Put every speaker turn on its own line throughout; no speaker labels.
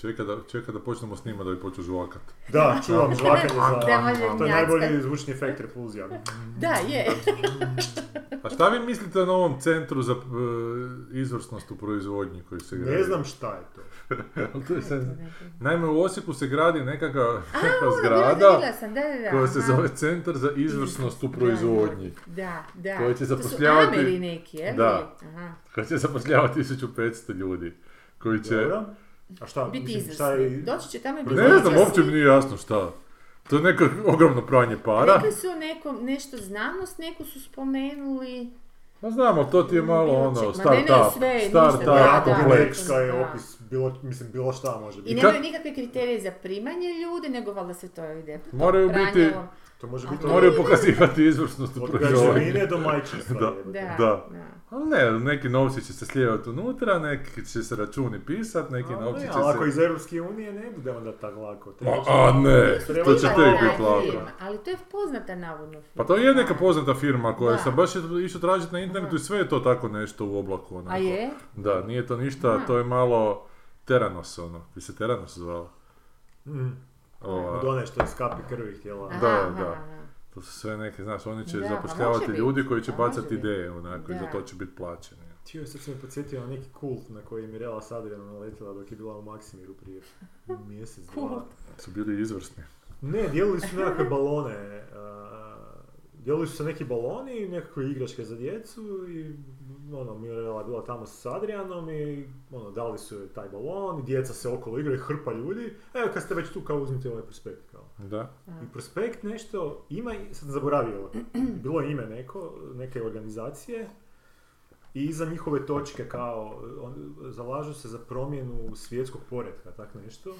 Čeka da, čeka da počnemo snimati da bi počeo žvakat.
Da, čuvam žvakanje
Da
za...
možem
To je
njackat.
najbolji zvučni efekt repluzija.
Da, je.
A šta vi mislite o novom centru za e, izvrsnost u proizvodnji koji se gradi?
Ne znam šta je to.
Ali to je sad-
To neko.
Naime, u Osijeku se gradi nekakva
A,
neka
ono, bila-
zgrada
vidjela sam, da, da, da,
koja se
aha.
zove Centar za izvrsnost u proizvodnji.
Da, da.
Koji će
To su
zapošljavati-
Ameri neki, je li?
Da.
Aha.
Koja će zapošljavati 1500 ljudi. Koji će...
Dobro. A
Pa,
šta,
Biti
mislim, šta je...
izvrsni. Doći će tamo i biti
Ne znam,
izvrsni.
uopće mi nije jasno šta. To je neko ogromno pranje para.
Rekli su o nekom, nešto znanost, neku su spomenuli.
Ma znam, ali to ti je malo
Bilo
ono,
čeg. Ma
start
ne, ne,
up,
sve je
start
ništa,
up,
da,
Jako
da.
kompleks.
komplekska je
Da.
opis, bilo, mislim, bilo šta može
I
biti.
ne-
nemaju nikakve kriterije za primanje ljudi, nego valjda se to ide. po tom
Moraju
pranju.
biti-
To može biti
A-
Moraju pokazivati izvrsnost u
od
proizvodnji.
građevine do majčinstva.
Da.
jebote.
Da,
Da.
da.
Ali ne, neki novci će se slijevati unutra, neki će se računi pisat, neki
Ali
novci će
ne, ali ako
se...
iz Europske unije ne bude onda tako lako.
Ma, a ne,
Treba
E, to će
imati
tek
taj
biti lako.
firma, Ali to je poznata navodno firma.
Pa to je neka poznata firma koja
Da.
sam baš išao tražiti na internetu i sve je to tako nešto u oblaku. Onako.
A je?
Da, nije to ništa,
Aha.
to je malo Teranos ono. Bi se Teranos zvao? Ova,
Mm, Od one što je skapi krvi htjela.
Aha,
Da,
aha,
da.
aha.
to su sve neke, znaš, oni će
Da, pa
zapošljavati
može bit,
ljudi koji će
pa može
bacati
bit.
ideje onako i za
Da.
to će biti plaćeni.
Tio, sad sam me podsjetio na neki kult na koji je Mirela Sadrina naletila dok je bila u Maksimiru prije mjesec, dva.
Kult.
Su bili izvrsni.
Ne, dijelili su nekakve balone. Uh, dijelili su se neki baloni, nekakve igračke za djecu i ono, Mirela je bila tamo sa Adrianom i ono, dali su joj taj balon i djeca se okolo igraju, hrpa ljudi. Evo, kad ste već tu, kao uzmite ovaj prospekt. Kao.
Da.
Aha.
I prospekt nešto ima, sad sam zaboravio, bilo je ime neko, neke organizacije i iza njihove točke kao, on, zalažu se za promjenu svjetskog poretka, tak nešto.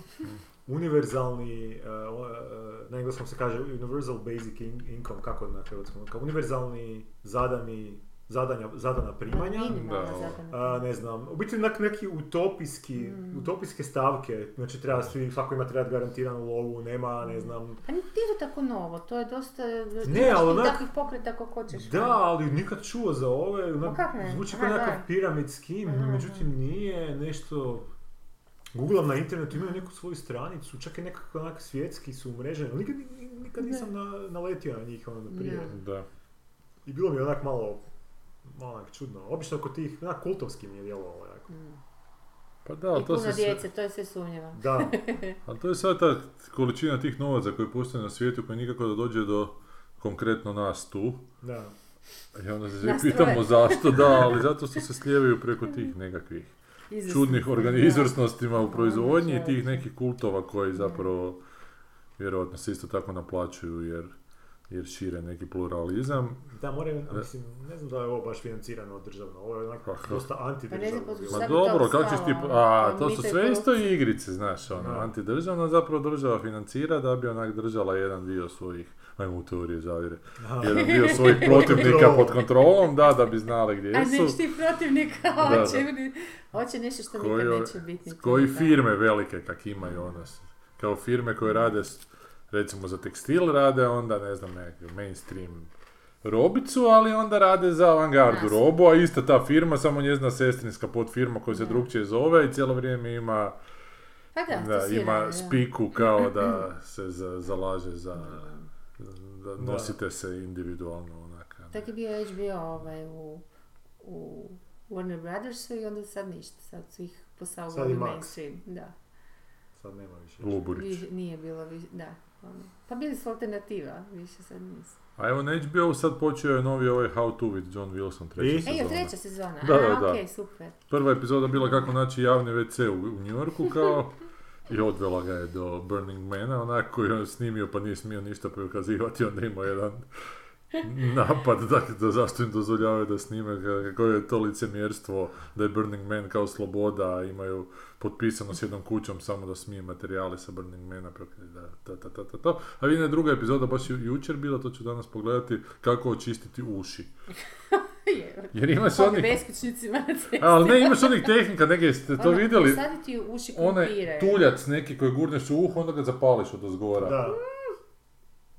Univerzalni, eh, o- eh, na engleskom se kaže universal basic in- income, kako na hrvatskom, kao univerzalni zadani, zadanja, zadana primanja.
Minimalna
Da, ovo.
zapravo.
A, ne znam, u biti onak neki utopijski,
Mm.
utopijske stavke, znači treba svi, svako ima treba garantiranu lovu, nema, ne znam,
Pa nije to tako novo, to je dosta...
Ne, ali onak-
Takvih pokreta kako hoćeš.
Da, ali nikad čuo za ove, onak,
kak ne?
zvuči kao
Aha,
nekakav
da.
piramid skim,
Aha,
međutim nije nešto... Googlam na internetu, imaju neku svoju stranicu, čak i nekako onak svjetski su umreženi, ali nikad, nikad
Ne.
nisam na, naletio na njih ono prije.
Ne.
Da.
I bilo mi je onak malo, malo onak čudno. Obično kod tih, onak kultovski mi je djelovalo jako.
Mm.
Pa da, ali
ono,
to
I puno
se sve-
djece, to je sve sumnjivo.
Da,
Ali to je sad ta količina tih novaca koji postoje na svijetu koji nikako da dođe do konkretno nas tu.
da.
I onda se svi
Nas troje.
pitamo zašto, da, ali zato što se slijevaju preko tih nekakvih
Izvrsno.
čudnih organi-
Da.
izvrsnostima u proizvodnji i
čovječe.
tih nekih kultova koji zapravo vjerojatno se isto tako naplaćuju jer, jer šire neki pluralizam.
Da, moraju,
Da.
mislim, ne znam da je ovo baš financirano od državno, ovo je onak
Aha.
dosta antidržavno
Pa ne znam,
bilo.
Ma
Šta bi
dobro,
to
kako ćeš ti...
stalo,
A,
ono,
to
mi
su
to je
sve isto
korupcija.
igrice, znaš, ono,
Da.
antidržavna zapravo država financira da bi onak držala jedan dio svojih, ajmo u teorije zavire,
Aha.
jedan dio svojih protivnika
kontrolom.
pod kontrolom, da, da bi znali
A
gdje
neš
su.
ti protivnika
Da, da.
hoće, hoće nešto što
Koji-
nikad neće biti.
Koji
Da.
firme velike kak imaju ono, s- kao firme koje rade, s- recimo za tekstil rade, onda ne znam, nekakvu mainstream robicu, ali onda rade za avangardu
Nas.
robu, a ista ta firma, samo njezina sestrinska podfirma koja se
Da.
drugčije zove i cijelo vrijeme ima
Pa da,
da,
to
ima
svi
spiku kao da se za- zalaže za, da
Da.
nosite se individualno onak. a ne.
Tako je bio HBO ovaj, u, u Warner Brothersu i onda sad ništa, sad su ih
Sad
posavljali
je
u
Max.
mainstream. Da,
Sad nema više.
Luburić.
Vi- nije bilo više, da. ono. Pa bili su alternativa, više sad nisu.
A evo na HBO sad počeo je novi ovaj How to with John Wilson treća
I?
E,
sezona.
jo, treća sezona.
Da,
A,
da, da.
okej, super.
Prva epizoda bila kako naći javni WC u, u New Yorku kao i odvela ga je do Burning Mana, onako koji je on snimio pa nije smio ništa prikazivati, onda imao jedan napad da, da zašto im dozvoljavaju da snime ka- kako je to licemjerstvo da je Burning Man kao sloboda a imaju potpisano s jednom kućom samo da smije materijale sa Burning Mana prikazivati, da, ta, ta, ta, ta, ta. a vidim da je druga epizoda baš ju- jučer bila to ću danas pogledati kako očistiti uši
Je,
jer imaš
Pod
onih
beskućnicima na cesti.
ali ne, imaš onih tehnika, neke ste to
Ono,
vidjeli,
Saditi u uši
onaj
krumpire.
tuljac neki koji gurneš u uho, onda ga zapališ od ozgora.
Da.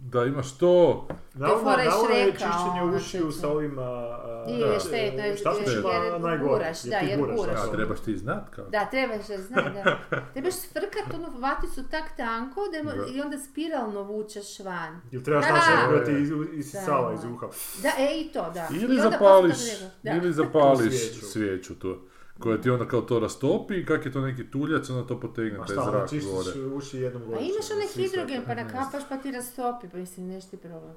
da imaš to,
Nauma,
fora iz
nauma je
Shreka,
čišćenje
ono,
ušiju sa
znači.
ovima... a,
I
Da.
je štetno, jer,
Šta
je-
smo
jer
najgore?
guraš, da, jer guraš.
a
ono.
trebaš ti znat kao.
Da, trebaš se znat, da. Trebaš svrkat onu vaticu ono, tak tanko da mo-
Da.
i onda spiralno vučeš van.
Ili trebaš
Da.
naći nekoga da ti iz- isisava
Da.
iz uha.
Da, e i to, da.
Ili
I onda
zapališ,
postaje nego- da.
ili zapališ
Tu svijeću.
svijeću tu, koja ti onda kao to rastopi i kak je to neki tuljac, onda to potegne
A
taj
šta, ono,
zrak
čišćiš
gore.
uši jednom
A
godišnje.
Pa imaš onaj
svi
hidrogen pa
sve-
nakapaš pa ti rastopi, pa mislim nešto ti problem.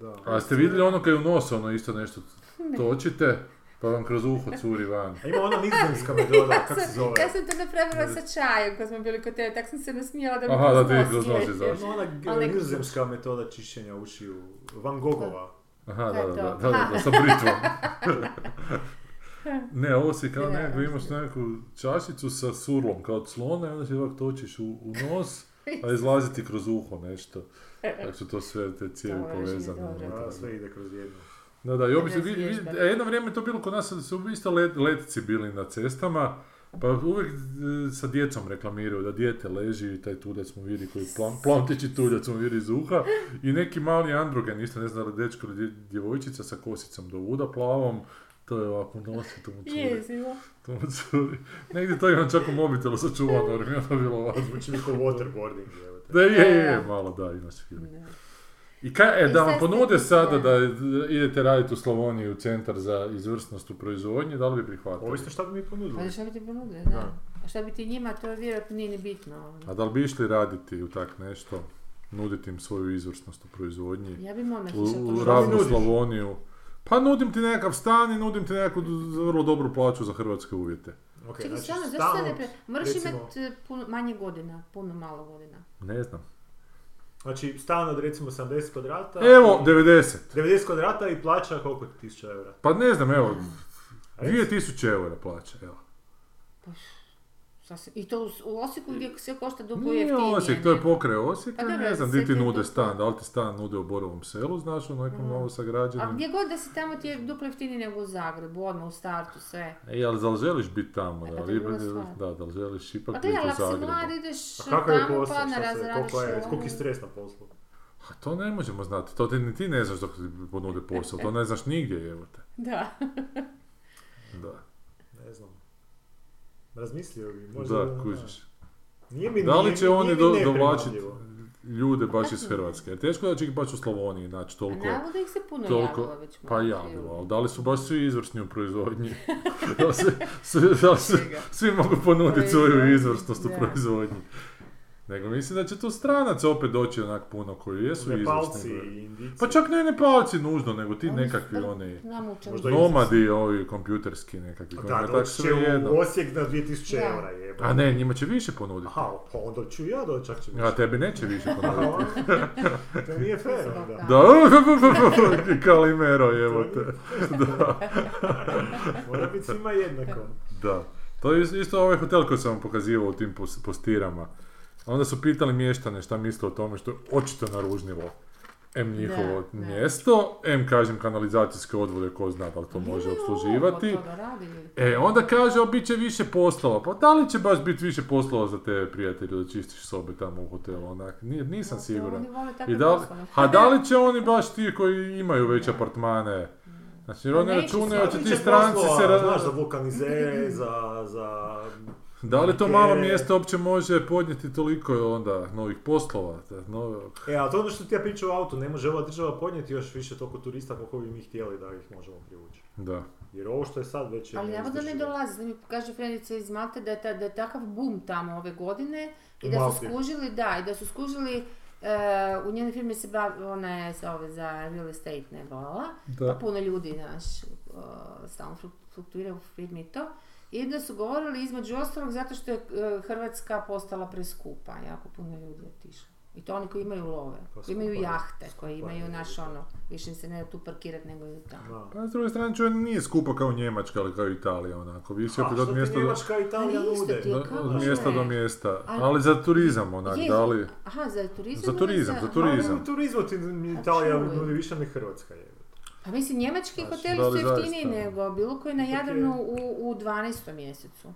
Da.
A ste vidjeli ono kad je u nos ono isto nešto točite, pa vam kroz uho curi van.
A ima ona nizozemska metoda, kako se zove?
Ja sam to napravila sa čajem kad smo bili kod tebe, tak sam se nasmijala da mi
Aha, da ti
nos
kroz nos
izleti.
izašlo.
Ima ona g-
Ali-
nizozemska metoda čišćenja ušiju, Van Gogova.
Aha,
To je
da, da,
to.
da, da, da, sa britvom. ne, ovo si kao
Ne,
nekako
ne,
imaš nekakvu čašicu sa surlom, kao od slona, i onda si ovak točiš u, u nos, a izlazi ti kroz uho nešto.
E,
Tako su to sve te cijevi
Dobro,
povezane.
nije dobro.
unutra.
A, sve ide kroz jednu.
Da, da, i obično,
Ne
vid,
smiješ
vid-
da-
e, jedno vrijeme je to bilo kod nas, da su isto let, letci bili na cestama, pa uvijek e, sa djecom reklamiraju da dijete leži i taj tuljac mu viri koji plam, plamtići tuljac mu viri iz uha i neki mali androgen, isto ne znam da li dečko ili dje- djevojčica sa kosicom do vuda plavom, to je ovako u nosu, to mu curi,
Jezivo.
to mu curi. Negdje to imam čak u mobitelu sačuvano, jer mi je ono bilo ovako.
Zvuči mi kao waterboarding, evo te.
Da je, je, je,
Da.
malo da, imaš film.
Da.
I kaj, e,
I
da vam
sad ste-
ponude sada
da.
da idete raditi u Slavoniju u centar za izvrsnost u proizvodnji, da li bi prihvatili?
Ovisno šta bi mi
Pa
ponudili.
šta bi ti ponudili,
Da.
da. A šta bi ti njima, to vjerojatno nije ni bitno. ono.
A da li bi išli raditi u tak nešto, nuditi im svoju izvrsnost u proizvodnji,
Ja bi mome
u,
išla
u
požuriti.
ra-
ravnu
nudiš?
Slavoniju? Pa nudim ti nekakav stan i nudim ti neku d- vrlo dobru plaću za hrvatske uvjete.
Ok,
Pa, Čekaj,
znači,
stvarno, zašto se
stalno-
ne pre... Moraš
recimo-
imat e, puno, manje godina, puno malo godina.
Ne znam.
Znači, stan od recimo 70 kvadrata.
Evo,
i-
90.
90 kvadrata i plaća koliko? 1000 eura.
Pa ne znam, evo,
A reci-
2000 eura plaća, evo.
Sasvim- I to u, u Osijeku gdje sve košta duplo
Nije
jeftinije.
Osijek, to je
ne?
pokraj Osijeka,
Pa dobro,
ne znam di ti
Osijek je
nude
tu.
stan, da li ti stan nude u Borovom selu, znaš, u nekom
Mhm.
novo
A
sagrađenom.
gdje god da si tamo ti je duplo jeftinije nego u Zagrebu, odmah u startu sve.
E, ali da li želiš biti tamo?
E,
Da,
pa to je
li,
druga stvar.
da, da li želiš ipak
Pa
biti
gledaj, ali
u
ako si
Zagrebu?
mlad ideš
A kakav je
tamo
posao?
pa na
Šta se-
razradiš
Koliko je,
ovo.
koliko je stres na poslu?
A to ne možemo znati, to ti, ni ti ne znaš dok ti ponude posao, to ne znaš nigdje, evo te.
Da.
Da,
Ne znam. Razmislio bi, možda...
da, kužiš.
Nije mi,
Da
nije-
li će
nije
oni
mi
do, dovlačiti
neprimamljivo.
ljude baš iz
Mhm.
Hrvatske? Jer teško da će ih baš u Slavoniji naći
A
toliko.
navodno ih se puno
toliko-
javilo već.
Pa
možda,
javilo,
ili-
ali da li su baš svi izvrsni u proizvodnji? da, li se, se- da li se-
Čega?
svi mogu ponuditi svoju
Proizvodnji,
izvrsnost u
Pa da.
proizvodnji. Nego mislim da će tu stranac opet doći onak puno koji jesu
Nepalci,
izvrsni.
Indijci.
Pa čak ne Nepalci nužno, nego ti
Oni su
nekakvi
vrlo-
oni
Znam u čemu.
Možda i-
nomadi, ovi kompjuterski nekakvi. kojima
Pa Da,
je Pa tak
doći će
sve jedno.
u Osijek na 2000
Da.
eura jebo.
A ne, njima će više ponuditi.
Aha, pa onda ću i ja doći, čak će biti.
A tebi neće više ponuditi.
to nije fair onda.
Da.
Da, kalimero jebote. Da.
Mora biti svima jednako.
Da. To je is- isto ovaj hotel koji sam vam pokazivao u tim pos- postirama. A Onda su pitali mještane šta misle o tome što je očito naružnilo em njihovo
Da, da.
mjesto, em kažem kanalizacijske odvode ko zna da li to može
Imaju ovo,
obsluživati.
pa
od toga radili.
E, onda kaže, "A bit će više poslova. Pa da li će baš biti više poslova za te prijatelju da čistiš sobe tamo u hotelu? Onak, ni- nisam
Da, to
siguran.
oni vole takve
I da li,
poslove.
a da li će oni baš ti koji imaju već apartmane? Znači, jer
Pa
oni
neće
računaju da
svaki
će
Bit
ti
će
stranci
poslova,
se... ra-
Znaš, za vulkanizere, za... za...
Da li to
Neke-
malo mjesto uopće može podnijeti toliko e, onda novih poslova? da, no-
E, a to je ono što ti ja pričam o autu, ne može ova država podnijeti još više toliko turista koliko bi mi htjeli da ih možemo privući.
da.
Jer ovo što je sad već je
Ali navodno ne
neizdrživo.
dolazi, da mi kaže Frenica iz Malte da je, ta, da je takav boom tamo ove godine i da su
Malti.
skužili, da, i da su skužili, e, u njenoj firmi se bavi, ona je za ove za real estate ne vala, pa
Da.
puno ljudi naš stalno fluk- fluktuira u firmi i to. I da su govorili između ostalog zato što je e, Hrvatska postala preskupa, jako puno ljudi je otišlo. I to oni koji imaju love,
Pa
koji imaju
skupa je,
jahte, koji
skupa je
imaju naš
ljudi.
ono, više im se ne da tu parkirati nego idu tamo.
Da.
Pa s druge strane, čovjek nije skupo kao Njemačka ili kao Italija, onako. Visi
Pa,
A
opet
što
od
ti
mjesta do,
Njemačka i Italija
Ali isto
nude?
ti je
do- od
kako
mjesta do
ne?
mjesta.
Ali-
Ali za turizam, onak,
Je,
da li...
Aha, za turizam?
Za
ili
turizam, za
Ma,
turizam.
u turizmu ti Italija
čuj.
nudi više nego Hrvatska je.
Pa mislim, njemački
Znači,
hoteli
da li
su jeftiniji
zaista?
nego bilo koji na
Ipak je-
Jadranu u, u 12. mjesecu.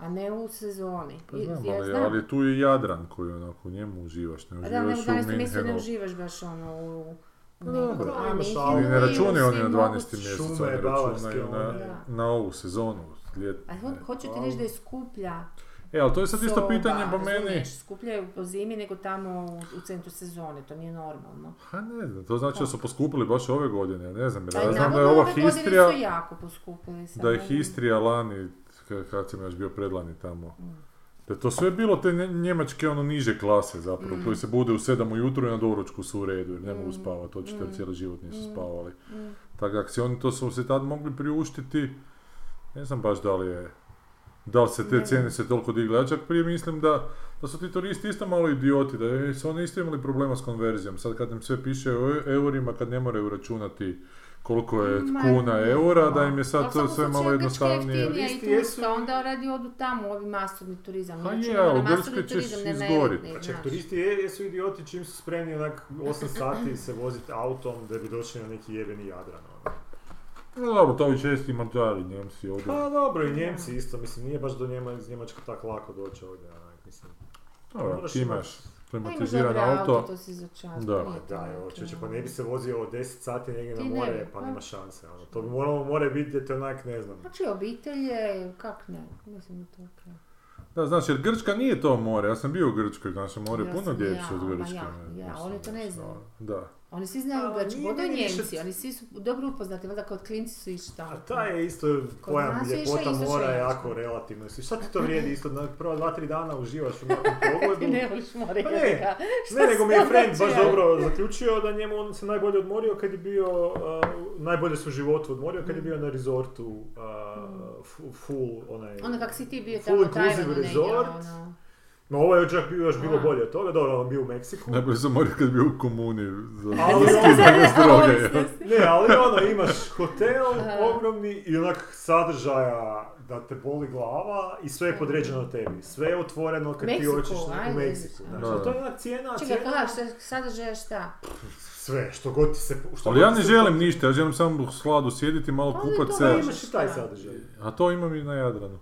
a ne u sezoni.
Pa
I-
znam,
ja
ali,
znam.
ali tu je Jadran koji onako u njemu uživaš, ne
A da, ne, u
uživaš u
12. mjesecu ne
Minhenu.
uživaš baš ono u... u
Da,
nekom,
da,
a
imaš
Minhenu
ali-
I ne računaju oni na
svi
12.
mogući-
mjesecu,
šume,
oni
bavarske,
računaju na,
one.
na ovu sezonu. ljetnu,
A
ne.
ho- hoću ti reći da je skuplja
E, ali to je sad isto
soba,
pitanje po meni.
razumiješ, Skuplja je po zimi nego tamo u, u centru sezone, to nije normalno.
Ha, ne znam, to znači da su poskupili baš ove godine, ja ne znam, jer
A
ja
i
znam da je
navodno
ova
ove godine
histrija,
su jako poskupili. sad
da je
ne znam.
histrija lani, k- kad sam još bio predlani tamo,
Mm.
da je to sve bilo te nje- njemačke ono niže klase zapravo,
Mm.
koji se bude u 7 ujutro i na doručku su u redu, jer ne mogu spavati, očito
Mm.
jer cijeli život nisu spavali. Tako da ako si oni to su se tad mogli priuštiti, ne znam baš da li je, da li se te
Ne.
cijene se toliko digle, ja čak prije mislim da, da su ti turisti isto malo idioti, da e, su oni isto imali problema s konverzijom, sad kad im sve piše u eu- eurima, kad ne moraju računati koliko je
Ma,
kuna
ne.
eura, da im je
Ali
sad
u
to
svakom
sve malo
slučaju Grčka je
jednostavnije.
jeftinija i
Isti
Turska,
jesu-
onda radi odu tamo, ovi masovni turizam.
Pa
Ja ću
je,
na
ali u
masovni
Grčkoj ćeš
turizam, ne na
izgorit.
elitni,
Pa čak
znaš.
turisti je, jesu idioti čim su spremni onak 8 sati se voziti autom da bi došli na neki jebeni Jadran. ono.
No dobro, to ovi česti mađari, njemci ovdje.
Pa dobro, i Njemci isto, mislim nije baš do Njema, iz Njemačka tako lako doći ovdje, onak, mislim.
Dobro,
moraš
ti
imat-
imaš
Pa imaš dobre
klimatiziran
auto,
auto.
to si začas.
Da.
Pa da, evo, čeče, pa ne bi se vozio od 10 sati negdje na
Ti ne
more,
bi,
pa
pa.
nema šanse, ono. To bi moralo more biti gdje te onak, ne znam.
Znači obitelj je, kak ne, mislim da je to okej.
Da, znaš, jer Grčka nije to more, ja sam bio u Grčkoj, naše more je
Ja
puno
sam
ljepše
ja,
od
ma
Grčke.
ja,
ne,
ja,
mislim,
oni to ne
mislim,
znaju.
Da.
Oni svi znaju
Ali
Grčku,
Pa, nije
odo
meni više-
Njemci, oni svi su dobro upoznati, valjda kod klinci su išli tamo.
A ta je isto pojam
nas je išla
ljepota
isto
mora
Šveđanska.
jako relativno. Mislim, Šta ti to vrijedi isto? Na prva dva, tri dana uživaš u nekom pogledu.
Ti ne voliš more,
Pa ne.
jebi ga.
Ne, nego mi je
se
friend baš
odlučio?
dobro zaključio da njemu on se najbolje odmorio kad je bio, uh, najbolje se u životu odmorio kad je bio na resortu uh, fu- full onaj...
Ono kak si ti bio
Full
tamo, Tajvanu
inclusive
negdje,
resort.
ono.
No ovo je čak bio, još bilo
A.
bolje od toga, dobro, on je bio u Meksiku.
Najbolje sam morio kad bi u komuni za
Ali
za skidanje s droge.
Ne, ali ono, imaš hotel ogromni i onak sadržaja da te boli glava i sve je podređeno tebi. Sve je otvoreno kad
Meksiku,
ti hoćeš u
ajde.
Meksiku. Znači,
Da.
to je onak cijena,
Čekaj,
cijena,
koga, šta- sadržaja šta?
sve, što god ti se... Što
Ali ja
god ti
ne
se-
želim ništa, ja želim samo u sladu sjediti, malo
Ali
kupat
Pa
to
se.
je-
imaš i taj sadržaj.
A to imam i na Jadranu.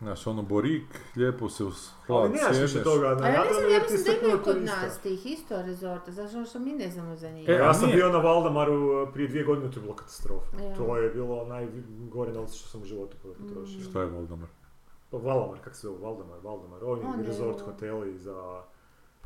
Znaš, ono borik, lijepo se u
Ali
slad
nemaš više
sjedneš.
toga na
A ja ne
Jadranu
znam, ja
jer ti je
mislim
sve
da
puno
imaju kod
turista.
nas tih isto rezorta, zašto što mi ne znamo za njih.
E,
Ja,
a
sam
nije-
bio na Valdemaru e, prije dvije godine, to je bila katastrofa.
Ja. Mm.
To je bilo najgore novce što sam u životu potrošio.
Šta je Voldemar?
Pa Valdemar, kak se zove, Valdemar, Valdemar, ovi
A, ne.
resort hoteli za,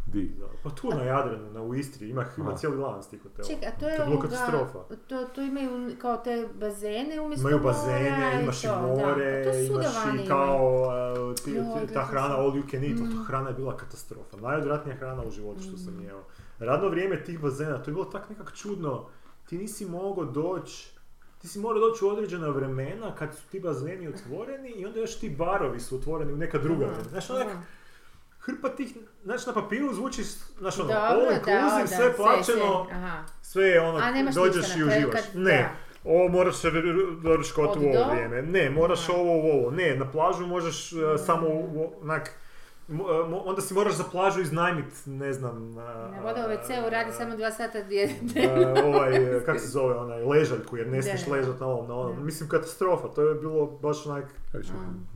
Di?
za- Pa tu na Jadranu, na, u Istri, ima, ima
A.
cijeli lanac tih hotela.
Čekaj, a to
To
je
je bila
ovoga,
katastrofa.
To, to imaju kao te bazene umjesto
Imaju
mora
bazene,
i
imaš i
e, to, da.
more,
Pa to svuda
imaš
vani
i
imaju. Mm.
kao e, ti-
Joj,
ti- ta
kako
hrana
se-
all you can eat, ali ta hrana je bila katastrofa. Najodvratnija hrana u životu što sam
Mm.
jeo. Radno vrijeme tih bazena, to je bilo tak nekak čudno. Ti nisi mogao doći ti si morao doći u određena vremena kad su ti bazeni otvoreni i onda još ti barovi su otvoreni u neka druga vremena. Znaš, ono onak,
Da.
hrpa tih, znaš, na papiru zvuči, znaš, ono,
Dobro,
all
da, da,
inclusive,
sve,
sve plaćeno,
sve, aha.
sve je ono,
A nemaš
dođeš
ništa
i
na kraju
uživaš.
kad-
Ne, ovo moraš se doručkovati u
Od
ovo
do?
vrijeme. Ne, moraš
Da.
ovo u ovo. Ne, na plažu možeš e,
Mm.
samo u- u- onak, mo- e, mo- onda si moraš za plažu iznajmit, ne znam...
Na voda u WC-u radi samo dva sata dvije.
E, ovaj, e, kak se zove, onaj, ležaljku, jer ne smiješ
Da.
ležat na ovom, na onom.
Da.
Mislim, katastrofa, to je bilo baš onak...
Ja ću-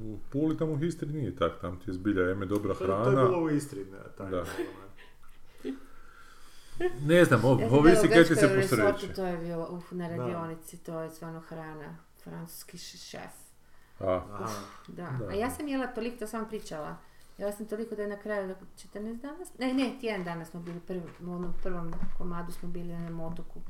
U Puli tamo u Histri nije tak, tam ti je zbilja eme dobra
To, to je
hrana.
bilo u Istri, ne, taj
Da.
ono.
Ne znam, ov- ovisi kaj ti se posreći.
To je bilo, uf, na radionici, to je stvarno hrana. Francuski š- šef.
A,
Aha.
Da.
Da.
A ja sam jela toliko, to sam vam pričala. Jela sam toliko da je na kraju da- 14 dana, ne, ne, tjedan dana smo bili, prvi, u onom prvom komadu smo bili na onom otoku,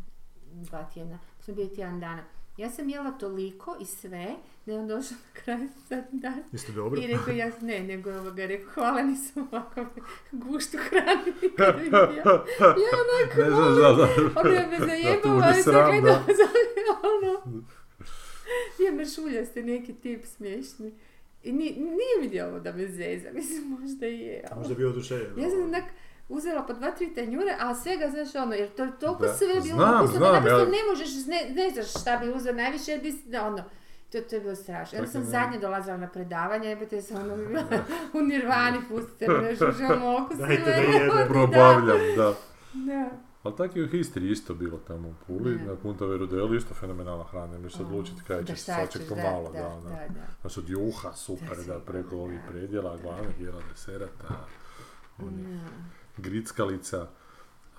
dva tjedna, smo bili tjedan dana. Ja sam jela toliko i sve, da je on došao na kraju zadnji dan
Jeste dobro?
i rekao ja ne, nego je ovoga rekao hvala nisam ovako guštu hrani nikad vidjela. Ja onako
ne znam, da, da.
ono je me zajebalo,
Da te bude
ali sam
sram,
gledala
da.
za ono. Je mršulja ste neki tip smiješni. I ni, nije mi djelo da me zeza, mislim možda i je. ali-
Možda je bio oduševljen.
Ja sam
ono.
onak uzela po dva, tri tanjure, a svega, znaš, ono, jer to je toliko
Da.
sve bilo
Znam,
ukusno,
znam,
da naprosto
ja-
ne možeš, ne, ne znaš šta bi uzeo najviše, jer bi, si- da, ono, to, to je bilo strašno. Ja
Tako
sam
ne.
zadnje dolazila na predavanje, jebate se ono, bila u nirvani, pustite me, još uživam okusima.
Dajte da
evo,
jedem.
da.
Probavljam, da.
Da.
Ali tako je u Histri isto bilo tamo u Puli,
Da.
na Punta Verudeli isto fenomenalna hrana, ne možeš se
Ono,
odlučiti kaj
da
ćeš,
šta
sad će
ćeš,
pomalo,
da, da, da, da.
Znači od juha, super,
Da,
da,
super,
preko ovih
da, Mm.
predjela,
da.
glavnih jela deserata, onih
Da.
grickalica.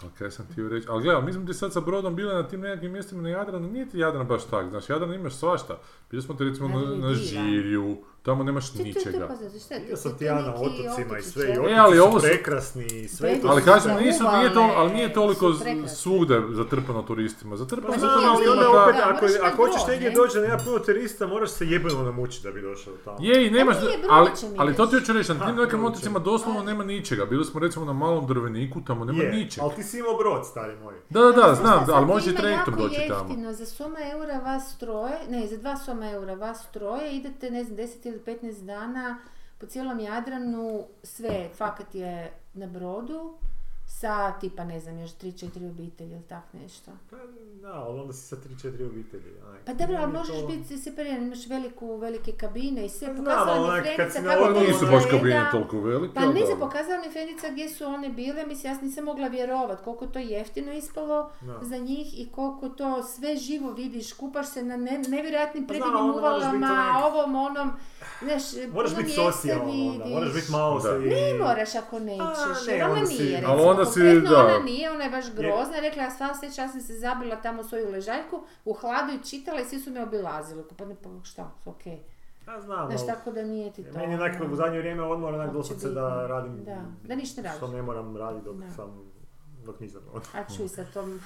Ali kaj sam ti reći? Ali gledaj, mi smo ti sad sa brodom bili na tim nekakvim mjestima na Jadranu, nije ti Jadran baš tak, znaš, Jadran imaš svašta. Bili smo ti recimo na,
Jadran je
na
divan.
Žirju, tamo nemaš
Ti- pa ti- ti
ničega.
poznaš, šta je to?
Ja sam
Ti-
ti
ti
ja na
neki
otocima i
otočić,
sve, i
jel?
otoci
E, ali ovo
su
su-
prekrasni i sve
Prekrasni.
to.
Ali
su
kažem,
za
nisu, nije to, ali nije
uvalne,
toliko
su prekrasne.
svugde zatrpano turistima. Zatrpano
Pa
je
nije,
zapravo
znam, ali
ali
onda
ima-
opet,
da,
ako,
moraš na
ako hoćeš
brod,
negdje
ne?
doći da nema puno turista, moraš se jebeno namučiti da bi došao tamo.
Je, i nemaš,
Pa nije,
ali,
brodićem
ali to ti
ideš.
hoću reći, na
Ha,
tim nekim
brodićem.
otocima doslovno nema ničega. Bili smo recimo na malom drveniku, tamo nema
Je,
ničega.
ali ti si imao brod, stari moj.
Da, da, da,
Znaš
znam,
šta,
ali
sad
možeš i
ima
trajektom
jako
doći tamo.
jeftino, za soma eura vas troje, ne, za dva soma eura vas troje, idete, ne znam, 10 ili 15 dana po cijelom Jadranu, sve, fakat je na brodu, sa tipa, ne znam, još 3-4 obitelji ili tak nešto.
Pa, Da, ali onda si sa 3-4 obitelji. aj.
Pa dobro, ali
Nije
možeš
to-
biti separiran, imaš veliku, velike kabine i sve.
Znam,
Pokazala mi
onak, kad
je Frenica
si na
kako
Ali
otoku,
Pa to
nisu baš
izgleda.
kabine toliko velike.
Pa
ali
ne znam,
dobro.
pokazala mi Fenica gdje su one bile, mislim, ja nisam mogla vjerovat koliko je to jeftino ispalo
Da.
za njih i koliko to sve živo vidiš, kupaš se na ne- nevjerojatnim
Pa znam,
predivnim
onda moraš biti
uvalama,
onak-
ovom, onom, znaš,
Moraš
puno
biti
mjesta
socijalan onda,
vidiš.
moraš biti malo
Da.
se...
Ne moraš ako nećeš,
ne,
jer ona
onda si-
nije,
Ali
recimo,
onda si,
konkretno
da.
ona nije, ona je baš grozna, rekla ja sva sve čas sam se zabila tamo u svoju ležaljku, u hladu i čitala i svi su me obilazili, pa ne, pa šta, okej,
Ja znam,
znaš,
ali-
tako da nije ti to.
Pa e, Meni je
ono.
onak u zadnje vrijeme odmor onak
Uopće
doslovce
bitno.
da radim
Da, da ništa ne radiš.
što ne moram raditi dok
Da.
sam dok nisam ono.
A čuj sa tom...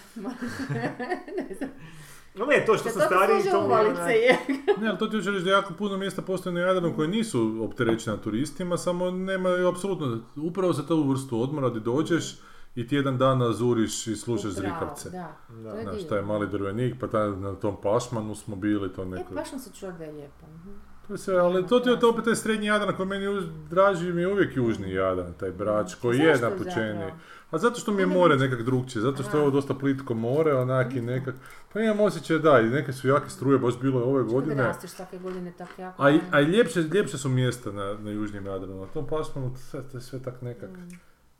No ne, to što
Za
sam
to
stariji,
služe
to mi je
uvalice,
onak-
je.
Ne, ali to ti hoću reći da jako puno mjesta postoji na Jadranu koje nisu opterećena turistima, samo nemaju apsolutno, upravo za tu vrstu odmora gdje dođeš i tjedan dan nazuriš i slušaš
Upravo,
zrikavce.
Da,
Da.
to je
Znaš,
divno.
taj mali drvenik, pa taj, na tom pašmanu smo bili, to
E,
neko...
baš sam se čula da je lijepo. mhm.
To je sve, ali to ti je to opet taj srednji Jadran koji meni uz, draži mi je uvijek južni Jadran, taj brač koji je
Mm, Mhm. Zašto
napučeniji.
zapravo?
A zato što mi je more nekak drugčije, zato što je ovo dosta plitko more, onak i nekak... Pa imam osjećaj da, i neke su jake struje baš bile ove
Kad
godine.
rasteš svake godine tako jako.
A, i-
ajmo.
a i ljepše, ljepše su mjesta na, na južnim Jadranu, na tom pasmanu sve, to je sve tak nekak,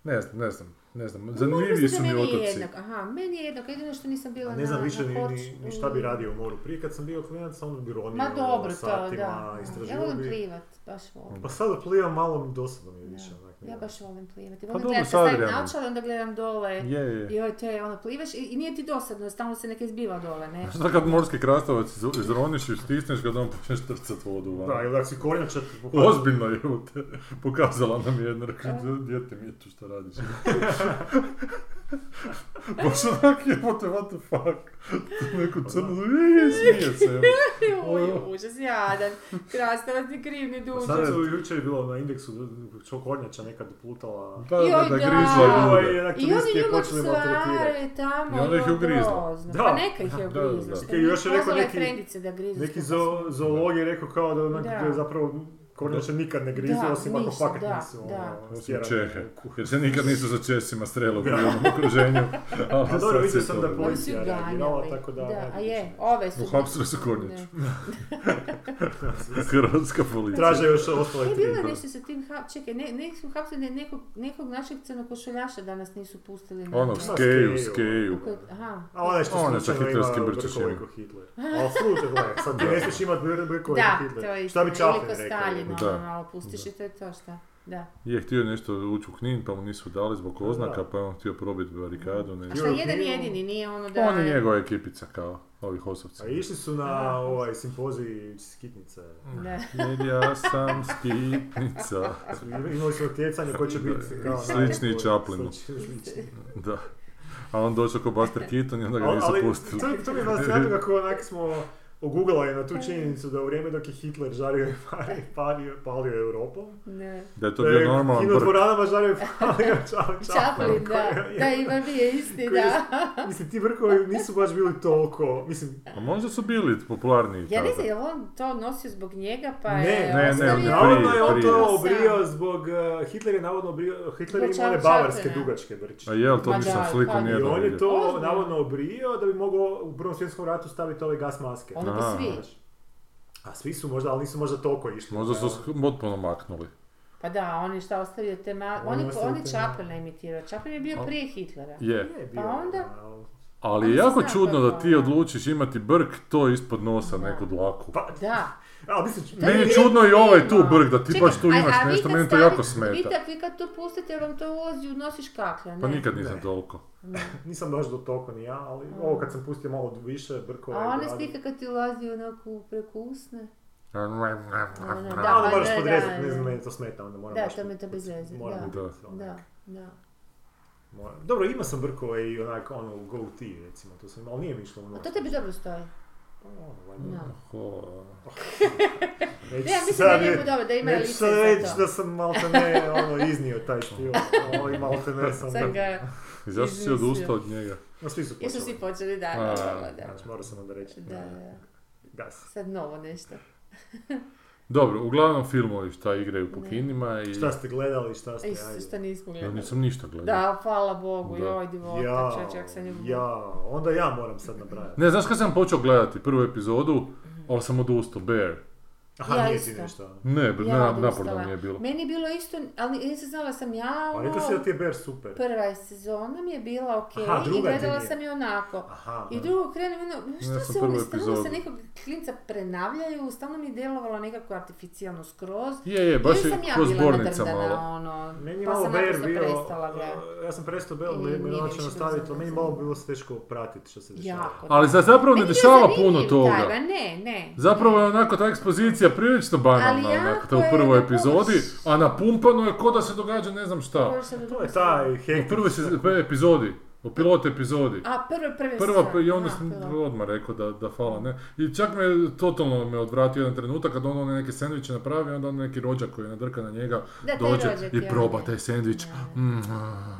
ne znam, ne znam, ne znam,
Moram
zanimljiviji
priznat
su mi
da Mm. Mhm. meni je
otoci.
jednako, Aha, meni je jednako, jedino što nisam bila
A
na
Ne znam više
na
ni,
Korč-
ni, ni šta bi
u-
radio u moru. Prije kad sam bio klinac, sam onda bi ronio
Ma dobro to,
satima,
da. Ja
istraživao
volim
bi.
plivat, baš volim.
Pa sad plivam malo mi dosadno mi je više. onak, ne
Ja
znam.
baš volim plivati. Volim
Pa dobro,
gledati,
s
stavim
Adrijanom.
naočale, onda gledam dole.
Je, je.
Joj, to je ono, plivaš i, i nije ti dosadno, stalno se neke zbiva dole, ne?
Šta kad morski krastavac iz- izroniš i stisneš ga da on počneš trcat vodu van?
Da, ili ako si kornjača,
Ozbiljno je evo te, pokazala nam je jedna, rekla, djete mi je tu šta radiš. Baš onak je, what the, what the fuck. Neku crnu, "Ej, smije se. evo."
Joj, užas, jadan. Krastavac ni kriv, ni
Pa
dužan.
sad su jučer je bilo na indeksu što kornjača nekad plutala.
Da, da,
Joj,
da,
da.
grizla
Ovaj,
ljude.
onak,
I
turisti
oni
je
nju
počeli maltretirati.
močvare tamo.
I onda ih je
ono,
ugrizla.
grozno.
Da.
Pa neka ih je
Da, da, da.
ugrizla.
Neki
je još rekao
Pozvala je
neki-
frendice da grizu.
Neki
skupa
zo, zoolog je rekao kao da, onak,
Da.
da je zapravo kornjače nikad ne grize,
Da,
osim ako
ništa,
fakat
da,
nisu ono,
da.
Osim
stjerani
Čehe,
u kuhinju.
jer se nikad nisu za Česima strelo u ovom okruženju. ali
Pa dobro,
sad se
vidio sam
to
da
vidi.
s- Oni su
policija reagirala,
ganjali.
tako da...
Da,
ne
a
bi
je,
više.
ove su...
Uhapsili su Kornjaču.
Da.
Hrvatska policija.
Traže još ostale
E,
tri.
bilo je nešto sa tim, hap... čekaj, ne, ne su hapsili nekog, nekog našeg crnokošuljaša danas nisu pustili. na-
Ono,
na-
skeju,
Skeju.
skeju.
Koji- Aha.
A onaj što
Ona sa
slučajno ima
hitlerskim
brkove
brčićima.
ko Hitler. Ali slučaj, gledaj, sad ti ne smiješ imat br- brkove
Da,
ko Hitler.
to je
Šta
istina.
bi
Ili
Čaplin
ko
rekao?
Stalin,
Da.
ono, malo pustiš i to je to šta. Da.
Je htio nešto ući u Knin, pa mu nisu dali zbog oznaka, pa je on htio probiti barikadu.
A
Nešto.
šta,
Joj,
jedan
bio-
jedini, nije ono da...
Pa On je njegova ekipica kao ovi hosovci.
A Pa išli su na
Aha.
ovaj simpozij skitnice.
Da.
Jer ja sam skitnica.
Su- Imali su natjecanje koje će biti kao...
Slični
najbolji.
Chaplinu.
Slični.
Da. A on došao ko Buster Keaton i onda ga
Al-
nisu pustili.
To, to mi je baš sjajno kako onak smo oguglali na tu činjenicu da u vrijeme dok je Hitler žario i pari- palio, palio Europom,
Ne.
Da je to
da je
bio normalan
kino
brk.
dvoranama žario i palio Ča-
Chaplin,
Chaplin.
da.
koji je-
Da, ima mi je isti,
koji je-
da.
Mislim, ti vrkovi nisu baš bili toliko, mislim,
A možda su bili popularniji
Ja ne
tada.
znam, je li on to nosio zbog njega, pa
Ne,
je...
ne, ne,
ostavio-
ne,
navodno je on
prije.
to
Ono
obrio zbog, uh, Hitler je navodno obrio, Hitler je
Zbog
imao one
Charles
bavarske
Chaplina.
dugačke brče.
A jel, to
Ma
nisam
da,
sliku
pa
nije
I on je to
Ozbiljno?
navodno obrio da bi mogao u Prvom svjetskom ratu staviti ove gas maske.
Ono bi
A.
svi.
Znaš. A svi su možda, ali nisu možda toliko išli.
Možda su
Evo.
sk- potpuno maknuli.
Pa da, on je šta ostavio te ma...
Ono
On
On
je
je,
ostavio
on je
te
Chaplina imitirao. Chaplin je bio
Al-
prije Hitlera.
Je.
Je, bio,
Pa onda-
ali-
Ali
Ali
je
se
jako
zna
čudno
koja je
da ti
koja.
odlučiš imati brk, to ispod nosa
Da.
neku dlaku.
Pa,
Da.
ali mislim,
To
Meni je
nije
čudno i ovaj tu
krivo.
brk, da ti
Čekaj,
baš tu
a- a
imaš
vi
nešto,
kad
meni to
stavite-
jako
Vi
smeta.
kad, vi kad to pustite jer vam to ulazi u nosiš kaklja, ne?
Pa nikad nisam
Ne.
toliko.
nisam baš do toliko ni ja, ali ovo kad sam pustio malo više brkova...
Mm. A
i
one
bradu-
slike kad ti ulazi onako preko usne. da,
Da, onda
pa
moraš
ne,
podrezati,
da,
ne znam,
da.
meni to smeta, onda moram
Da,
baš
to mi
put-
to bez veze,
moram
da.
put- ono,
Da, da.
moram. Dobro, ima sam brkova i onak, ono, go ti, recimo, to sam, ali nije mi išlo u
A
nos.
to tebi dobro stoji.
Ono, valjda.
Da.
Ho.
Neću
Ne, ja mislim da
sad
je
reći-
njemu dobro, da ima
Neću
lice
sad reći
za
da
to.
sam malte ne ono, iznio taj stil, ali malte ne sam...
Sad ga,
I zašto si
Izvisio.
odustao od njega?
Ma svi su
jesu
počeli.
svi počeli, da,
A,
da, da.
Znači, morao sam onda reći.
Da, da.
Gas.
Sad novo nešto.
Dobro, uglavnom filmovi šta igraju po
Ne.
kinima i...
Šta ste gledali, šta ste,
Isto što
ajde.
Ja
nismo gledali.
nisam ništa gledao.
Da, hvala Bogu,
Da.
joj divota,
Ja,
čovječe, jak sam ljubim.
ja, onda ja moram sad nabrajati.
Ne, znaš kad sam počeo gledati prvu epizodu, ali sam odustao, Bear.
Aha,
Ja
nije ti
isto.
ništa.
Ne,
Ja
na,
odustala.
naporno mi je bilo.
Meni je bilo isto, ali nisam znala da sam ja,
Pa
ono,
rekao si da ti je Bear super.
prva sezona mi je bila okej
Aha,
i
druga ti
gledala
nije.
sam i onako.
Aha,
Pa- I
da.
drugo krenem, ono,
Ja
što
sam
se
prvu
oni stalno
epizodu.
se nekog klinca prenavljaju, stalno mi je djelovalo nekako artificijalno skroz.
Je, je, E, baš
Ili
je
sam ja
kroz
bila
bornica
nadrndana,
malo.
ono,
Meni je
pa
malo
sam
Bear
naprosto
bio,
prestala gledati.
uh, ja sam prestao Bear,
I
ali me
nije
hoće
više
nastaviti,
bilo
ali meni
zanimljivo.
malo bilo se teško pratiti što se dešava.
Jako.
Ali za zapravo ne
Meni je
dešava
zanimljiv
puno
taj,
toga.
ba ne, ne.
Zapravo je onako ta ekspozicija prilično banalna
Ali jako
onako, to u
je
prvoj
onako-
epizodi, a napumpano je ko da se događa ne znam šta.
Možda sam
To
druga
je taj
U
hektik.
prvoj sez- prvoj epizodi, u pilot epizodi.
A prva, prva
Prva, i onda
aha,
sam
prva.
odmah rekao da, da fala, ne. I čak me, totalno me odvratio jedan trenutak kad on one neke sendviče napravi, onda on neki rođak koji nadrka na njega
Da, taj
dođe
rođak
i
je
proba
onaj.
taj sendvič.
Da.
Mm, ah.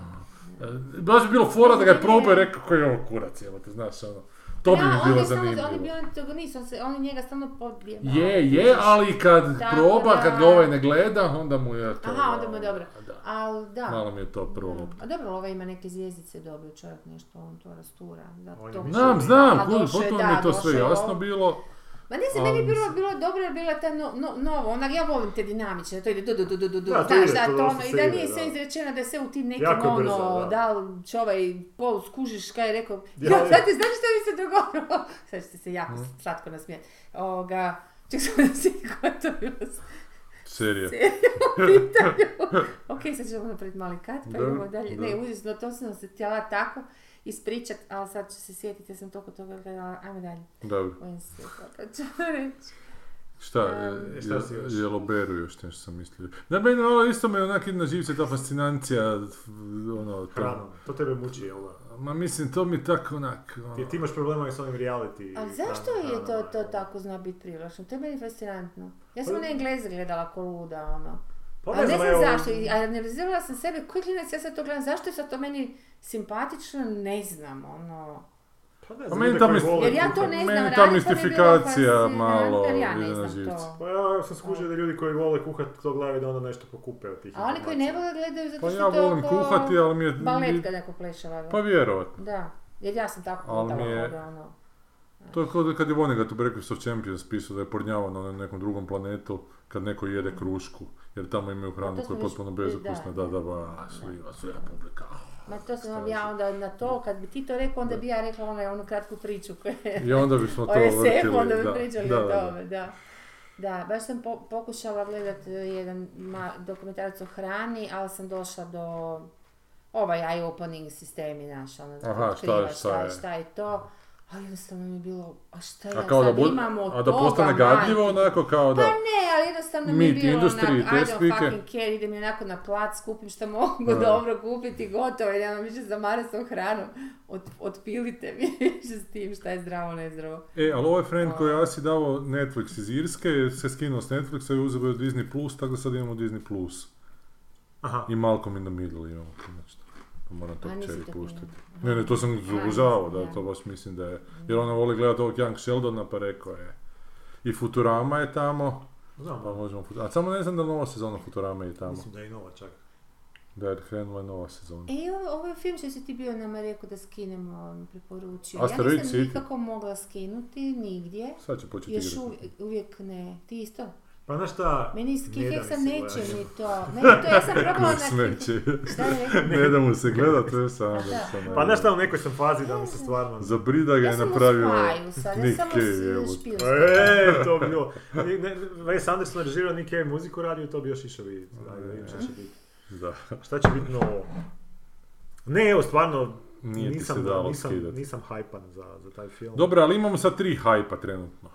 E, Baš bi bilo fora da ga je probao i rekao koji je ovo kurac, evo te, znaš, ono. To bi
Da,
mi
on
bilo
je stalno- On je
zanimljivo.
bio antagonist, on, se, on je njega stalno pobijao.
Je, je, ali kad
Tako
proba,
da-
kad ga ovaj ne gleda, onda mu je to...
Aha, onda mu je dobro.
Da.
Ali da.
Malo mi je to prvo
Da.
lopta.
A dobro, ovaj ima neke zvijezdice dobio čovjek nešto, on to rastura. Da,
On je
to
mislio-
Znam,
A
znam, kužim,
došao je,
potpuno
da,
mi je to
došao
sve
je
jasno
on.
bilo.
Ma ne znam,
Ali
meni je bilo,
mislim-
bilo dobro, jer je bila ta no, no, novo, onak ja volim te dinamične, to ide du du du du du du,
Da, to
znaš,
ide,
da,
to
to ono,
dosta
i
se
da
ide,
nije sve
da.
izrečeno, da je sve u tim nekim
Jako je
ono,
brzo, da.
da. li će ovaj pol skužiš kaj je rekao,
Ja,
ja,
ja. Mhm.
znate, znate što mi se dogodilo? Sad ćete se jako slatko nasmijeti. Ovoga, ček sam da se koja je to bilo
Serija.
pitanju. ok, sad ćemo napraviti mali kat, pa
Da,
idemo dalje.
da.
Ne, užasno, to sam se htjela tako ispričat, ali sad ću se sjetiti, ja sam toliko toga gledala, ajmo dalje.
Dobro.
Bojim se svega kad ću reći.
Šta,
Em,
je-
Šta si još?
jel oberu još nešto sam mislio. Da, meni ono isto me onak ide na živce ta fascinancija, f- ono, to.
Hranom. To tebe muči, jel da?
Ma mislim, to mi tako onak, ono,
Ti, ti imaš problema i s ovim reality.
Ali zašto je to,
hranama,
to
jel da?
tako zna biti privlačno? To je meni fascinantno. Ja
Pa-
sam na Engleze gledala ko luda, ono.
Pa
ali ne znam
evo,
zašto, i- a analizirala sam sebe, koji klinac ja sad to gledam, zašto je sad to meni simpatično, ne znam, ono.
Pa ne
Pa
znam,
meni
ljude
ta
koji
mis-
vole
Jer ja to
kuhati.
ne znam
Meni ta
radit, pa mi je bilo
mistifikacija
fascinantno,
malo
jer ja
ide
ne
na
znam
živce.
to.
Pa ja sam skužio da ljudi koji vole kuhat to gledaju da onda nešto pokupe od tih
A oni koji ne
informacija.
vole gledaju zato
pa
što
ja
to
volim
ko
kuhati, ali mi je,
Balet kada neko plešava.
pa vjerovatno.
Da, jer ja sam tako
Ali
hodala,
mi je-
hoda, ono.
To je kao da kad je Vonnegut u Breakfast of Champions pisao da je pornjavano na nekom drugom planetu kad neko jede krušku. Jer tamo imaju
Mhm. Pa
hranu
to
koja je
smo
potpuno
već-
bezukusna, da,
da,
da,
da.
ba, sliva, sve publika.
Ma to sam
Strašno.
ja onda na to, kad bi ti to rekao, onda bi ja rekla onaj, onu kratku priču koja je...
I onda bismo to
O SF, onda
vrtili,
bi
da,
pričali
da,
o
da, da.
tome, da. Da, baš sam po- pokušala gledat e, jedan ma, dokumentarac o hrani, ali sam došla do ovaj eye-opening sistemi naš, ono, da
Aha, šta je,
otkrivaš
šta je.
šta je to. Ali jednostavno mi je bilo, a šta ja
A kao da,
sad
bu-
imamo od
a da postane
toga,
gadljivo,
majke
onako kao
Pa
da...
ne, ali jednostavno mi je
Meat
bilo
industry i te
onak, I don't
spike.
fucking care, idem onako na plac, kupim što mogu
Da.
dobro kupiti, gotovo, i nemam više zamara s tom hranom, Od, otpilite mi više s tim šta je zdravo, nezdravo.
E, ali ovaj friend koji
Pa-
ja si davao Netflix iz Irske, se skinuo s Netflixa i uzeo je Disney Plus, tako da sad imamo Disney Plus.
Aha.
I Malcolm in the Middle imamo tu nešto. Pa moram to
A, nisi
čeri
to
puštati.
gledala.
Ne, ne, to sam
nisam,
obožavao, da,
da.
to baš mislim da je. Jer ona voli gledati ovog Young Sheldona, pa rekao je. I Futurama je tamo,
Znam,
pa možemo Fut- A samo ne znam da nova sezona Futurama je tamo.
mislim da je i nova čak.
Da je krenula je nova sezona.
E, ovo, ovaj film što si ti bio nama rekao da skinemo, mi preporučio.
Asteroid
ja nisam
City.
nikako mogla skinuti, nigdje.
Sad će početi
E, Još
igrati.
uvijek, uvijek ne. Ti isto?
Pa znaš šta,
Meni iz
Ne da
Kifeksa
mi se
neće
gleda.
ni to. Meni to, ja sam probala
Kako
na Kifeksu.
smeće.
Šta je rekao?
ne da mu se gleda, to je sam.
Da.
pa znaš šta, u nekoj sam fazi da mi se stvarno...
Za Brida ga
Ja
je
sam u
napravio
spaju sad, ja
Nick
sam u
Cave, evo. Pa
špilsku.
E, to bi bilo. Ne, ne, Wes Anderson je režirao Nick Cave muziku radio, to bi još išao vidjeti. Ajde, da vidim šta će biti.
Da,
Šta će biti novo? Ne, evo, stvarno,
nije ti se
nisam,
dalo
nisam,
skidati.
nisam hajpan za, za taj film.
Dobro, ali imamo sad tri hajpa trenutno.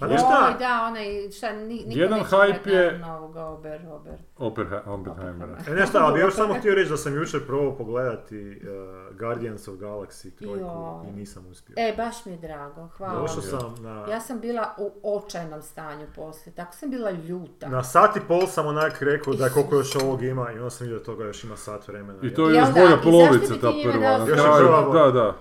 Pa znaš šta?
Joj, da, onaj, šta, ni, niko
Jedan
neće
hype
gledat
je-
na ovoga Ober, Ober.
Operha- Oppenheimera.
E ne šta, ali bi još samo htio reći da sam jučer probao pogledati uh, Guardians of Galaxy trojku
Joj.
i nisam uspio.
E, baš mi je drago, hvala.
Došao sam na,
Ja sam bila u očajnom stanju poslije, tako sam bila ljuta.
na sat i pol sam onak rekao da koliko još ovog ima i onda sam vidio da toga još ima sat vremena.
I to je
Jel
još
da, i
bolja
zašto bi
polovica
ti
ta
njima
prva.
dao
na
Još je
kraju.
prva bolja.
Da, da.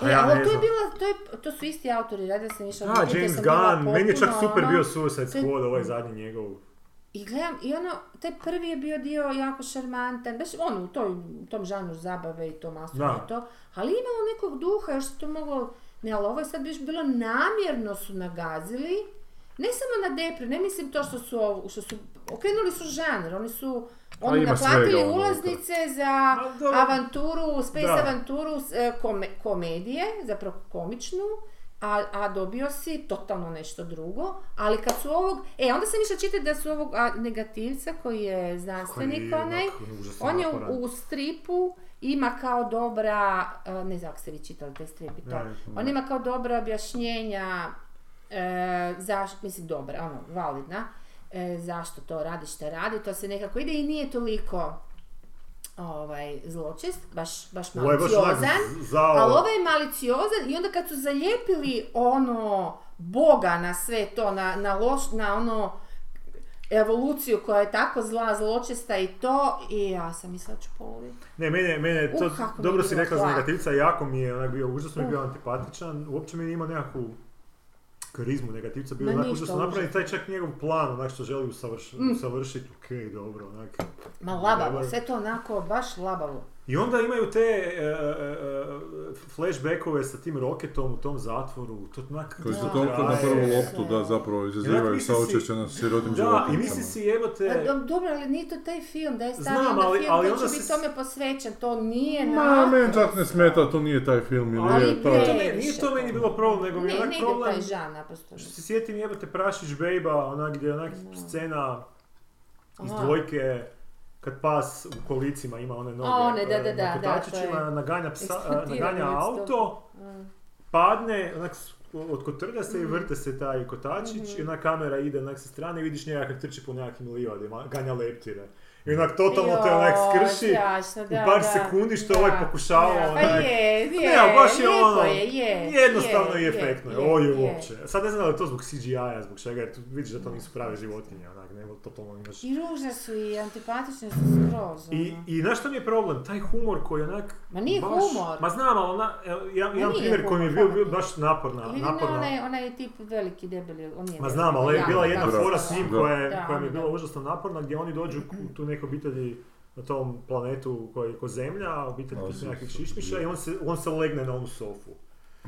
Pa
E,
ja
ali
ne
to je
znam.
bila, to, je, to su isti autori, radila sam ono- išla
Da, James Gunn, meni je čak super bio Suicide
to je-
Squad, ovaj zadnji njegov.
I gledam, i ono, taj prvi je bio dio jako šarmantan, baš ono, u toj, u tom žanru zabave i to masno
Da.
i to, ali imalo nekog duha, još se to moglo, ne, ali ovo je sad više bilo namjerno su nagazili, ne samo na depre, ne mislim to što su, ovo- što su okrenuli su žanr, oni su,
Pa
oni
ima svega
naplatili
ono
ulaznice za
Ma dobro.
avanturu, space
Da.
avanturu s- e, kome- komedije, zapravo komičnu, a, a dobio si totalno nešto drugo, ali kad su ovog, e onda sam išla čitati da su ovog a, negativca koji je
Koji
znanstvenik
je
onaj,
onak, ono, užasno
on je u,
naporan.
u stripu ima kao dobra, a, ne znam ako ste vi čitali te strip i to,
Ne, ne.
on ima kao dobra objašnjenja e, zašto, mislim dobra, ono, validna, e, zašto to radi, šta radi, to se nekako ide i nije toliko ovaj, zločest, baš, baš
Ovo je baš onak
maliciozan.
z- zao.
Ali ovaj je maliciozan i onda kad su zalijepili ono Boga na sve to, na, na, loš, na ono evoluciju koja je tako zla, zločesta i to, i ja sam mislila ću poluditi.
Ne, mene, je- mene je to,
Uh, kako mi je
dobro si
bilo
rekla za
hladno.
negativca, jako mi je onak bio, užasno mi je bio
Uh.
antipatičan, uopće mi je imao nekakvu karizmu negativca, bio
Ma
je onako
ništa, Mm.
užasno napravljen, taj čak njegov plan, onak što želi usavrš, usavršiti, okej, dobro, onak.
Ma labavo,
Dobar.
sve to onako baš labavo.
I onda imaju te e, e, e, flashbackove sa tim roketom u tom zatvoru, to onak...
Koji su
Da.
toliko na prvu
traje.
loptu da zapravo izazivaju
misli si-
saučešće na sirotim
Da, i misli
životinjama.
si jebote...
Pa, do- dobro, ali nije to taj film, da je stavljen
E. Znam,
na
ali-
film
ali
koji
onda
će
se
biti
s-
tome posvećen, to nije
Ma,
na...
meni čak ne smeta, to nije taj film ili
Ali
je
nije
to,
taj...
to-
meni, nije to meni bilo problem, nego mi
Ne,
je onak
ne ide
problem...
taj žan, naprosto.
Što Znači, se sjetim jebote Prašić Bejba, onak gdje je onak scena iz dvojke kad pas u kolicima ima one noge
A, one, da,
e,
da, da,
na
da,
kotačićima,
to je-
naganja, psa, eh,
Eksplodirano
naganja
je isto.
auto,
Mm.
padne, onak s- otkotrlja se i
Mhm.
vrte se taj kotačić i ona kamera ide onak sa strane i vidiš njega kad trči po nekakvim livadima, ganja leptire. I onak totalno te onak
Joj,
skrši.
strašno, da,
u par
da,
sekundi što
da,
ovaj pokušava,
da. Pa
onaj-
je, je,
Ne, ali baš je
lijepo
ono,
je, je,
jednostavno
je,
i
je,
efektno je,
je,
ovo je
je.
uopće. Sad ne znam da li je to zbog CGI-a, zbog čega, jer tu vidiš da to nisu prave životinje, onak, nego totalno imaš...
I ružne su i antipatične su skroz.
I,
ono.
i znaš što mi je problem? Taj humor koji je onak...
Ma nije humor.
Ma znam, ali ona, evo, ja,
Ma
jedan
nije
primjer koji mi je bio,
humor,
bio
pametno.
baš naporna,
Ili ne,
naporna.
onaj, onaj tip veliki debeli, on je
Ma znam, ali je bila jedna
Bravo.
fora s njim
Da.
koja, je-
Da,
koja mi je
ono
bila
da.
užasno naporna, gdje oni dođu u tu neku obitelji na tom planetu koji je ko zemlja, obitelj
A,
tih
su-
nekakvih
su-
šišmiša i on se, on se legne na onu sofu.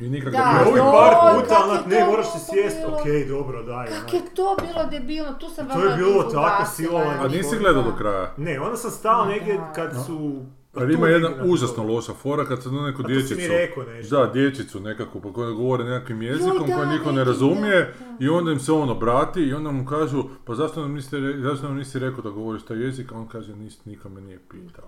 I nikak
Da,
da,
I ovi
joj,
par
kak
puta,
je
onak,
to
ne, moraš se
glupo
sjest,
bilo.
okej, dobro, daj, onak.
Kak je to bilo debilno, tu sam
To
vam
je bilo tako silovanje.
A nisi gledao do kraja?
Ne, onda sam stao
Ma
negdje
da.
kad su...
Ali Pa ima
Pa tu
jedna
negdje na-
užasno loša fora kad se na neku
A to si
dječicu...
mi rekao nešto.
Da, dječicu nekako, pa koja govore nekakvim jezikom
da,
koji niko ne
neki,
razumije
da,
i onda im se on obrati i onda mu kažu pa zašto nam niste, re- zašto nam nisi rekao da govoriš taj jezik, a on kaže nis, niko me nije pitao.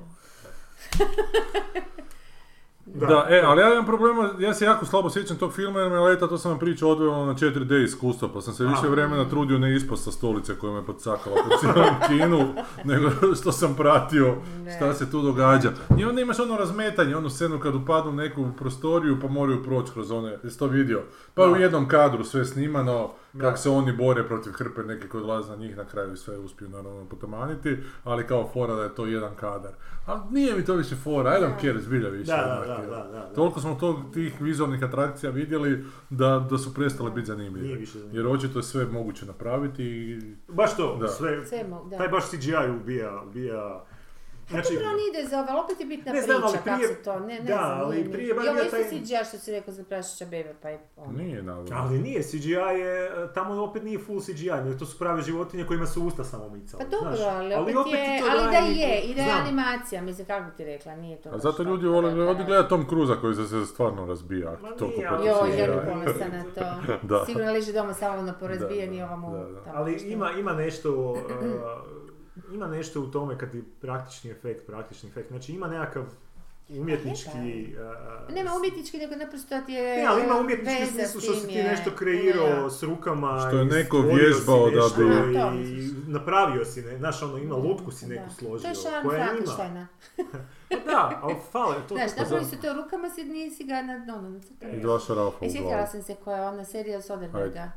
Da, e, ali ja imam problema, ja se jako slabo sjećam tog filma jer me leta, to sam vam pričao, odvelo na 4D iskustva, pa sam se više
A.
vremena trudio ne ispast sa stolice koja me podsakala po cijelom kinu, nego što sam pratio šta se tu događa. I onda imaš ono razmetanje, onu scenu kad upadnu u neku prostoriju pa moraju proći kroz one, jesi to vidio? Pa je u
Da.
jednom kadru sve snimano,
Da.
kako se oni bore protiv hrpe neke koji odlaze na njih, na kraju sve uspiju naravno potamaniti, ali kao fora da je to jedan kadar. Ali nije mi to više fora, I don't care, zbilja više.
Da, da,
onak,
da,
jel.
da, da, da.
Toliko smo tog, tih vizualnih atrakcija vidjeli da, da su prestale biti
Nije
zanimljive.
više zanimljivo.
Jer očito je sve moguće napraviti i...
Baš to,
Da.
sve...
Sve mo- da.
Taj baš CGI ubija, ubija
Znači, dobro, on ide za ovo, ali opet je bitna
Ne znam,
priča
ali
kako
prije-
se to, ne, ne
da,
znam,
ali
nije mi-
prije bar
I ovo
bio
isto
taj-
CGI što si rekao za prašića bebe, pa je on.
Nije navodno.
Ali nije, CGI je, e, tamo opet nije full CGI, nego to su prave životinje kojima su usta samo micala.
Pa dobro,
znaš.
ali, opet, je,
ti to
ali da
daje
je,
neku-
i da je
Znam.
animacija, mislim, kako bi ti rekla, nije to
A
baš
zato
tako,
ljudi vole
da, da.
ovdje gledati Tom Cruza koji se se stvarno razbija.
Ma
Toliko
nije,
puta
ali-
se
Joj,
Ja.
ja bi
izjavi.
ponosna na to.
Da.
Sigurno leži doma samo ono porazbijeni
Da, da,
ovamo.
da, da.
tamo
Ali
nešto.
ima, ima nešto, e, ima nešto u tome kad je praktični efekt, praktični efekt. Znači ima nekakav umjetnički... e,
Pa Nema umjetnički, nego naprosto ti je
Ne, ali ima
e,
umjetnički u
veza
smislu
s
što
tim
si ti
je,
nešto
je,
kreirao
ja.
s rukama
Što je
i
neko
stvorio si
vježbao da
nešto
bi-
Aha, to
I
misliš.
napravio si, ne, znaš ono, ima lutku si neku
Da.
složio.
To je šarm
koja ima.
Frankensteina.
Pa Da, ali fale, to
Znaš,
tako
napravili
za-
su to rukama, si nisi ga na ono, nacrtali.
I dva šarafa
E,
u
sjetila
glavu.
sam se koja je ona serija od Soderberga.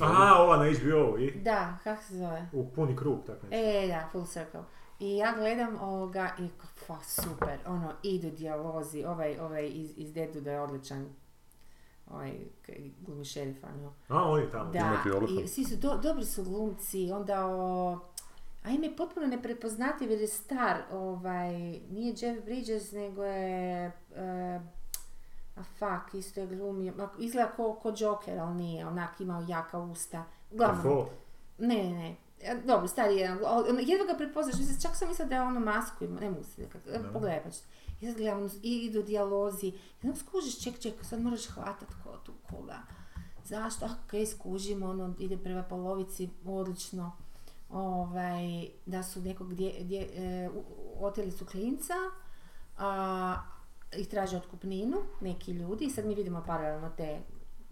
A, ova na HBO i
Da, kak se zove?
u puni krug, tako nešto.
E, da, Full Circle. I ja gledam ovoga i ko- fa, super, ono, idu dijalozi, ovaj, ovaj iz, iz Dedu da je odličan, ovaj, k- glumi šerifa, ono.
A, on je tamo.
Da,
Timothy Olyphant.
i svi su, do- dobri su glumci, onda o... A ime je potpuno neprepoznatljiv jer je star, ovaj, nije Jeff Bridges, nego je, e, a fuck, isto je glumio, Ma, izgleda ko, ko Joker, ali nije, onak imao jaka usta, uglavnom,
Afo.
ne, ne, ne. E, Dobro, stari jedan. ali ono, Jedva ga prepoznaš, mislim, čak sam mislila da je ono masku ima, ne mogu se nekak, e,
Da.
pogledaj pa ćeš. I sad gledam, ono, i idu dijalozi, i onda skužiš, ček, ček, sad moraš hvatat ko tu koga. Zašto? Ok, skužim, ono, ide prema polovici, odlično. Ovaj, da su nekog gdje, gdje e, u- u- oteli su klinca, a, i traže otkupninu, neki ljudi, i sad mi vidimo paralelno te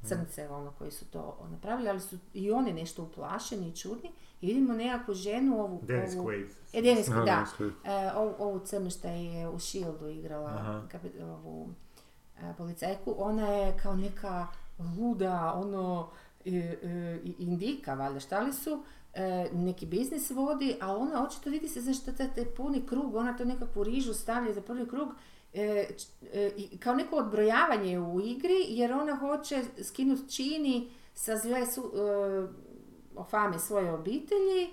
crnce ono, koji su to napravili, ali su i oni nešto uplašeni i čudni i vidimo nekakvu ženu, ovu,
Dennis
ovu
Quaid.
E, Dennis
Aha,
Quaid, da.
mislim.
E, ovu, ovu crnu što je u Shieldu igrala
Aha.
kapi- ovu e, policajku, ona je kao neka luda, ono, e, e, i- indika, valjda, šta li su, e, neki biznis vodi, a ona očito vidi se, znaš, taj, taj puni krug, ona to nekakvu rižu stavlja za prvi krug, e, č- e, i kao neko odbrojavanje u igri, jer ona hoće skinuti čini sa zle su, e, fame svoje obitelji,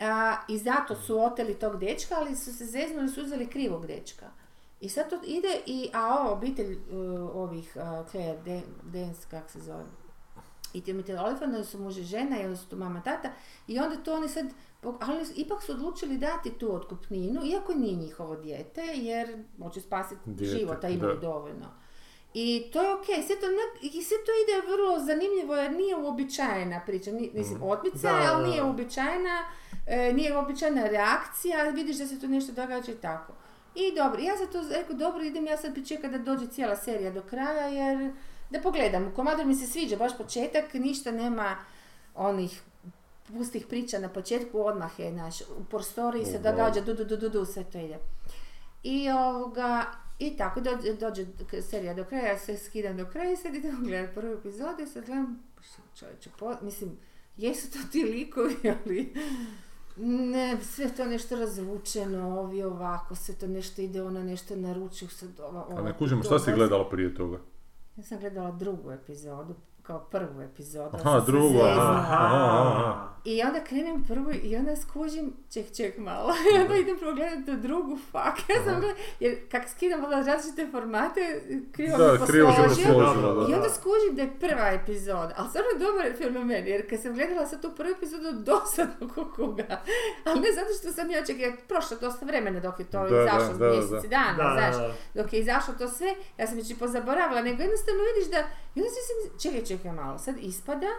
a, I zato su oteli tog dečka, ali su se zeznuli, su uzeli krivog dečka. I sad to ide, i, a ova obitelj e, ovih uh, Claire Dan- Dance, kak se zove, i Timothy Olyphant, oni su muž i žena, i oni su tu mama, tata, i onda to oni sad, pok- ali su- ipak su odlučili dati tu otkupninu, iako nije njihovo dijete, jer hoće spasiti
Dijete,
život, a imaju
da.
dovoljno. I to je ok, sve to, ne- i sve to ide vrlo zanimljivo jer nije uobičajena priča, Ni- mislim, otmica
Mm. Da,
je,
da,
ali nije
da.
uobičajena, e, nije običajna reakcija, vidiš da se tu nešto događa i tako. I dobro, ja sam to rekao, dobro idem, ja sad pričekam da dođe cijela serija do kraja jer da pogledam, u komadu mi se sviđa baš početak, ništa nema onih pustih priča na početku, odmah je, znaš, u prostoriji se
O,
događa du, du, du, du, du, sve to ide. I ovoga, i tako, dođe, dođe k- serija do kraja, ja se skidam do kraja i sad idem gledati prvu epizodu i sad gledam, mislim, čovječe, po- mislim, jesu to ti likovi, ali ne, sve to nešto razvučeno, ovi ovako, sve to nešto ide, ona nešto naručuju, sad ova,
A
ova,
ne kužimo,
to,
šta si
baš-
gledala prije toga?
Ja sam gledala drugu epizodu, kao prvu epizodu. ali
Aha,
sam se
drugo,
zeznula.
aha, aha.
I onda krenem prvu i onda skužim, ček, ček malo, i onda idem progledat tu drugu, fuck, ja sam gledala, jer kak skidam ove različite formate, krivo mi
Da, krivo se
posložio.
posložilo, da.
I onda skužim da je prva epizoda, ali stvarno dobar je fenomen, jer kad sam gledala sad tu prvu epizodu, dosadno kukuga. Ali ne zato što sam ja čekala, prošlo je dosta vremena dok je to
Da, da,
izašlo,
da, da,
mjeseci dana,
Da,
znaš
da, da.
dok je izašlo to sve, ja sam već i pozaboravila, nego jednostavno vidiš da, i onda si mislim, čekaj, čekaj malo, sad ispada,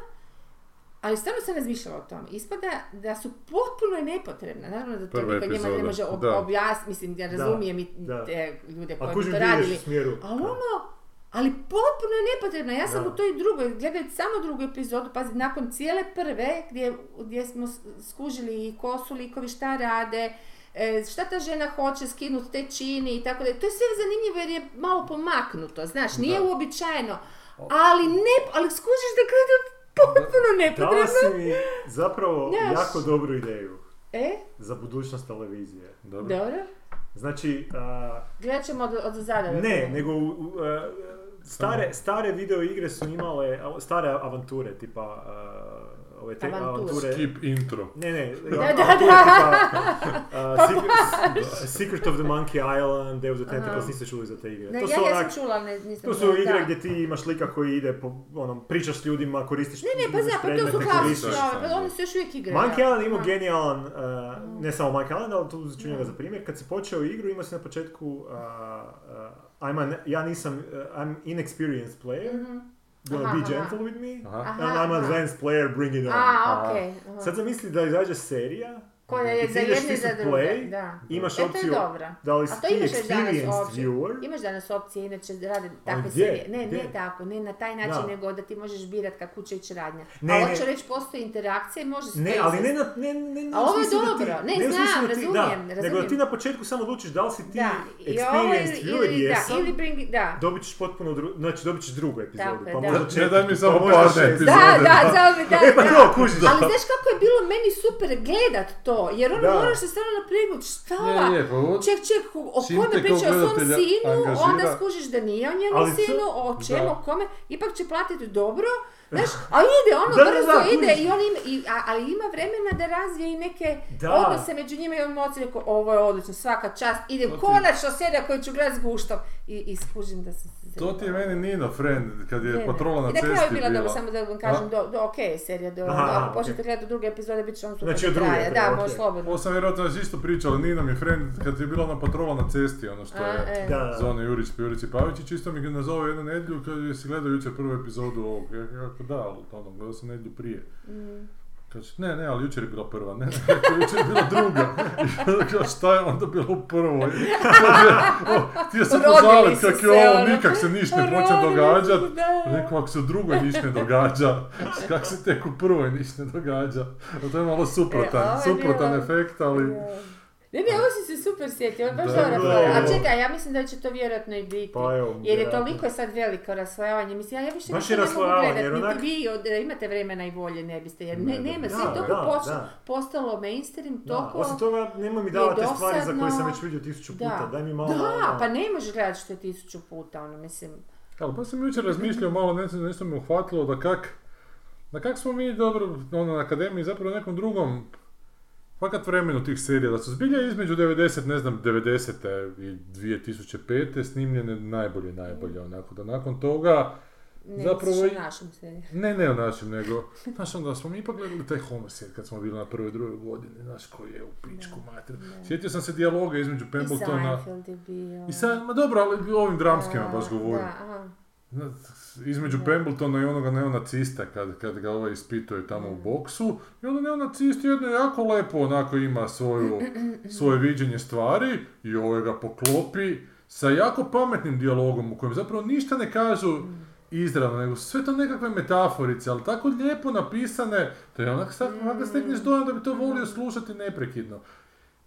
ali stvarno sam razmišljala o tom, ispada da su potpuno je nepotrebna, naravno da to
Prva
niko njima ne
epizoda,
može ob-
da.
objasniti, mislim, ja razumijem i
da.
te ljude
A
koji bi
kužim
to
vidiš
radili,
u smjeru.
ali ono, ali potpuno je nepotrebna. Ja sam
Da.
u toj drugoj, gledajući samo drugu epizodu, pazi, nakon cijele prve, gdje, gdje smo s- skužili i ko su likovi, šta rade, e, šta ta žena hoće skinuti, te čini i tako da. To je sve zanimljivo jer je malo pomaknuto, znaš, nije
Da.
uobičajeno. Ali ne, ali skužiš da kada potpuno
Dala
nepotrebno.
si mi zapravo
Znaš.
jako dobru ideju
E,
za budućnost televizije.
Dobro.
dobro.
Znači, a,
Gledat ćemo od, od zada.
ne, nego u- u, a, stare, stare video igre su imale, a, stare avanture, tipa a, ove te
Avanture.
avanture.
Skip intro.
Ne, ne,
da, Pa
avanture
da.
tipa, uh, Secret, Secret of the Monkey Island, Day of the Tentacles,
Aha.
niste čuli za te igre.
Ne,
to
ja
su
ja
onak-
sam čula, ali ne, nisam
to su
gledala,
igre
da.
gdje ti imaš lika koji ide po, ono, pričaš s ljudima, koristiš
Ne, ne, pa zna, pa to su
predmete,
klasične
koristiš-
koristili.
ove, pa oni su još uvijek igre.
Monkey
da.
Island imao
Da. Mm.
genijalan, uh, ne samo Monkey Island, ali tu ću njega
Da.
za primjer. Kad si počeo igru imao si na početku, uh, uh, I'm an- ja nisam, uh, I'm inexperienced player,
Mhm.
gonna
Aha,
be
aha.
gentle with me,
Aha.
and I'm an advanced player, bring it on.
A, okej. aha.
Sad zamisli da izađe serija,
Koja
i
je
ti
za
ideš
jedne i
ti
za
sa
druge.
play,
Da.
imaš
E, to je
opciju
dobro.
da li si
A
ti
to imaš još danas
ovaj experienced
opcije.
viewer,
Imaš danas opcije, inače rade
A
takve
gdje?
serije. Ne,
Gdje?
ne tako, ne na taj način,
Da.
nego da ti možeš birat kako će ići radnja.
Ne,
Ali
ne.
hoću reći, postoji interakcija i može se
Ne,
to
ali ne
izvesti.
na, ne, ne, ne
A
u
ovo je
smislu da ti-
dobro. Ne,
u smislu
znam,
da ti-
razumijem,
da, Nego da
razumijem.
ti na početku samo odlučiš da li si ti
Da, i ovo
experienced
ili,
viewer
ili, da,
jesam,
ili bring, da.
dobit ćeš potpuno drugu, znači dobit ćeš drugu epizodu.
Tako je,
pa
da.
možda
Ne,
četvrtu,
daj mi
pa
samo
možda
par
šestu.
epizoda.
Da, da, da, da,
Pa
da.
to, kužiš.
Ali znaš kako je bilo meni super gledat to, jer ono
Da.
moraš se stvarno napregnuti šta ova,
Je, je, pa ovo-
ček, ček, o
Čim
kome
te
priča,
kao
o svom
gledatelja
sinu,
angažira-
onda skužiš da nije o njemu
Ali to-
sinu, o čemu,
Da. Eh.
o kome, ipak će platiti dobro, znaš, ali ide ono
Da, da,
brzo,
da,
ide,
kužiš.
i on ima, i, a- ali ima vremena da razvije i neke
Da.
odnose među njima i on moci, rekao, ovo je odlično, svaka čast, idem
To ti-
konačno serija koju ću gledati s guštom, i, i skužim da se...
To ti je meni Nino friend, kad
Ne,
je
ne.
patrola na
I na kraju
cesti
je bila dobro,
bila.
samo da vam kažem, do, do, ok serija, do,
Aha,
ako
ok.
počnete gledati druge epizode, bit će on super
Znači,
do
od druge,
kraja. Da,
prvo,
može
ok.
slobodno.
Ovo sam vjerojatno već isto pričao, ali Nino mi je friend, kad je bila ona patrola na cesti, ono što
A,
je...
e.
Da, da, da.
Zona Jurić, Jurić i Pavićić, isto mi ga nazove jednu nedjelju kad je si gledao jučer prvu epizodu ovog. Ja kako da, ali ono, gledao sam nedjelju prije.
Mm.
Kaže, ne, ne, ali jučer je bila prva, ne, ne, rekao, jučer je bila druga. I onda kao, šta je onda bilo u prvoj? Ti je sam
Rodili
pozalit
su
kak
se,
je ovo,
ono.
nikak se niš ne počne
Rodili su,
događat.
da.
Rekao, ako se u drugoj niš ne događa, kak se tek u prvoj niš ne događa. To je malo
E, ovo
suprotan,
je
suprotan
bilo-
efekt, ali...
Ne, ne, ovo si se super sjetio, ovo je baš
Da,
dobra
da,
fora.
da.
A čekaj, ja mislim da će to vjerojatno i biti.
Pa evo,
jer je
vjerojatno.
toliko je sad veliko raslojavanje, mislim, ja, ja više
Baš
ništa
je
ne mogu
raslojavanje,
gledat,
jer
niti
onak-
vi od, e, imate vremena i volje, ne biste, jer ne,
Ne,
nema,
da,
sve je toliko
da,
poč-
da.
postalo mainstream,
Da,
toliko...
Osim toga, nemoj mi davati
je
stvari za koje sam
dosadno.
već vidio tisuću
Da.
puta, daj mi malo...
Da,
ono-
pa ne možeš gledati što je tisuću puta, ono, mislim,
Ali pa sam jučer razmišljao malo, nešto, nešto me uhvatilo da kak, da kak smo mi dobro ono, na akademiji zapravo u nekom drugom fakat vremenu tih serija, da su zbilja između 90, ne znam, 90. i 2005. snimljene najbolje, najbolje, onako, da nakon toga,
ne
Zapravo
misliš
i-
o našem seriju.
ne, ne o našem, nego, znaš, onda smo mi ipak gledali taj homosed kad smo bili na prvoj, drugoj godini, znaš, koji je u pičku mater. Sjetio sam se dijaloga između
I
Pembertona
Seinfeld je bio.
i sad, ma dobro, ali o ovim dramskima baš govorim.
Da, aha.
Na- između Pembertona i onoga neonacista kad, kad ga ovaj ispituje tamo u
Mm.
boksu i onda neonacist jedno jako lepo onako ima svoju, svoje viđenje stvari i ovaj ga poklopi sa jako pametnim dijalogom u kojem zapravo ništa ne kažu
Mm.
izravno, nego su sve to nekakve metaforice, ali tako lijepo napisane, to je onak sad
Mm.
ovako stekneš dojam da bi to volio slušati neprekidno.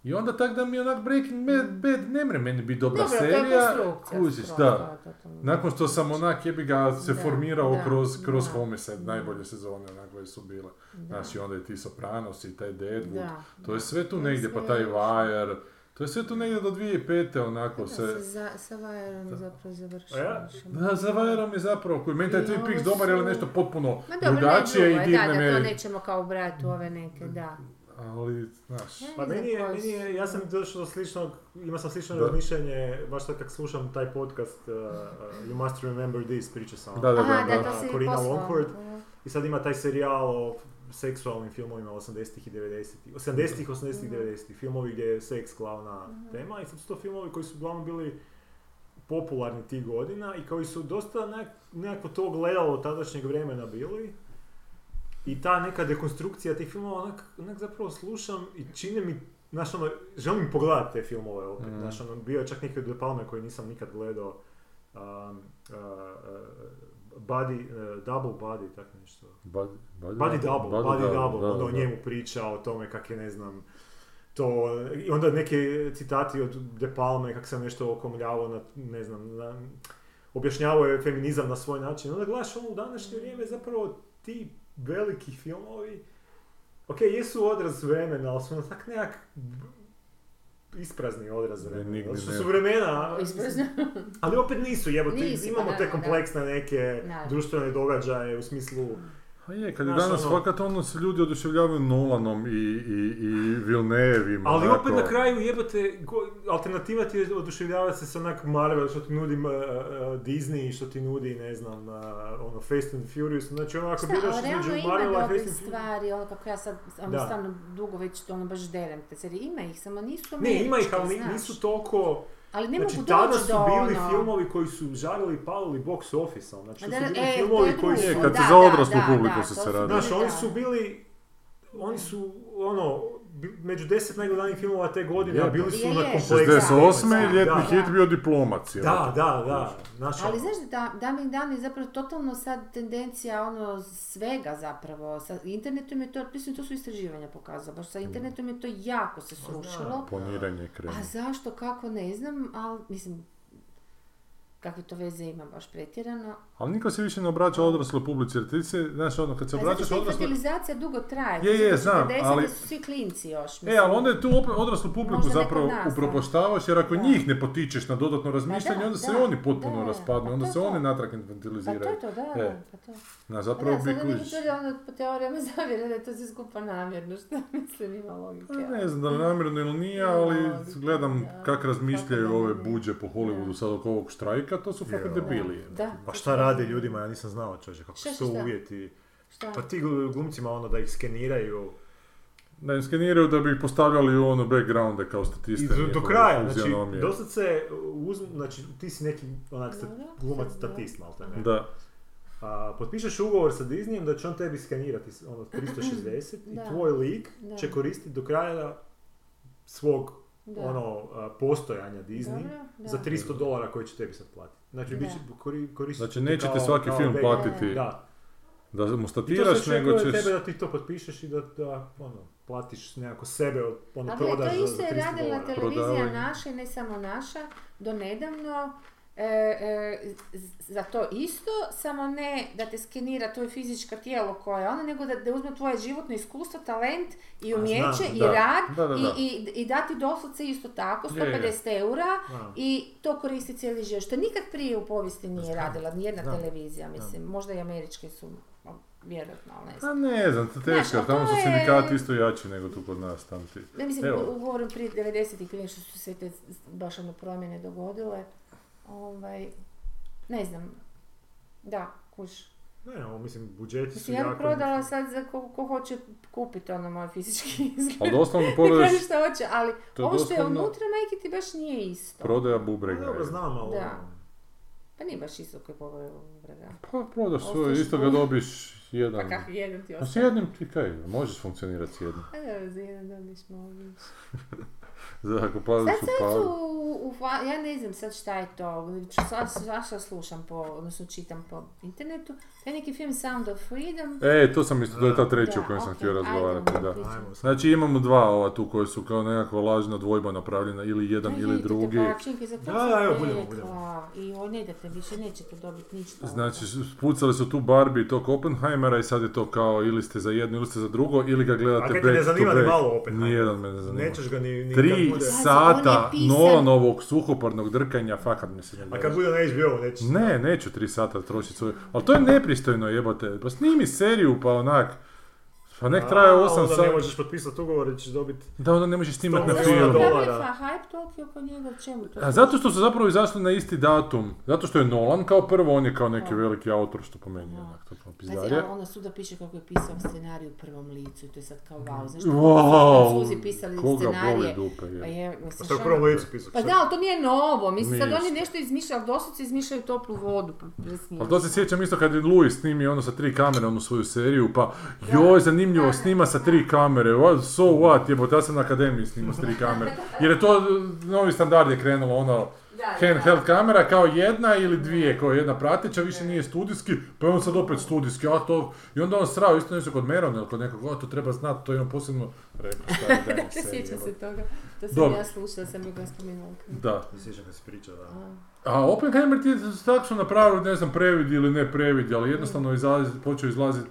I onda tak da mi onak Breaking Bad, Bad ne mre meni biti dobra
Dobro, to je
serija,
konstrukcija
kužiš,
skroz,
da.
totalno.
Nakon što sam onak jebi ga se
Da,
formirao
da,
kroz, kroz
da.
Homicide, najbolje sezone onakve su bile. Znači onda i ti Sopranos i taj Deadwood,
Da,
to je sve tu
To je
negdje, pa
sve
taj
još.
Wire, to je sve tu negdje do 2005. onako
Da,
se...
se za, sa Vajerom zapravo završio.
A ja?
Da, za Wireom je zapravo, koji meni taj
I
Twin
ovo
Peaks dobar, ali
su-
nešto potpuno
Ma dobro,
drugačije
ne,
i
drugo je,
divne
da, da, to
me,
nećemo kao ubrati u ove neke, da.
ali, znaš,
Ja ne
Pa
znam
meni je,
koji
meni je,
su-
ja sam došao do sličnog, imao sam slično
Da.
razmišljanje, baš sad kak slušam taj podcast uh, uh, You Must Remember This, priča sam.
Da, da.
Aha, da,
da.
to se i
Corina
poslao.
Longford.
Aha.
I sad ima taj serijal o seksualnim filmovima 80-ih i 90-ih, 80-ih, 80-ih, 90-ih, filmovi gdje je seks glavna tema i sad su to filmovi koji su uglavnom bili popularni tih godina i koji su dosta nek, nekako to gledalo tadašnjeg vremena bili i ta neka dekonstrukcija tih filmova, onak, onak zapravo slušam i čine mi, znaš ono, želim pogledati te filmove opet,
Mhm.
znaš ono, bio je čak neki od De Palme koji nisam nikad gledao, um, uh, uh, Body, uh, Double Body, tak nešto.
Bud- Bud-
Buddy Double,
Bud-
Buddy Double,
da,
onda o
da.
njemu priča o tome kak je, ne znam, to, i onda neke citati od De Palme kak se nešto okomljavao na, ne znam, na, objašnjavao je feminizam na svoj način, onda gledaš ono u današnje vrijeme zapravo ti veliki filmovi, ok, jesu odraz vremena, ali su ono tak nekak isprazni odraz
Ne,
vremena,
nigdje
zato što
ne.
su vremena,
Isprazno.
ali opet nisu, jebote,
Nisu, pa
imamo te
naravno, da.
kompleksne neke
Naravno.
društvene događaje u smislu
A je, kad je
Znaš,
danas
ono-
fakat ono se ljudi oduševljavaju Nolanom i, i, i Vilnejevima.
Ali
onako.
opet na kraju jebate, go- alternativa ti je oduševljavati se s onak Marvel što ti nudi uh, uh, Disney, što ti nudi, ne znam, uh, ono Fast and Furious, znači ono ako
Šta,
biraš
ali realno
između
ima
Marvela i
dobrih
Fast and Furious...
stvari, ono kako ja sad ono,
Da.
stvarno dugo već ono baš derem te serije. Ima ih, samo nisu
Ne, ima ih, ali
američke,
nisu
znaš.
toliko...
Ali ne
znači,
mogu
tada
doći
su
do
bili
ono-
filmovi koji su žarili i palili box office, ali znači
Ma
to
da,
su bili
e, to je
filmovi koji
drugo.
Je,
su...
kad se
Da,
za
da,
odraslu
da,
publiku
da,
se
to su
radi.
bili,
Znaš, oni
da.
su bili, oni su, ono, bi- među deset najgledanijih filmova te godine,
Je,
a bili su
je,
na
je.
kompleksni.
68. i ljetni
Da.
hit bio diplomac. jel?
Da, da, da. Znaš, ono,
Ali znaš da davnih dana je zapravo totalno sad tendencija ono svega zapravo. Sa internetom je to, mislim to su istraživanja pokazala, baš sa
Mm.
internetom je to jako
Pa
se srušilo.
Poniranje krenu.
A zašto, kako, ne znam, ali mislim, kakve to veze ima baš pretjerano.
Ali niko se više ne obraća odrasloj publici, jer ti se, znaš, ono, kad se
Pa zato
obraćaš
što
odrasloj...
fertilizacija dugo traje.
Je, je, znam,
40-te
ali-
su svi klinci još.
E, ali onda je tu opet odraslu publiku
Možda ne kod
zapravo
nas, da.
upropoštavaš, jer ako
Da.
njih ne potičeš na dodatno razmišljanje,
da,
onda se
da,
i oni potpuno
da,
raspadnu,
pa
onda
to je
se
to.
oni natrag
Pa to
infantiliziraju.
je to, da,
E.
pa to.
Na,
Pa
zapravo
da,
bi
sada neki
kužiš.
ljudi onda ono, po teorijama zavjere da je to sve skupa namjerno, što mislim ima logike.
Pa Ne znam da li namjerno ili nije, ali
Da,
gledam
da.
kak razmišljaju
Kako da
ove
ne.
buđe po Hollywoodu sad oko ovog štrajka, to su fakat
Jel.
ono.
debili.
Da.
Pa šta rade ljudima, ja nisam znao čovječe, kako
Šta,
su
šta?
uvjeti.
Šta?
Pa ti glumcima ono da ih skeniraju
Da im skeniraju da bi ih postavljali u ono backgrounde kao statiste.
i do, do
njihove
kraja, znači
fizionomije.
dosad se uzmu, znači ti si neki onak sta-
No, da,
glumac
sad, da.
statist maltene.
Da,
A, potpišeš ugovor sa Disneyem da će on tebi skenirati s- ono 360
Da.
i tvoj lik
Da.
će koristiti do kraja svog
Da.
ono a, postojanja Disney
Dobro, da.
za 300 dolara koji će tebi sad platiti. Znači,
Da.
bit će kori- koristiti
Znači, nećete
kao-
svaki
kao
film
back-
platiti.
Da,
da mu
I to se
statiraš,
očekuje
nego
od
ćeš...
tebe da ti to potpišeš i da, da ono, platiš nekako sebe, od, ono,
A gle,
prodaš
to
za, za
isto je
300
radila
dolara.
televizija
Prodavanje.
naša i ne samo naša, do nedavno. e, e, z- za to isto, samo ne da te skenira tvoje fizičko tijelo koje je ono, nego da, da uzme tvoje životno iskustvo, talent i
A,
umjeće
znam,
i
da.
rad
Da, da, da.
I, i, i dati doslovce isto tako,
Je, je.
150 eura
Da.
i to koristi cijeli život, što nikad prije u povijesti nije
Znam,
radila, nijedna
znam,
televizija, mislim, možda i američke su, a, vjerojatno, ali ne znam.
Pa ne znam, to je teško,
Znaš, a
jer tamo
to
su
je-
sindikati isto jači nego tu kod nas, tam ti.
Ne mislim,
Evo.
govorim prije 90-ih prije što su se te baš ono promjene dogodile. Ovaj, ne znam. Da, kuš.
Ne, ovo, mislim, budžeti su
Mislim, ja
jako...
bi prodala sad za ko, ko hoće kupiti ono moj fizički izgled.
Ali doslovno
Ne
pogledaš
kažem šta hoće, ali
to je
ovo što je
doslovno-
unutra majke ti baš nije isto.
prodaja
Pa
bubrega.
dobro,
je.
znam, ali...
Da.
ono,
Pa nije baš isto koji pogleda obraga.
Pa prodaš svoje,
Ostaješ
isto ga
tu.
dobiš jedan.
Pa kak jedan ti
Pa s
ostaje.
jednim ti kaj, možeš funkcionirati s jednim.
Pa da, za jedan dobiš moguć.
Za ako padaš
Sad
u
sad
padu.
su u, u fa- ja ne znam sad šta je to, znači, Ču- sad svašta slušam po, odnosno čitam po internetu, taj neki film Sound of Freedom,
E, to sam isto, to je ta treća
Da,
o kojoj sam
ok,
htio razgovarati,
ajde,
da.
pričaj.
Ajmo, sad.
Znači imamo dva ova tu koje su kao nekakva lažna dvojba napravljena, ili jedan
Aj,
ili
idete
drugi.
bačinke, za to
Da,
sam
da, evo,
rekla.
budemo, budemo.
I o, ne idete više, nećete dobiti ništa.
Znači, spucali su tu Barbie i tog Oppenheimera i sad je to kao ili ste za jedno ili ste za drugo, ili ga gledate
A
back
kaj
to
te
back.
ne zanima ni malo Oppenheimer?
Nijedan me ne zanima.
Nećeš ga ni... ni
Tri
kad bude,
s-
sata
on je pisan-
Nolanovog suhoparnog drkanja, fakat mi se ne
a
gleda.
kad bude na HBO-u, nećeš...
Ne, neću tri sata trošiti svoje, ali to je nepristojno jebate, pa snimi seriju pa onak, pa nek traje
A,
8
Onda ne
sati.
možeš potpisati ugovor jer ćeš dobiti...
Da, onda ne možeš snimati na
Sto
Zašto je
filmu.
miliona dolara.
napravio fa- hype toliki oko njega, čemu to?
A zato što su zapravo izašli na isti datum, zato što je Nolan kao prvo, on je kao neki veliki autor što po meni je onak to kao
Pazi,
pizdarija.
ali ona suda piše kako je pisao scenarij u prvom licu i to je sad kao wow, znaš
Wow,
Francuzi pisali
koga boli
scenarije.
dupe, je.
Pa je, mislim,
Što je u
šta-
prvom licu pisao?
Pa da, ali to nije novo, mislim, sad
Nije
oni
isto.
nešto izmišljaju, ali doslovce izmišljaju toplu vodu, pa presmijem.
Ali to se sjećam isto kad je Louis snimio ono sa tri kamere onu svoju seriju, pa joj, zanimljivo, snima sa tri kamere, what, so what, jebote, ja sam na akademiji snimao s tri kamere. Jer je to, eh, novi standard je krenulo, ono, handheld kamera kao jedna ili dvije, kao jedna prateća, više nije studijski, pa je on sad opet studijski, a to, i onda on srao, isto nešto kod Merona ili kod nekog, a to treba znati, to imam posebno, rekao, šta je daj mi
Ne
seriju,
sjećam se
jebote.
toga, to sam
Dobro.
ja slušala, sam joj ga spomenula.
ono. Da,
Ne sjećam kad si pričao, da.
A Oppenheimer ti je tako su napravili, ne znam, previd ili ne previd, ali jednostavno izlazi, počeo izlaziti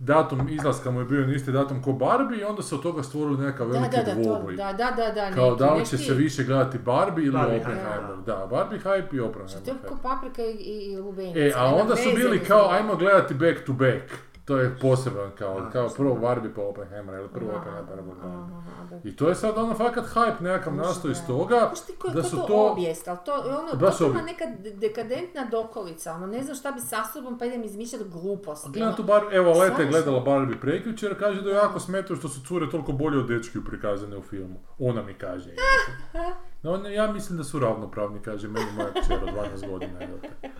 datum izlaska mu je bio na isti datum ko Barbie i onda se od toga stvorili neka
Da,
veliki
da, da, to,
dvoboj.
da, da, da, da,
Kao
neki,
da li će
neki-
se više gledati Barbie ili
Barbie
Oppenheimer.
hype,
Da, Barbie hype i
Što Znači, je
Oppenheimer.
ko paprika i, i, i lubenica.
E, a
nema
onda su
veze,
bili
mislim.
kao, ajmo gledati back to back. To je poseban kao,
A,
kao prvo Barbie pa Oppenheimer, ili prvo
Aha,
Oppenheimer pa Oppenheimer.
aha, aha, da.
I to je sad ono fakat hype nekakav
Mislim
nastao iz
da je.
toga.
Znaš ti koja
da
da
su
to,
to-
obijest, ali to je ono,
Baš
to je
obijest.
neka de- dekadentna dokolica, ono, ne znam šta bi sa sobom, pa idem izmišljati gluposti.
Gledam
ono.
tu bar, evo Leta je
Stvarno
gledala Barbie prekjučer, kaže da joj jako smetaju što su cure toliko bolje od dečki prikazane u filmu. Ona mi kaže. No, ne, ja mislim da su ravnopravni, kaže meni moja kćer od 12 godina. jel te.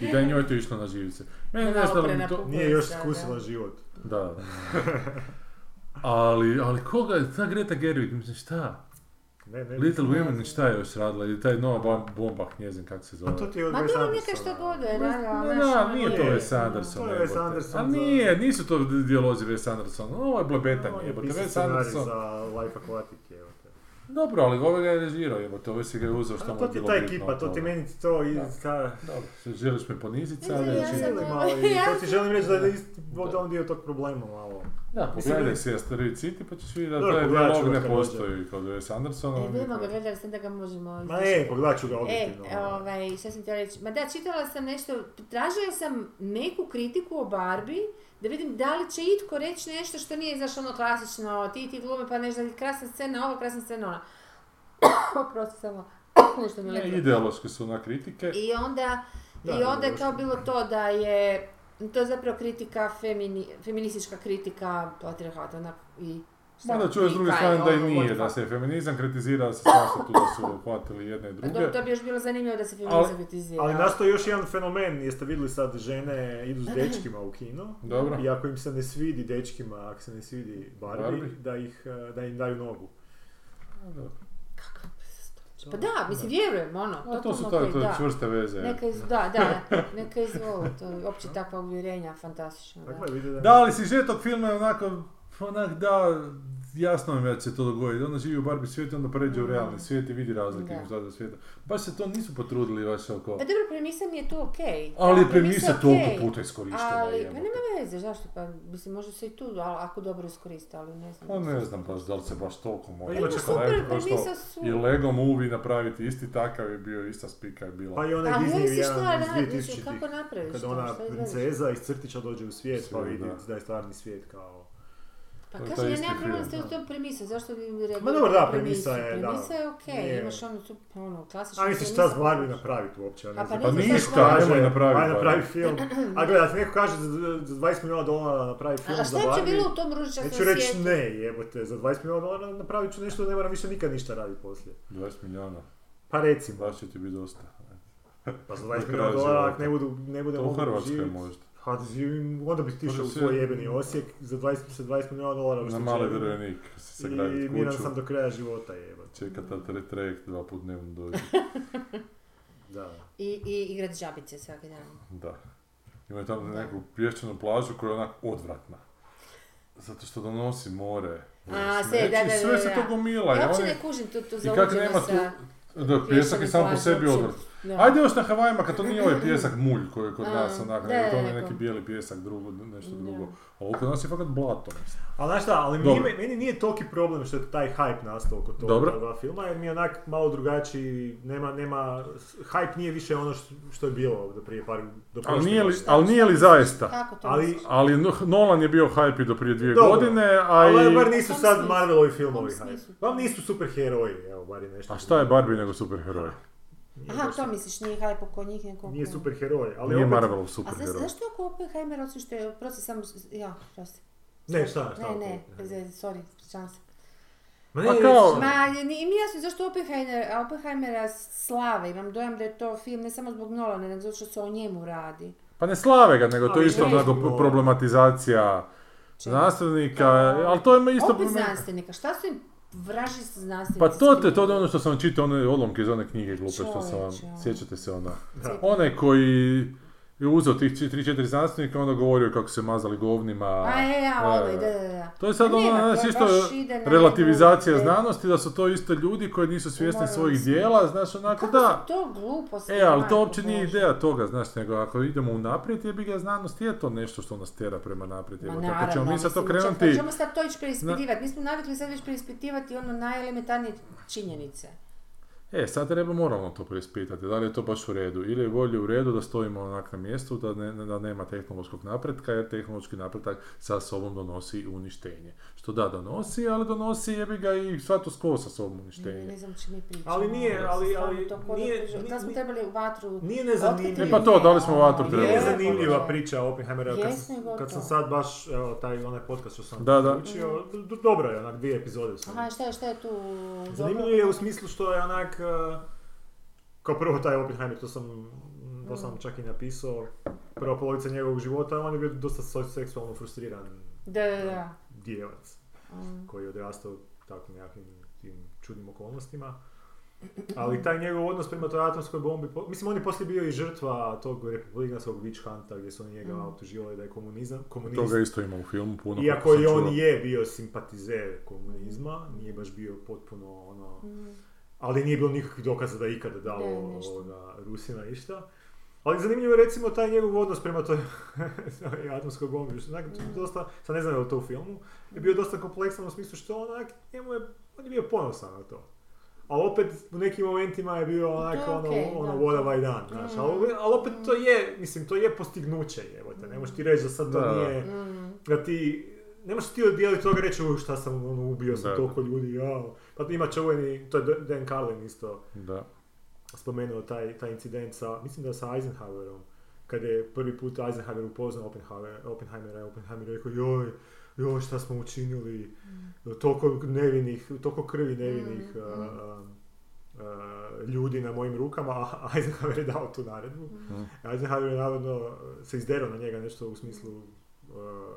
I da je njoj to išlo na živce. Meni
Malo
ne stalo mi
prena
to...
pupa.
Nije još
Da, da.
skusila život.
Da, da. Ali, ali koga je ta Greta Gerwig, mislim šta?
Ne, ne.
Little Women šta je još radila? Ili taj nova bom- bomba, ne znam kak se zove.
Pa to ti je od
Ma
Wes
bilo neka
Andersona.
što god je, da, da,
Ne,
znaš,
ono. da,
ono,
nije to
je.
Wes Anderson.
To je Wes
jebote.
Anderson
A
za-
nije, nisu to dijalozi Wes Anderson. Ovo je blebetanje,
On je
jebote.
pisao
Wes
scenarij
Anderson.
za Life Aquatic, evo te.
Dobro, ali ovaj ga je režirao, jebote. Ovo si ga je uzeo što
A
mu
to
je
ti je
bilo
ta
bitno
ekipa,
od
to ti
toga.
meni to i
Da.
ta...
Dobro, želiš me poniziti
Ne,
sada?
ja
znači-
sam-
Ili malo, i
Ja
to ti želim reći da je isti
Da.
on dio tog problema malo.
Da,
Mislim,
pogledaj
ne-
si Asteroid City pa ćeš vidjeti da
Dobro,
taj
pogledat ću
dijalog
ga
ne
kad dođe.
postoji kod Wes Andersona. ono,
E,
on
vidimo ga,
je-
gledali sam da ga možemo...
Ma e, pogledat ću ga objektivno. ono.
E, ovaj, šta sam ti reći? Ma da, čitala sam nešto, tražila sam neku kritiku o Barbie, da vidim da li će itko reći nešto što nije, znaš, ono klasično, ti i ti glume, pa nešto, krasna scena ova, krasna scena ona. Oprosti samo, nešto mi
Ne,
letilo.
ideološke su na kritike.
I onda,
Da,
i onda je
dobro,
kao
što-
bilo to da je, to je zapravo kritika, femini, feministička kritika patriarhata, onak, i šta,
Mada čuješ s
i
druge
kaj,
strane da i
ono,
nije,
what
da
the
se feminizam kritizira, da se svašta tu da su hvatili jedne i
fuck.
druge.
Pa To, to bi još bilo zanimljivo da se feminizam kritizira.
Ali nastao je još jedan fenomen, jeste vidjeli sad žene idu s dečkima u kino.
Dobro.
I ako im se ne svidi dečkima, ako se ne svidi Barbie,
Barbie.
Da, ih, eh, da im daju nogu.
Kakav bezostoć. Pa da, mislim, vjerujem, ono.
A to su
totalno
to,
okej,
to je
da.
čvrste veze.
Neka iz, da, da, neka izvoli, to je opće takva uvjerenja, fantastično. Da.
Dakle, vidi da...
Da, ali sižet tog filma je onako, onak da, jasno mi je da će to dogoditi. Ona živi u Barbie svijetu, onda pređe u
Mhm.
realni svijet i vidi razlike
Da.
između ta dva svijeta. Baš se to nisu potrudili baš oko.
Pa dobro, premisa mi je tu okej.
Ali je
Da,
premisa
je
toliko
okej,
puta iskorištena.
Ali,
jebote.
pa nema veze, zašto, pa, mislim, može se i tu, ali ako dobro iskoriste, ali ne znam.
Pa ne znam baš da li se baš toliko
Pa
može.
ima
Kako
super
raditi, kao što
premisa su...
I Lego Movie napraviti isti takav je bio, ista spika je bila.
Pa i onaj
Ali
Disney
ovisi šta
jedan iz
radiš,
2000-ih,
kako napraviš
kad
to,
ona
šta izvedeš.
princeza iz crtića dođe u svijet, pa
Svijet,
vidi
da.
da je stvarni svijet kao...
Pa
To je
kažem,
taj
ja
isti
nemam problem s
film,
tom tom premisom, zašto bi reagirali
Ma dobro, da,
na
premisa
premisu?
je, da.
Premisa je okej,
Nije-
imaš ono, tu, ono, klasičnu
A misliš šta s
premisu.
Barbie napraviti uopće, ja ne
A pa
znam.
Pa
ne znam
ništa,
šta
Kaže,
nemoj napraviti
Aj napravi
Barbie.
film. A gledaj, ako neko kaže za za 20 milijuna dolara napravi film za
A šta je uopće
Barbie,
bilo u tom ružičastom
neću
svijetu?
reći ne, jebote, za 20 milijuna dolara napravit ću nešto, ne moram više nikad ništa raditi poslije.
20 milijuna,
Pa recimo,
baš će ti biti dosta.
pa za
Na kraju
20 milijuna dolara
života.
ako ne budu, ne bude
To u
mogu
Hrvatskoj
živjeti.
možda.
Ha, da živim, onda bih ti išao u
Može
svoj
se-
jebeni Osijek za 20, sa 20 milijuna dolara
Na
ušteđenja.
mali drvenik si sagraditi
I miran
kuću.
sam do kraja života, jebote.
Čeka ta tra- trajekt dva put dnevno dođe.
Da.
I, i igrat žabice svaki dan.
Da. Imaju tamo neku pješčanu plažu koja je onak odvratna. Zato što donosi more.
A,
smeće
sve, da,
i
da,
sve
da,
se
da.
to gomila.
Ja
i
uopće
one-
ne kužim tu, tu
Pa I kak nema
zaluđeno
tu...
sa...
Da, pjesak je sam po sebi odvrat.
Da.
Ajde još na Havajima, kad to nije ovaj pjesak mulj koji je kod
A,
nas onak,
da,
nego to
da,
je
da,
neki
da.
bijeli pjesak, drugo, nešto
Da.
drugo. A ovo kod nas je fakat blato, mislim.
Ali znaš šta, ali
Dobro.
meni, meni nije toliki problem što je taj hype nastao oko toga
Dobro.
ta dva filma, jer mi je onak malo drugačiji, nema, nema, hype nije više ono što, što je bilo do prije par, do
Ali
prošle
nije li,
godine.
ali nije li zaista?
Kako to
Ali-
misliš?
Ali No- Nolan je bio hype i do prije dvije
Dobro.
godine, a
Ali
i...
bar
U
nisu
Pa tom
sad
smislu.
Marvelovi
U
filmovi
tom
hype.
smislu.
Vam nisu superheroji, evo, bar je nešto.
A šta je Barbie nego superheroj?
Nije
Aha,
baš-
to misliš, nije hype oko njih, nego...
Nije superheroj, ali
Nije
opet-
Marvelov
A znaš,
superheroj.
znaš što oko Oppenheimer, osim što je, prosti, samo, ja, prosti.
Ne, šta, šta?
Ne, ne,
opet?
bez veze, sorry, ispričavam se.
Ma
Pa kao-
šta?
Ma, nije mi jasno zašto Oppenheimer, Oppenheimera slave, imam dojam da je to film ne samo zbog Nolana, nego zato što se o njemu radi.
Pa ne slave ga, nego to je
Ali
isto
ne.
onako problematizacija
Čemu?
znanstvenika, ali to ima isto...
Opet znanstvenika, šta su im vraži znanstvenici?
Pa to te, to je
skrivili?
ono što sam čitao, one odlomke iz one knjige glupe što sam vam,
Čovječe. ono.
sjećate se ona.
Da.
Onaj koji je uzeo tih 3-4 znanstvenika, onda govorio kako se mazali govnima.
A je, ja,
Da,
ovaj,
da,
da,
da.
da, da.
To je sad
Pa
ono,
nema, to
znaš,
je
isto
baš ide na
relativizacija
jednu-
znanosti, da su to isto ljudi koji nisu svjesni
Moralno
svojih
su.
dijela, znaš, onako
Kako
da.
pa su to gluposti?
E, ali
majko
to uopće nije
Božja.
ideja toga, znaš, nego ako idemo u naprijed, jebi ga znanost, je to nešto što nas tjera prema naprijed,
Ma
evo,
naravno,
kako ćemo mi sad to
mislim, čak
krenuti.
pa ćemo sad to ići preispitivati. Mi smo navikli sad već preispitivati ono najelementarnije činjenice.
E, sad treba moralno to preispitati, da li je to baš u redu. Ili je bolje u redu da stojimo onak na mjestu, da, ne, da nema tehnološkog napretka, jer tehnološki napretak sa sobom donosi i uništenje. Što da, donosi, ali donosi jebi ga i status quo sa sobom
Ne,
uništenje.
ne znam či mi pričamo. ono,
Ali nije, ali,
Stvarno
ali
to ko da
nije,
priča- Da smo
nije,
trebali vatru...
nije nezanimljiva.
E pa to, da li smo vatru
Nije
trebali?
Je,
zanimljiva priča Oppenheimera, kad,
Jesmo i gotovo.
kad sam sad baš, evo, taj onaj podcast što sam
Da, da.
učio, dobro je, onak, dvije epizode su.
Aha, šta je, šta je tu... dobro?
Zanimljivo je u smislu što je onak, eh, kao prvo taj Oppenheimer, to sam, to
Mm.
sam čak i napisao, prva polovica njegovog života, on je bio dosta so- seksualno frustriran
Da, da, da.
djevac
Mm.
koji je odrastao u takvim nekakvim tim čudnim okolnostima. Ali taj njegov odnos prema toj atomskoj bombi, po- mislim on je poslije bio i žrtva tog republikanskog witch hunta gdje su oni njega
Mm.
optuživali da je komunizam, komunist.
Toga isto ima u filmu puno. kako
Iako
sam
je on
čuo.
je bio simpatizer komunizma, nije baš bio potpuno ono,
Mm.
ali nije bilo nikakvih dokaza da je ikada dao
Ne, ništa.
ovoga, Rusima išta. Ali zanimljivo je recimo taj njegov odnos prema toj toj atomskoj bombi, što onak
Mm.
dosta, sad ne znam je li to u filmu, je bio dosta kompleksan u smislu što onak, njemu je, on je bio ponosan na to. Ali opet u nekim momentima je bio onak
To je
ono,
okej,
ono
da.
what have I done, znaš,
Mm.
ali, ali opet to je, mislim, to je postignuće, evo te, ne možeš ti reći da sad to
Da, da.
nije,
Mm.
da ti, ne možeš ti odjeliti toga i reći, "U, šta sam, ono, ubio sam
Da.
toliko ljudi, jao. Pa ima čuveni, to je Dan Carlin isto,
Da.
spomenuo taj, taj incident sa, mislim da sa Eisenhowerom, kada je prvi put Eisenhower upoznao Oppenheimer, Oppenheimera, je Oppenheimer rekao, joj, joj, šta smo učinili, toliko nevinih, toliko krvi nevinih
Mm,
a, a,
mm.
a, ljudi na mojim rukama, a Eisenhower je dao tu naredbu.
Mm.
Eisenhower je navodno se izderao na njega nešto u smislu a,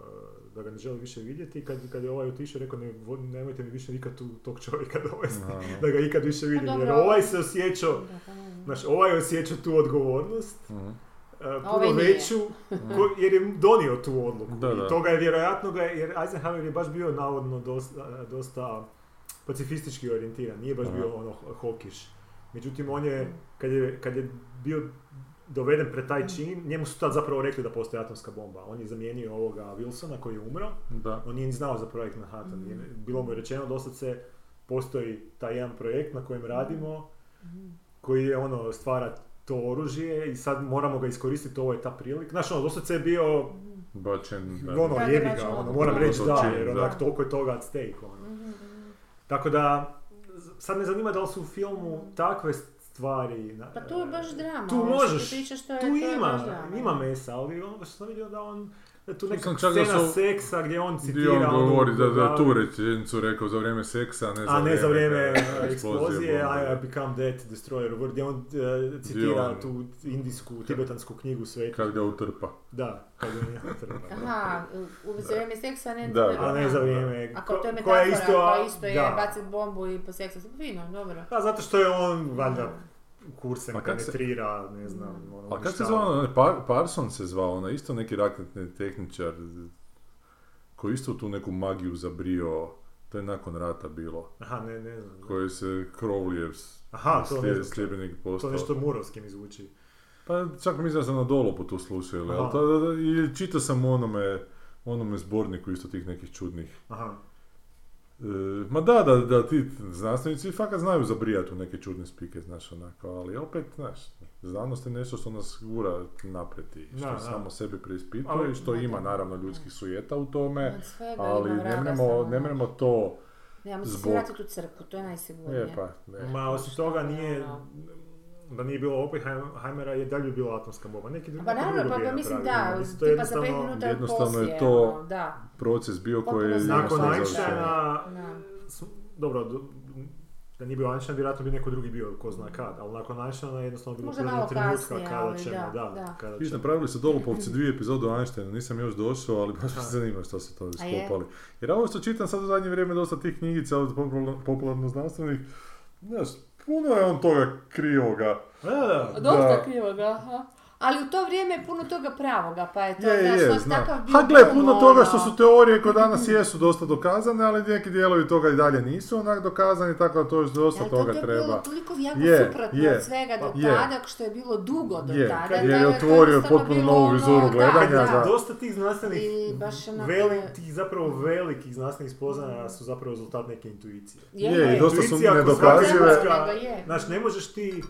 da ga ne želi više vidjeti, kad, kad je ovaj otišao rekao ne, vo- nemojte mi više nikad tu, tog čovjeka dovesti,
Aha.
da ga ikad više vidim, jer
dobro,
ovaj
ovaj-
se osjećao,
Da, pa ne znam.
Znaš, ovaj osjeća tu odgovornost,
Mhm.
e, puno
ovaj nije.
veću, ko- jer je donio tu odluku.
Da, da.
I toga je vjerojatno ga, je- jer Eisenhower je baš bio navodno dosta, dosta pacifistički orijentiran, nije baš
Aha.
bio ono hokiš. Međutim, on je, kad je, kad je bio doveden pred taj čin, njemu su tad zapravo rekli da postoji atomska bomba. On je zamijenio ovoga Wilsona koji je umro,
Da.
on nije ni znao za projekt Manhattan.
Mhm.
Je- Bilo mu je rečeno, doslovce postoji taj jedan projekt na kojem radimo,
Mm.
koji je ono stvara to oružje i sad moramo ga iskoristiti, ovo je ta prilika. Znaš, ono, doslovce je bio,
mm,
Bačen. da.
ono,
Da, da,
jebi
baš
ga,
ono.
ono, moram reći da,
Zločin,
jer
da.
onak, toliko je toga at stake, ono.
Mhm, mhm.
Tako da, z- sad me zanima da li su u filmu takve stvari... na-
Pa tu je baš drama.
Tu
ovo što
možeš,
ti pričaš, to je-
Tu
to je baš
ima,
drama.
ima mesa, ali ono što sam vidio da on... Da je tu
Tu
neka
sam čak da
scena
su-
seksa gdje on citira...
Gdje on
onu-
govori da, da je tu rečenicu rekao za vrijeme seksa, ne za
ono, A ne za vrijeme
da,
eh, eksplozije,
bombe.
I I become dead destroyer, word, gdje on eh, citira
on-
tu indijsku, tibetansku knjigu svetu.
Kad ga utrpa.
Da, kad je njega treba.
Aha, u u- za vrijeme seksa ne...
Da, da.
A ne za vrijeme.
A kao to je
ko- koja
metafora, isto, kao pa isto je
da.
bacit bombu i po seksu. pa Fino, dobro.
Da, zato što je on, valjda, kursem
A kak se-
penetrira, ne
Mm.
znam, ono,
A kako se
uništava.
zvao, onaj Par- Parson se zvao, onaj isto neki raketni tehničar koji isto tu neku magiju zabrio, to je nakon rata bilo,
Aha, ne, ne znam.
koji se Crowley
Aha, to ne znam.
sljedbenik
To
postao.
nešto murovskim izvuči.
Pa čak mislim da sam na dolopu tu slušao, ili,
Aha.
ali to- da- da- i čitao sam u onome, onome zborniku isto tih nekih čudnih.
Aha.
E, ma da, da, da ti znanstvenici fakat znaju zabrijati u neke čudne spike, znaš, onako, ali opet, znaš, znanost je nešto što nas gura naprijed i što
Da, da.
samo sebi preispituje
Ali-
i što
Da,
ima,
da.
naravno, ljudskih sujeta u tome,
Od svega
ali
ima
ne
vraga
mremo,
samo.
ne mremo to,
Nemamo se
zbog-
vratiti u crkvu, to je najsigurnije.
e pa, ne.
Ma, osim toga nije...
Ono.
Da nije bilo Oppenheimera, je dalje bi bila atomska bomba. Neki
A
drugi
Pa naravno, pa, pa mislim
ono,
da, tipa za pet minuta
jednostavno
poslije,
je to-
ono, da.
proces bio koji je...
Potpuno
Nakon
jednostavno
Završeno.
Einsteina,
Da.
s- dobro, d- da nije bio Einstein, vjerojatno bi neko drugi bio, ko zna kad, ali nakon Einsteina jednostavno bilo
Možda
pitanje
malo
trenutka
kasnije,
kada
ali
ćemo,
da,
da,
da.
kada
Viš,
ćemo.
napravili su Dolopovci dvije epizode o Einsteinu, nisam još došao, ali baš me
Aha.
zanima što su to
A je?
iskopali. Jer ovo što čitam sad u zadnje vrijeme dosta tih knjigica od popularno, znanstvenih, znaš, puno je on toga krivoga.
E, Da, da,
Dosta
Da.
krivo, da. aha. Ali u to vrijeme je puno toga pravoga, pa je to,
Je,
znaš,
je,
on
znam.
takav bio
Ha, gle,
film,
puno toga što
ono.
su teorije koje danas jesu dosta dokazane, ali neki dijelovi toga i dalje nisu onak dokazani, tako da to još dosta
Ali to-
toga
to je bilo
treba.
toliko jako
Je,
suprotno
je, pa
od svega do
je.
tada, što je bilo dugo do
Je,
tada.
jer
da
je
to
otvorio
jednostavno
potpuno
bilo
novu
ono,
vizoru
da,
gledanja
da.
za-
Dosta tih znanstvenih,
I baš onako-
veli, tih zapravo velikih znanstvenih spoznaja su zapravo rezultat neke intuicije.
Je,
Je, i
je.
dosta su
Intuicija ako
nedokazive.
zna ljudska,
Nego je.
Znaš, ne možeš ti...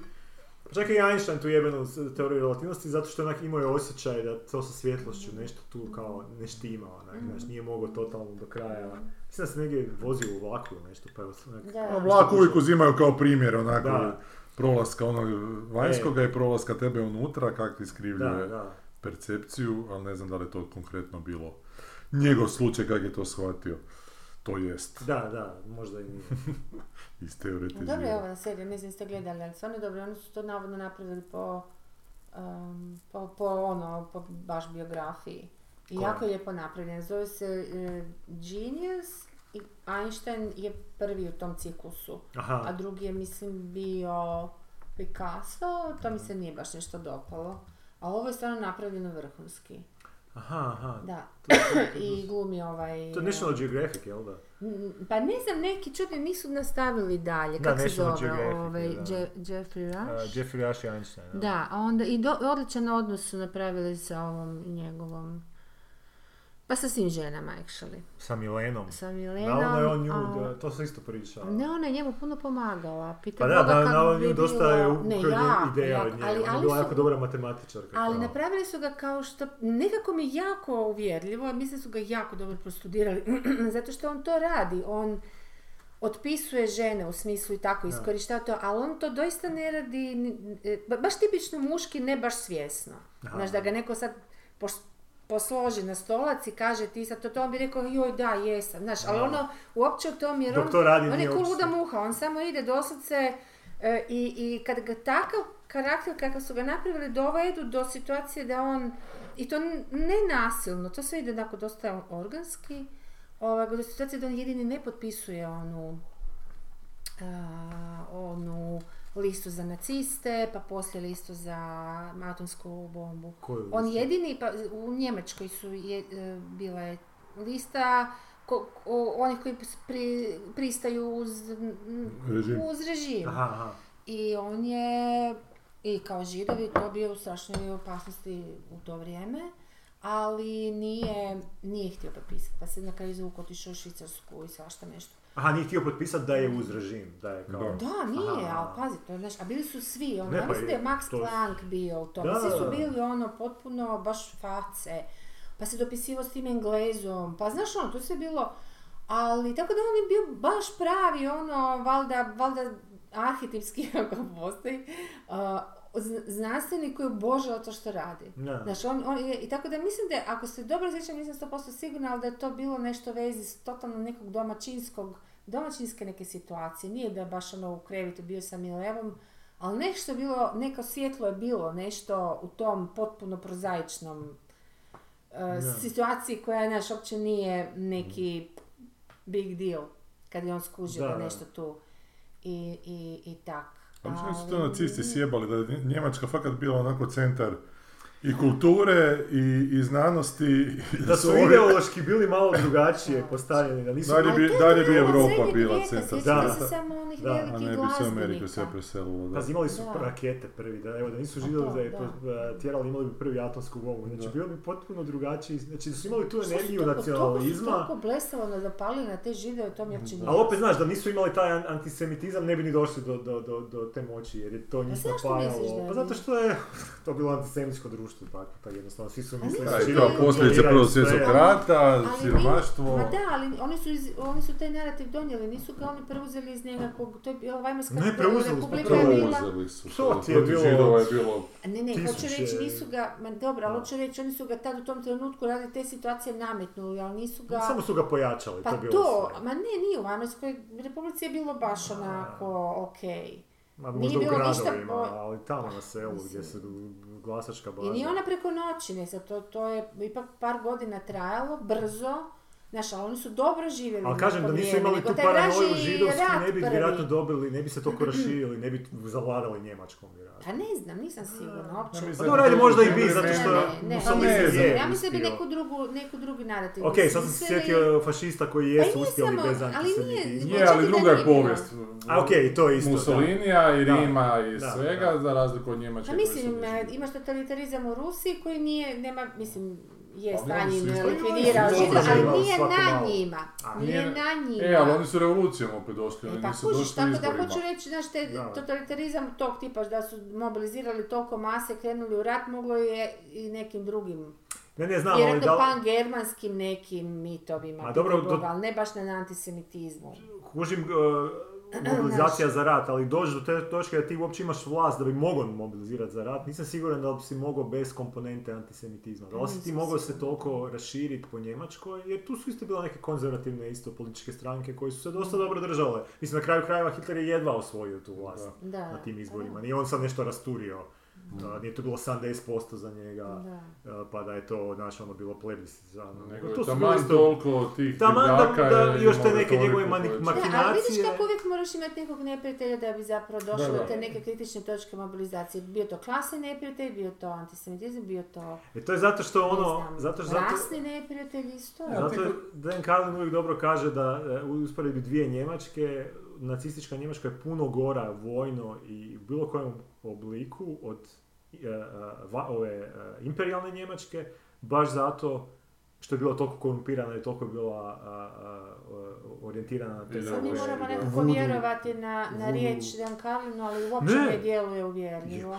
pa Čak i Einstein tu jebenu s- teoriju relativnosti, zato što je onak imao je osjećaj da to sa svjetlošću nešto tu kao ne štima,
Mhm.
onak, znaš, nije mogao totalno do kraja. Mislim da se negdje vozio u vlaku ili nešto, pa je onak...
Da.
A Vlak Ono, uvijek uzimaju kao primjer onako
Da. E.
prolaska onog vanjskoga i prolaska tebe unutra, kako iskrivljuje
Da, da.
percepciju, ali ne znam da li je to konkretno bilo njegov slučaj kako je to shvatio. To jest,
Da, da, možda i nije.
isteoretizirao.
Dobro je ova serija, ne znam jeste gledali, ali stvarno je dobro, oni su to navodno napravili po, um, po, po ono, po baš biografiji. I
Koja?
jako je lijepo napravljen. Zove se e, Genius i Einstein je prvi u tom ciklusu. A
Aha,
drugi je, mislim, bio Picasso, to mi se nije baš nešto dopalo. A ovo je stvarno napravljeno vrhunski.
aha, aha.
Da.
To, to,
I glumi ovaj...
to je National Geographic, jel da?
Mm, Pa ne znam, neki čudni nisu nastavili dalje,
Da,
kako se
National
zove,
Geographic,
ovaj,
da.
Je- Jeffrey Rush.
Jeffrey Rush i Einstein.
Da, a onda i do, odličan odnos su napravili sa ovom njegovom, pa sa svim ženama, actually.
Sa Milenom.
Sa Milenom.
Navodno je on nju,
a-
da, to se isto priča.
Ne, ona je njemu puno pomagala. Pita
Pa da,
Boga
na,
kako
na
bi
nju dosta je
bilo- Ne,
ukupno
jako,
ideja
jako,
od nje.
ali-
Ona je
ali
bila
su-
jako dobra matematičarka.
Ali
kao.
napravili su ga kao što, nekako mi jako uvjerljivo, mislim su ga jako dobro prostudirali, zato što on to radi, on otpisuje žene u smislu i tako iskorištava to, ali on to doista ne radi, ni- e, ba- baš tipično muški, ne baš svjesno. Znaš, da ga neko sad poš- posloži na stolac i kaže ti sad to, to on bi rekao joj da jesam, znaš, ali
Da.
ono uopće u tom jer
Dok
on,
to radi,
on je
nije
ko
uopće
luda muha, on samo ide doslovce e, i, i kad ga takav karakter kakav su ga napravili dovedu do situacije da on, i to n- ne nasilno, to sve ide onako dosta organski, ovaj, do situacije da on jedini ne potpisuje onu, a, onu listu za naciste, pa poslije listu za atomsku bombu.
Koju
On
listu?
jedini, pa u Njemačkoj su je, e, bila je lista ko, o- onih koji s- pri- pristaju uz m,
Režim.
uz režim.
Aha, aha.
I on je i kao židovi to bio u strašnoj opasnosti u to vrijeme, ali nije, nije htio potpisati, pa se na kraju izvuk otišao u Švicarsku i svašta nešto.
Aha, nije htio potpisati da je uz režim, da je kao...
Da.
Da, nije,
Aha.
ali pazi, to je, znaš, a bili su svi, ono,
Ne,
ne,
pa
da je
je,
Max
to-
Planck bio u tome,
Da,
svi
da,
su
da.
bili ono, potpuno baš face, pa se dopisivo s tim Englezom, pa znaš ono, to sve bilo, ali tako da on je bio baš pravi, ono, valjda, valjda arhetipski, ako postoji, a, zn- znanstvenik koji obožava to što radi.
Da.
Znaš, on, on je, i tako da mislim da, je, ako se dobro sjećam, nisam 100% sigurna, ali da je to bilo nešto u vezi s totalno nekog domaćinskog, domaćinske neke situacije. Nije da je baš ono u krevetu bio sa Milevom, ali nešto je bilo, neko svjetlo je bilo, nešto u tom potpuno prozaičnom e, situaciji koja, znaš, uopće nije neki
Mhm.
big deal kad je on skužio
Da,
da je
da.
nešto tu i, i, i tak.
Pa mislim da su to
Ali
nacisti
nije.
sjebali, da je Nje- Njemačka fakat bila onako centar i kulture i, i znanosti. i
Da su
ovi-
ideološki bili malo drugačije postavljeni, da nisu...
Dalje
Ali
bi,
to je
dalje bi
bilo od
Europa
srednjeg
bila
vijeka,
centar.
sjećam
Da.
se samo onih
Da.
A
velikih
ne bi se u Ameriku sve
glazbenika.
preselilo. Da.
Pazi, pa imali su
Da.
rakete prvi, da, evo, da nisu
Pa
živjeli
to,
da je
da.
po- e, tjerali, imali bi prvi atomsku bombu. Znači,
Da.
bilo bi potpuno drugačiji, znači, su imali tu
Što su
energiju
toliko- Toliko su
nacionalizma,
toliko blesalo da zapali na te židove, to mi uopće nije.
ali opet, znaš, da nisu imali taj an- antisemitizam, ne bi ni došli do, do, do, do te moći, jer je to njih
Pa zašto misliš da
napajalo.
je
Pa zato što je to bilo antisemitsko društvo, tako, tako jednostavno, svi su mislili...
mislim
Da,
da
Pa i
to
kao
židovi
posljedice
kontroliraju
prvog
sve.
svjetskog rata,
Ali mi-
siromaštvo.
Ma da, ali oni su, iz- oni su taj narativ donijeli, nisu ga oni preuzeli iz nekakvog, to je bila Vajmarska
Ne, preuzeli smo,
republika je bila...
Preuzeli su.
To ti je
Protiv
bilo-
židova je bilo
Ne, ne, hoću
Tisuće-
reći, nisu ga, ma dobro, ali
Da.
hoću reći, oni su ga tad u tom trenutku radi te situacije nametnuli, ali nisu ga...
Samo su ga pojačali,
Pa
to je
to,
bilo sve.
ma ne, nije u Vajmarskoj republici je bilo baš onako okej.
Ma,
Nije
možda u
bilo ništa
gradovima,
po-
ali tamo na selu gdje
Mislim.
se glasačka baza.
I nije ona preko noći, ne, sad to, to je ipak par godina trajalo, brzo, Znaš, ali oni su dobro živjeli
Ali kažem
neko
da nisu
vrijeme,
imali
nego
tu
taj
paranoju
vražji
židovsku,
rat
ne bi
prvi.
vjerojatno dobili, ne bi se to korašili, ne bi zavladali Njemačkom vjerojatno.
Pa ne znam, nisam sigurna uopće.
Ja
Pa
mislim-
dobro, ajde, možda i bi,
Ne,
zato
ne,
što
ne,
ne,
Mussolini
ne,
je
mislim, ja mislim da bi
uspio.
neku drugu, neku drugu narativ.
Ok, sad sam se
smislili.
sjetio fašista koji
Pa
jesu
nije
uspjeli
samo-
bez
ali nije-
antisemitizma.
Znači
Je, ali
da
druga je
nije bilo.
povijest.
A ok, i to je isto. da.
Mussolinija i
Da.
Rima i
Da,
svega,
da.
za razliku od Njemačke.
Pa
koji su
mislim,
bili-
e, imaš totalitarizam u Rusiji koji nije, nema, mislim, je
Pa oni su
Stalin
isto-
likvidirao
oni su
židove,
dobro
ali
živjeli
nije
svako
na
malo.
njima.
A,
Nije
nije-
na njima.
E, ali oni su revolucijom opet došli, oni
E, pa
nisu
kužiš,
došli
tako da
izborima.
hoću reći, znaš, te
Da.
totalitarizam tog tipa da su mobilizirali toliko mase, krenuli u rat, moglo je i nekim drugim,
Ne, ne, znam, ali
vjerojatno
da,
pan-germanskim nekim mitovima,
A dobro,
pitaj
do-
Boga, ali ne baš na antisemitizmu.
kužim e, mobilizacija za rat, ali doći do te točke da ti uopće imaš vlast da bi mogao mobilizirati za rat, nisam siguran da bi si mogao bez komponente antisemitizma. Da li si ti
Nisam
mogao se
sigurna.
toliko raširiti po Njemačkoj, jer tu su isto bile neke konzervativne isto političke stranke koje su se
Mm.
dosta dobro držale. Mislim, na kraju krajeva Hitler je jedva osvojio tu vlast
Da.
na tim
da, Mm.
izborima.
da.
Nije on sad nešto rasturio. Uh, nije to bilo 70% za njega,
Da.
uh, pa da je to, znaš, ono bilo plebiscitarno.
Nego
Nego
je
Pa su
taman
bili isto-
toliko tih
Taman da-
divljaka
da
je
još te
imao
neke njegove
retoriku
mani-
koja će-
maki-
Da, ali vidiš
Makinacije-
kako uvijek moraš imati nekog neprijatelja da bi zapravo
Da,
došao
da.
do te neke kritične točke mobilizacije. Bio to klasni neprijatelj, bio to antisemitizam, bio to, ne
E to je zato što ono,
znam,
zato što zato,
rasni neprijatelj isto.
Ja.
zato je Dan Carlin uvijek dobro kaže da e, u usporedbi dvije Njemačke, nacistička Njemačka je puno gora vojno i u bilo kojem obliku od e, e, va- ove e, imperijalne Njemačke, baš zato što je bila toliko korumpirana i toliko je bila a, a, o- orijentirana na te
Ili
Sad mi
Dobro,
moramo
da.
nekako
Voodoo.
vjerovati na, na
Voodoo.
riječ Dan Carlinu, ali uopće
Ne.
ne, djeluje uvjerljivo.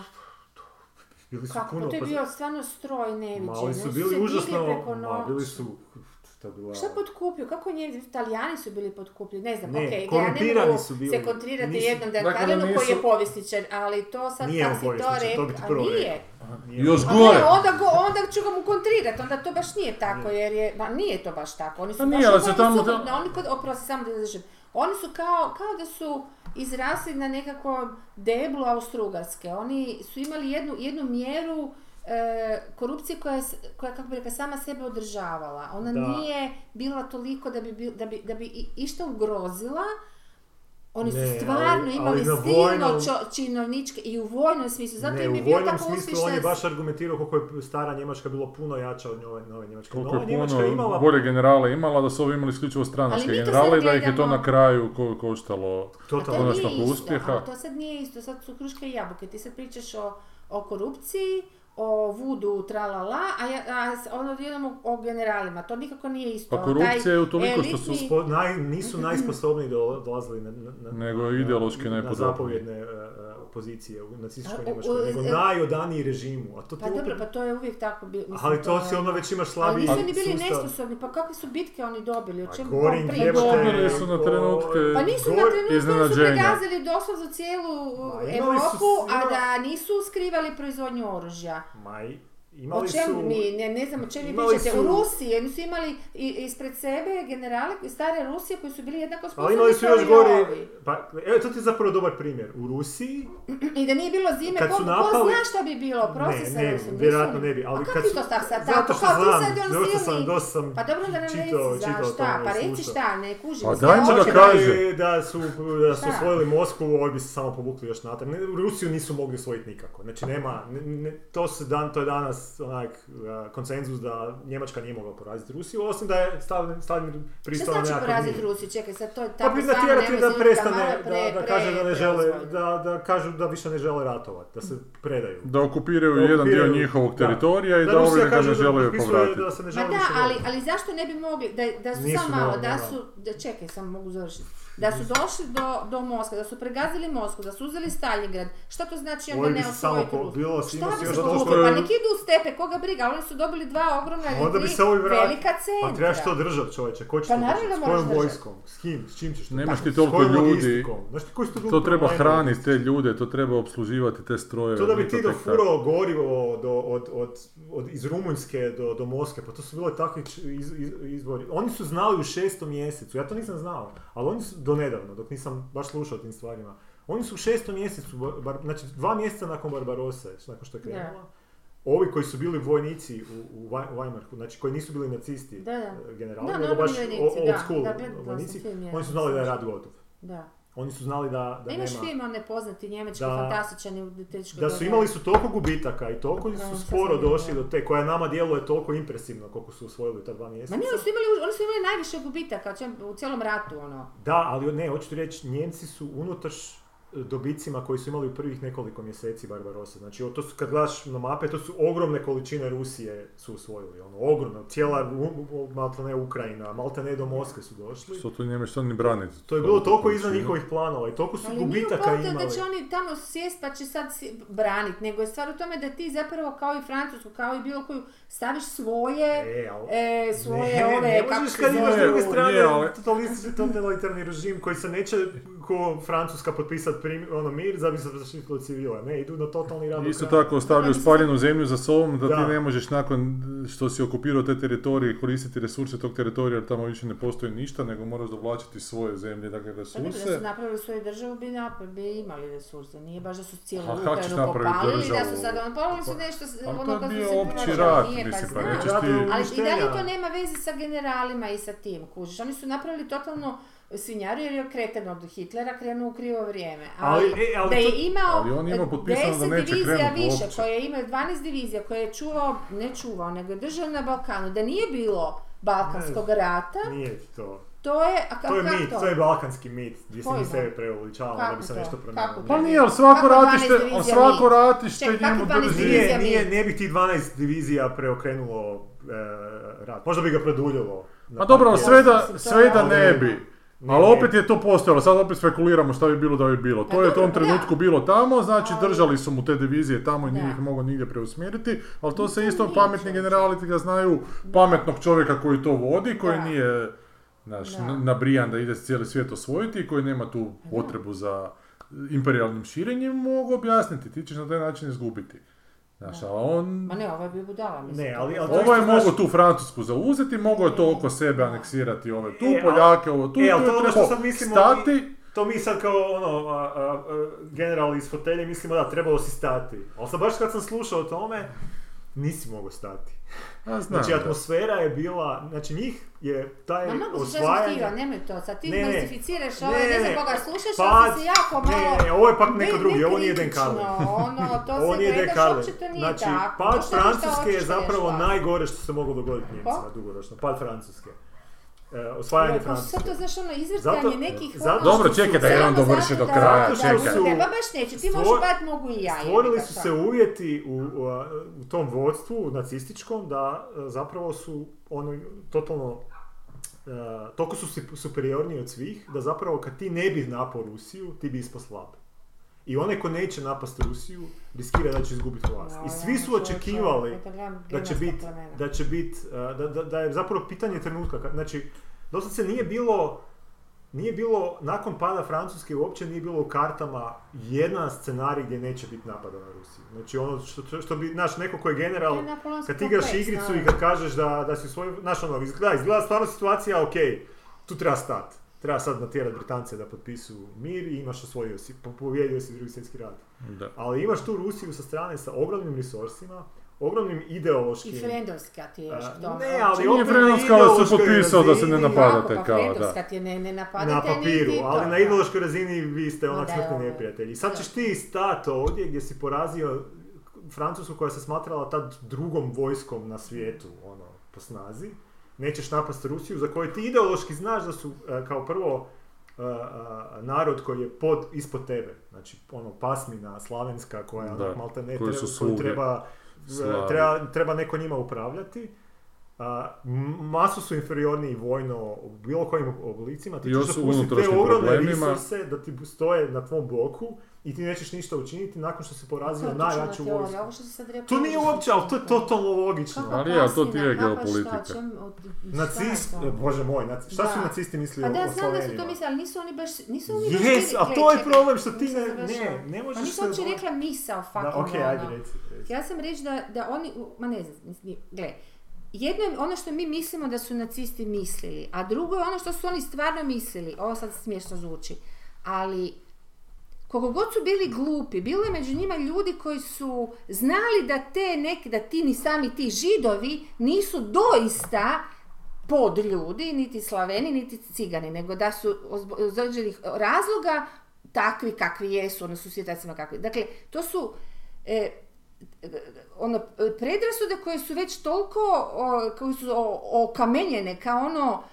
Bili su
Kako? Pa
puno,
to je
pa-
bio stvarno stroj neviđen.
mali su
Oni se
bili
digli
užasno,
preko
ma, bili
noći.
su, to je bila...
Šta potkupio? Kako Njemci? Italijani su bili potkupljeni, ne znam,
Ne,
okej, ja ne
korumpirani
mogu
su bili.
se kontrirati
Nisu-
jednom Dan
Dakle,
Carlinu
oni
koji
su-
je povjesničar, ali to sad
Nije on
kak si to
povjesničar, to
rekao,
bi ti
a
prvo
nije.
Nije ono,
Još
bilo.
A ono-
Gore.
Pa ne, onda, go, onda ću ga mu kontrirati, onda to baš nije tako, jer je, ma nije to baš tako, oni
Pa
su
nije,
baš
ali se
upravo
tamo-
suprotno, oni kod, oprosti, samo da završim. oni su kao, kao da su izrasli na nekako deblu Austrugarske, oni su imali jednu, jednu mjeru e, korupcije koja je, s- koja je, kako bi rekla, sama sebe održavala, ona
Da.
nije bila toliko da bi, bil- da bi, da bi i- išta ugrozila, oni
Ne,
su
ali-
stvarno
ali
imali
na
silno
vojnom-
čo- činovničke i u vojnom smislu, zato
ne,
im je
u
bio
vojnom
tako
smislu on je
uspješna
baš argumentirao koliko je stara Njemačka bilo puno jača od nove, nove Njemačke.
Koliko
Nova
je
Njemačka je
puno
imala...
gore generala imala, da su ovi imali isključivo stranačke
Ali mi to sad
generale i da ih je to
gledamo.
na kraju ko- koštalo.
A
Totalno.
Totalno. konačnog
nije isto,
uspjeha.
ali to sad nije isto, sad su kruške i jabuke. Ti sad pričaš o, o korupciji, o vudu, tralala, a, ja, a s- ono dijelom o, o generalima. To nikako nije isto.
Pa korupcija je utoliko što su-
elitni-
Spo- naj- nisu najsposobniji do- dolazili na, na, na-
Nego
na-
ideološki
na- na
najpodobniji.
zapovjedne e, e, pozicije u nacističkoj
A, u-
Njemačkoj,
u-
nego
e-
najodaniji režimu. A to ti
Pa
opet-
dobro, pa to je uvijek tako bilo. mislim,
Ali to
je-
si onda već imaš
Ali
slabiji
nisu oni bili
sustav.
nesposobni, pa kakve su bitke oni dobili, o
Pa
čemu
Goring,
pričamo?
jebote, ono,
Dobili su na
o-
trenutke-
Pa nisu
Gor-
na trenutku su
iznenađenja.
pregazili doslovno cijelu uh,
Ma, imali su ono-
Europu, a
svima-
da nisu skrivali proizvodnju oružja.
Ma, i-
O
imali
čemu
su...
mi, ne, ne znam o čemu vi
imali
pričate,
su-
u Rusiji, oni su imali i, ispred sebe generale iz stare Rusije koji su bili jednako
Ali
sposobni
imali su
kao
još
i
gore...
ovi.
Pa, evo, to ti je zapravo dobar primjer. U Rusiji
I da nije bilo zime,
Kad
ko,
su
ko
napali-
zna šta bi bilo, prosi se
ne, ne,
Rusom,
vjerojatno
nisu-
ne bi, ali
A
kad
kako ti
su-
to sad sad
Zato
tako,
što
kao
znam,
ti sad je on
dosta sam,
silni.
dosta sam
Pa dobro da nam ne
čitao-
reci
čitao o
za šta,
tome
pa
i
reci
slušao.
šta, ne kužim.
Pa
se,
daj mu
hoće
da
Hoće
da-
kaže.
reći Da su, da su
Šta?
osvojili Moskvu, ovi bi se samo povukli još natrag. Ne, Rusiju nisu mogli osvojiti nikako. Znači nema, ne- ne- to, se dan, to je danas onak a, konsenzus da Njemačka nije mogla poraziti Rusiju, osim da je Stalin, Stalin
Šta
pristao na
sad će
nekakav
poraziti
mir.
Rusiju, čekaj, sad to je
Pa
tako
bi
stvarno,
natjerati
nemoj
da
zvuka, malo
prestane,
je
da,
pre-
da
pre-
kaže da ne žele,
preozbiljno.
da, da kažu da više ne žele ratovati, da se predaju.
Da okupiraju
Da
jedan dio
okupiraju-
njihovog
da.
teritorija i da, ovi
Rusija
ga
kaže
ne
da
žele
potpisuje
povratiti.
Da Pa se ne
Ma
žele
da,
više
ali,
boriti.
ali zašto ne bi mogli, da, da su
Nisu
samo malo,
mogli,
da
da.
su, da, čekaj, samo mogu završiti, da su došli do, do Moskve, da su pregazili Moskvu, da su uzeli Stalingrad, šta to znači onda
Ovi bi
ne
se samo
osvojiti
po,
Rusiju?
bilo
Šta
svima
bi
još
se
došlo-
povukli? Pa nek idu u stepe, koga briga, oni su dobili dva ogromna
Onda
ili
bi
tri
se ovi vratili.
velika centra.
Pa trebaš to držati čovječe, ko će
Pa
to
naravno
držat? S
da
kojom
moraš držat.
vojskom? S kim? S čim ćeš to
Nemaš
držat?
ti toliko
S kojom
ljudi.
logistikom? Znaš ti koji su bili
To treba
problemi?
hraniti te ljude, to treba obsluživati te strojeve.
To da bi
nije
ti
tek tako.
dofurao gorivo do, od, od, od, iz Rumunjske do, do Moskve, pa to su bile takvi č- iz, iz- izvori. Oni su znali u šestom mjesecu, ja to nisam znao, ali oni su, do nedavno, dok nisam baš slušao o tim stvarima, oni su u šestom mjesecu, bar, znači dva mjeseca nakon Barbarose, nakon što znači je krenula, ovi koji su bili vojnici u, u Wei- Weimarku, znači koji nisu bili nacisti
Da, da.
eh, generali,
Da,
nego
normalni
baš
vojnici,
o- old
da.
school
Da, gledala sam
vojnici,
film, ja.
oni su znali da je rat gotov.
Da.
Oni su znali da, da
Da imaš
nema...
film, on nepoznati njemački,
Da.
fantastičan je u tečkoj
Da su imali su toliko gubitaka i toliko
Da,
su
sad
sporo
sam vidjela.
došli do te, koja nama djeluje toliko impresivno koliko su osvojili u ta dva mjeseca.
Ma ne, oni su imali, oni su imali najviše gubitaka u čem- u cijelom ratu, ono.
Da, ali ne, hoću ti reći, Njemci su unutaš e, dobicima koji su imali u prvih nekoliko mjeseci Barbarosa. Znači, o, to su, kad gledaš na mape, to su ogromne količine Rusije su usvojili. Ono, ogromno, cijela u- u- maltene Ukrajina, maltene do Moskve su došli.
Što tu njemaš što ni braniti.
To je bilo toliko izvan
izvan
njihovih planova i toliko su
Ali nije
gubitaka
uopće
imali.
da će oni tamo sjest pa će sad si- branit, nego je stvar u tome da ti zapravo kao i Francusku, kao i bilo koju, staviš svoje,
E, ali-
e, svoje
Ne,
ove,
ne
kako
možeš
se
kad imaš s
zove,
druge
ovo, nije,
strane ovaj,
ali-
totalistički totalitarni režim koji se neće ko Francuska potpisati prim, ono mir da bi se zaštitilo civila. Ne, idu na totalni rad. do
Isto
kraja.
tako ostavljaju
mislim-
spaljenu zemlju za sobom da,
Da.
ti ne možeš nakon što si okupirao te teritorije koristiti resurse tog teritorija jer tamo više ne postoji ništa nego moraš dovlačiti svoje zemlje, dakle
Pa dobro, da
resurse.
su napravili svoju državu, bi, napra- bi imali resurse. Nije baš da su cijelu
A kak ćeš
Ukrajinu
napraviti
popalili, da
državu?
su sad ono, palili su
Pa-
nešto, s-
Ali
ono
to je
kad su
bio
se
opći
pronašli,
rat,
nije,
mislim, pa
znam.
nećeš
Da, da,
ti...
Ali i dalje
Uništenja.
to nema veze sa generalima i sa tim, kužiš. Oni su napravili totalno svinjariju jer je okretan od Hitlera krenuo u krivo vrijeme. Ali,
Ali, e, ali
da je
to-
imao
Ali on je imao potpisano da
10
neće
divizija
krenuti
više,
uopće.
koje je imao 12 divizija, koje je čuvao, ne čuvao, nego je držao na Balkanu. Da nije bilo Balkanskog rata,
Nije to.
to je... A ka,
To je
kak
mit, to je balkanski mit gdje se mi
Koji
sebe
mit?
preuveličavamo da bi se
Kako
nešto
to? Kako
promijenilo.
Pa
to?
nije, ali svako
Kako 12
ratište, ali
divizija
svako
mi?
ratište
Ček, kako
njemu
12
drži...
divizija?
Nije, nije, ne bih ti 12 divizija preokrenulo e, rat. Možda bi ga produljilo. na
Ma Pa dobro,
par
sve da,
mislim, to
sve
je
da
realno.
ne bi.
Ne,
Ali
ne.
opet je to postojalo, sad opet spekuliramo šta bi bilo da bi bilo.
Pa
To je u
dobro,
tom
pa da.
trenutku bilo tamo, znači
Ali-
držali su mu te divizije tamo i nije
Da.
ih mogao nigdje preusmjeriti, ali to se
to
isto
nije
pametni
čovječe.
generali ti ga znaju, pametnog čovjeka koji to vodi, koji
Da.
nije znaš,
Da.
n- nabrijan da ide cijeli svijet osvojiti i koji nema tu potrebu za imperialnim širenjem, mogu objasniti, ti ćeš na taj način izgubiti. Znaš,
Da.
ali on...
Ma ne, ovo je bio budala, mislim.
Ne,
to
ali-
je-
ali to
Ovo je
isto, znaš-
mogo tu Francusku zauzeti, mogo je to oko sebe aneksirati ove tu,
E, a-
Poljake, ovo tu,
e,
tu
ali
je
to je ono što
trebao
sad mislimo
stati.
To mi sad kao ono, a, a, a, general iz fotelje mislimo da trebalo si stati. Ali sam baš kad sam slušao o tome, nisi mogao stati.
A, znam,
Znači atmosfera je bila, znači njih je taj
Ma mnogo se
osvajanje...
često nemoj to, sad ti
Pa Ne, ne.
mistificiraš
Ne,
ovaj, ne,
ne,
znam
ne.
koga slušaš,
Pad-
ali si jako
Ne,
malo...
ne, ne, ovo je pak neko
ne-
drugi, ovo nije Dan
nekritično,
Carlin.
Ono, to
Ovo
se
nije
gledaš,
dekale.
uopće to nije
znači,
tako.
pad
Došla je šta Pa?
Francuske je
hoćeš da
zapravo
rešava.
najgore što se moglo dogoditi Njemcima
Ko?
dugoročno. Pad Francuske. E, osvajanje
Ovo,
Francuske.
Sad to znaš ono izvrtanje
Zato-
nekih...
zato-
ono,
Dobro,
što su-
čekaj da je on
samo
dovrši do
zato da-
kraja,
zato što
da,
čekaj.
su-
Ne, pa baš neće, ti
Stvor-
možeš bat, mogu i ja. jebi ga
Stvorili su se
sad.
uvjeti u, u- u tom vodstvu nacističkom da e, zapravo su ono totalno e, toliko su si- superiorni od svih da zapravo kad ti ne bi napao Rusiju ti bi ispao slab. I onaj ko neće napast Rusiju riskira da će izgubiti vlast. I svi su
Čovječe,
očekivali
to je glam-
da će
glumasto
biti,
plemena.
da će bit, e, da, da, da je zapravo pitanje trenutka, kad- znači dosad se nije bilo, nije bilo, nakon pada Francuske uopće nije bilo u kartama jedan scenarij gdje neće biti napada na Rusiju. Znači ono što, što- što bi, znaš, neko ko je general,
To je napoleonski
kad ti igraš
kompleks,
igricu
da.
i kad kažeš da, da si svoj, znaš ono, izgleda, izgleda stvarno situacija, ok, tu treba stat. Treba sad natjerati Britance da potpisu mir i imaš osvojio si, po- pobijedio si drugi svjetski rat.
Da.
Ali imaš tu Rusiju sa strane sa ogromnim resursima, ogromnim ideološkim...
I frendovska ti je još
A,
k tome, ono,
ne,
uopće
ali
nije
opet na
Frendovska, ali sam
ideološkoj
potpisao da se ne
razini-
napada. napadate
Ovako, pa
kao, da.
frendovska ti je, ne, ne napadate
na papiru,
niti to,
ali na
da.
ideološkoj razini vi ste
Ma
onak
da je
smrtni
ovo-
neprijatelji. I sad
da.
ćeš ti stat ovdje gdje si porazio Francusku koja se smatrala tad drugom vojskom na svijetu, ono, po snazi. Nećeš napast Rusiju za koju ti ideološki znaš da su e, kao prvo e, e, narod koji je pod, ispod tebe. Znači, ono, pasmina slavenska koja je
Da,
onak malte ne
koji
treba,
su
koju
sluge.
treba, e,
Slavi.
treba, treba neko njima upravljati. A, m- masu su inferiorniji vojno u bilo kojim oblicima, ti
I
ćeš
još su
dopustiti te
unutrašnjim
ogromne
problemima.
resurse da ti stoje na tvom bloku i ti nećeš ništa učiniti nakon što si porazio
Kako
najjaču
čudna teorija,
vojsku.
ovo što si sad rekao,
To nije uopće, ali to je totalno logično.
Kako
Ali je, ali to
kasnije
ti je
napaš, šta,
geopolitika.
čem- od- šta je
Nacist, e,
to?
bože moj, naci- šta su
Da.
nacisti mislili
Pa
o,
da,
o
znam da su to
Slovenima?
mislili, ali nisu oni baš, nisu oni baš
Yes,
bili-
a to je
čekaj,
problem što ti
nisam
ne,
završila.
ne, ne
Pa
možeš
nisam uopće
razgovarati.
rekla misao,
Da,
fucking
ok, ajde
ono.
reci. reci.
Ja sam reći da, da oni, u- ma ne znam, mislim, nije- gle, jedno je ono što mi mislimo da su nacisti mislili, a drugo je ono što su oni stvarno mislili. Ovo sad smiješno zvuči, ali koliko god su bili glupi, bilo je među njima ljudi koji su znali da te neki, da ti ni sami ti židovi nisu doista pod ljudi, niti slaveni, niti cigani, nego da su ozbo- iz određenih razloga takvi kakvi jesu, odnosno su svjetacima kakvi. Dakle, to su e, ono, predrasude koje su već toliko, o, koje su o- okamenjene, kao ono,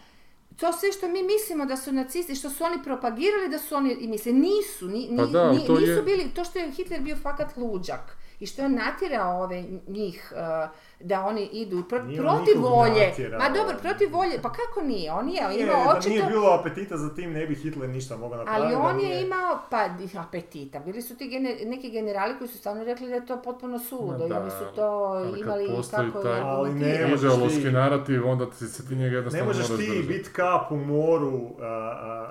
to sve što mi mislimo da su nacisti, što su oni propagirali, da su oni, i misle, nisu, ni, ni-
Pa da, ali
ni-
to
nisu
je-
bili, to što je Hitler bio fakat luđak i što je on natjerao ove njih e, da oni idu pro-
Nije on
protiv
nikog
volje.
natjerao.
Ma dobro, protiv volje, pa kako nije? On je,
Nije,
imao
da nije
očito...
bilo apetita za tim, ne bi Hitler ništa mogao napraviti.
Ali
da
on je
nije-
imao, pa i apetita, bili su ti gene- neki generali koji su stvarno rekli da je to potpuno suludo i
da,
oni su to
ali kad
imali
postoji
kako
taj-
Ali ne
argumentirali.
možeš ti-
Muzeološki narativ, onda ti se ti njega
Ne
jednostavno
možeš
moraš
ti
držati.
biti kap u moru a,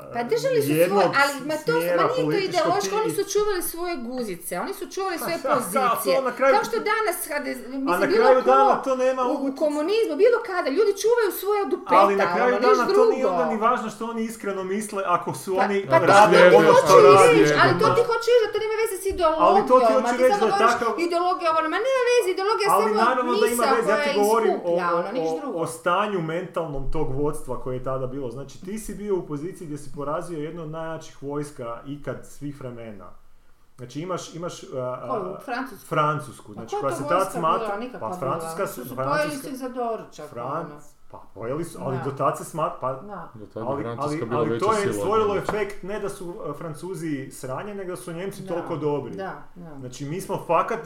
a,
Pa držali su
jednog
svoj, ali ma to su-
smjera
ma nije to
političkog
ideološko,
ti-
oni su čuvali svoje guzice, oni su čuvali svoje
da, da,
pozicije.
to na kraju-
Kao što danas, HDZ, mislim,
A na
bilo
kraju
ko,
dana to nema
u, u
utjecaja.
komunizmu, bilo kada, ljudi čuvaju svoje dupeta,
Ali na kraju
ono, niš
dana to nije
drugo.
onda ni važno što oni iskreno misle ako su
Pa,
oni
pa to,
rade
to ti
ono što
hoću i
rade.
reći, ali to
da.
ti hoću reći da to nema veze s ideologijom,
Ali to ti hoću
ma ti
reći
samo
da je
govoriš
takav-
ideologija ono, ma nema veze, ideologija je
Ali
samo
naravno da ima
misao
veze,
koja
ja ti govorim o,
iskuplja, ono, niš
o-
drugo.
o stanju mentalnom tog vodstva koje je tada bilo. Znači ti si bio u poziciji gdje si porazio jednu od najjačih vojska ikad svih vremena. Znači imaš, imaš a, a,
Koju? Francusku?
Francusku, znači
koja
koja
je Pa to
se tad
vojska
smatra...
bila, nikakva
pa
bila.
Francuska
su,
se...
su pojeli su
Francuska,
ih za doručak.
Franc,
ono.
pa pojeli su, ali
Da.
do tad se smatra... Pa,
ono. Da.
Do tada je
ali,
Francuska
ali,
bila
ali
veća
to je
sila.
stvorilo efekt ne da su a, Francuzi sranje, nego da su Njemci
Da,
toliko dobri.
Da, da.
Znači mi smo fakat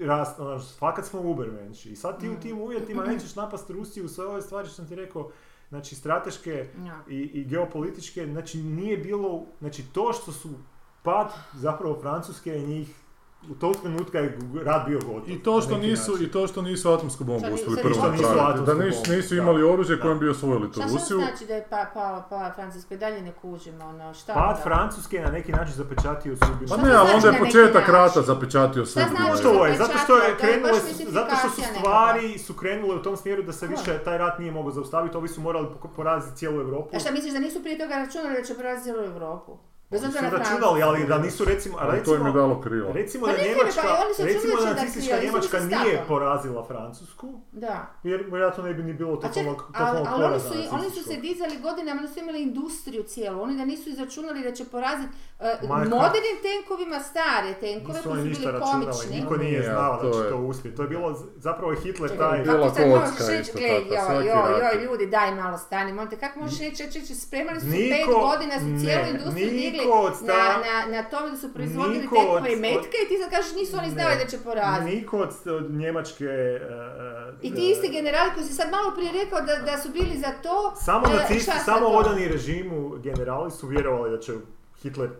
rast, ono, fakat smo ubermenši. I sad ti
Mm.
u tim uvjetima nećeš napast Rusiju, sve ove stvari što sam ti rekao, znači strateške
Ja.
i, i geopolitičke, znači nije bilo, znači to što su pad zapravo Francuske je njih u tog trenutka je rad bio gotov.
I to
na
što
neki
nisu,
način.
i to što nisu atomsku bombu
Sad ni-
uspjeli
sad
prvo
nisu atomsku
napraviti. Da
bombu,
nisu, nisu
da.
imali oružje
Da.
kojim bi osvojili tu
Šta šta
Rusiju.
znači da je pa, pa, pa Francusko i dalje ne kužim, ono, šta
Pad
onda?
Francuske je na neki način zapečatio sudbinu.
Pa
Šta
ne,
to
ali
znači
onda je
na neki
početak
način?
rata zapečatio sve.
znači
drugo.
da
Što je? Zato što
To je
je
baš
krenulo,
mistifikacija
zato što su
nekakva.
stvari su krenule u tom smjeru da se više taj rat nije mogao zaustaviti, ovi su morali poko- poraziti cijelu Europu.
A šta misliš da nisu prije toga računali da će poraziti cijelu Europu? Bez
Oni su
obzira na Francusku.
računali, ali da nisu recimo, a
Ali to im je
recimo,
dalo krilo.
recimo
Pa
da
ne,
Njemačka,
pa oni su računali
recimo da
da će
nacistička
krivo, oni su
Njemačka
bili
nije
statom.
porazila Francusku,
Da,
jer vjerojatno ne bi ni bilo
A ček,
totalnog
ali,
totalnog
ali oni,
poraza
su, i- oni su se
nacističkog.
dizali godinama, oni su imali industriju cijelu, oni da nisu izračunali da će poraziti e,
Ma, ka-
modernim tenkovima stare tenkove
Nisu
koji
oni
su
ništa
bili
računali,
komični.
niko nije
Nije,
znao da
to
će
je-
to uspjeti. To je bilo, z- zapravo je Hitler
Čekaj,
taj...
Bila
kako sad možeš
kocka
reći,
isto
gledaj,
tako,
joj,
svaki
joj,
rat.
joj, ljudi, daj malo stani, molim te, kako možeš reći, reći, reći, spremali su
Niko-
pet godina, su cijelu
ne,
industriju
niko
digli
od sta-
na, na, na tome da su proizvodili
Niko od-
tenkove i metke i ti sad kažeš nisu oni znali
Ne.
da će poraziti.
Niko od, od Njemačke... e,
I
e,
ti isti generali koji si sad malo prije rekao da, da su bili za to,
Samo
e,
nacisti,
šta sad
samo
to?
odani režimu generali su vjerovali da će Hitler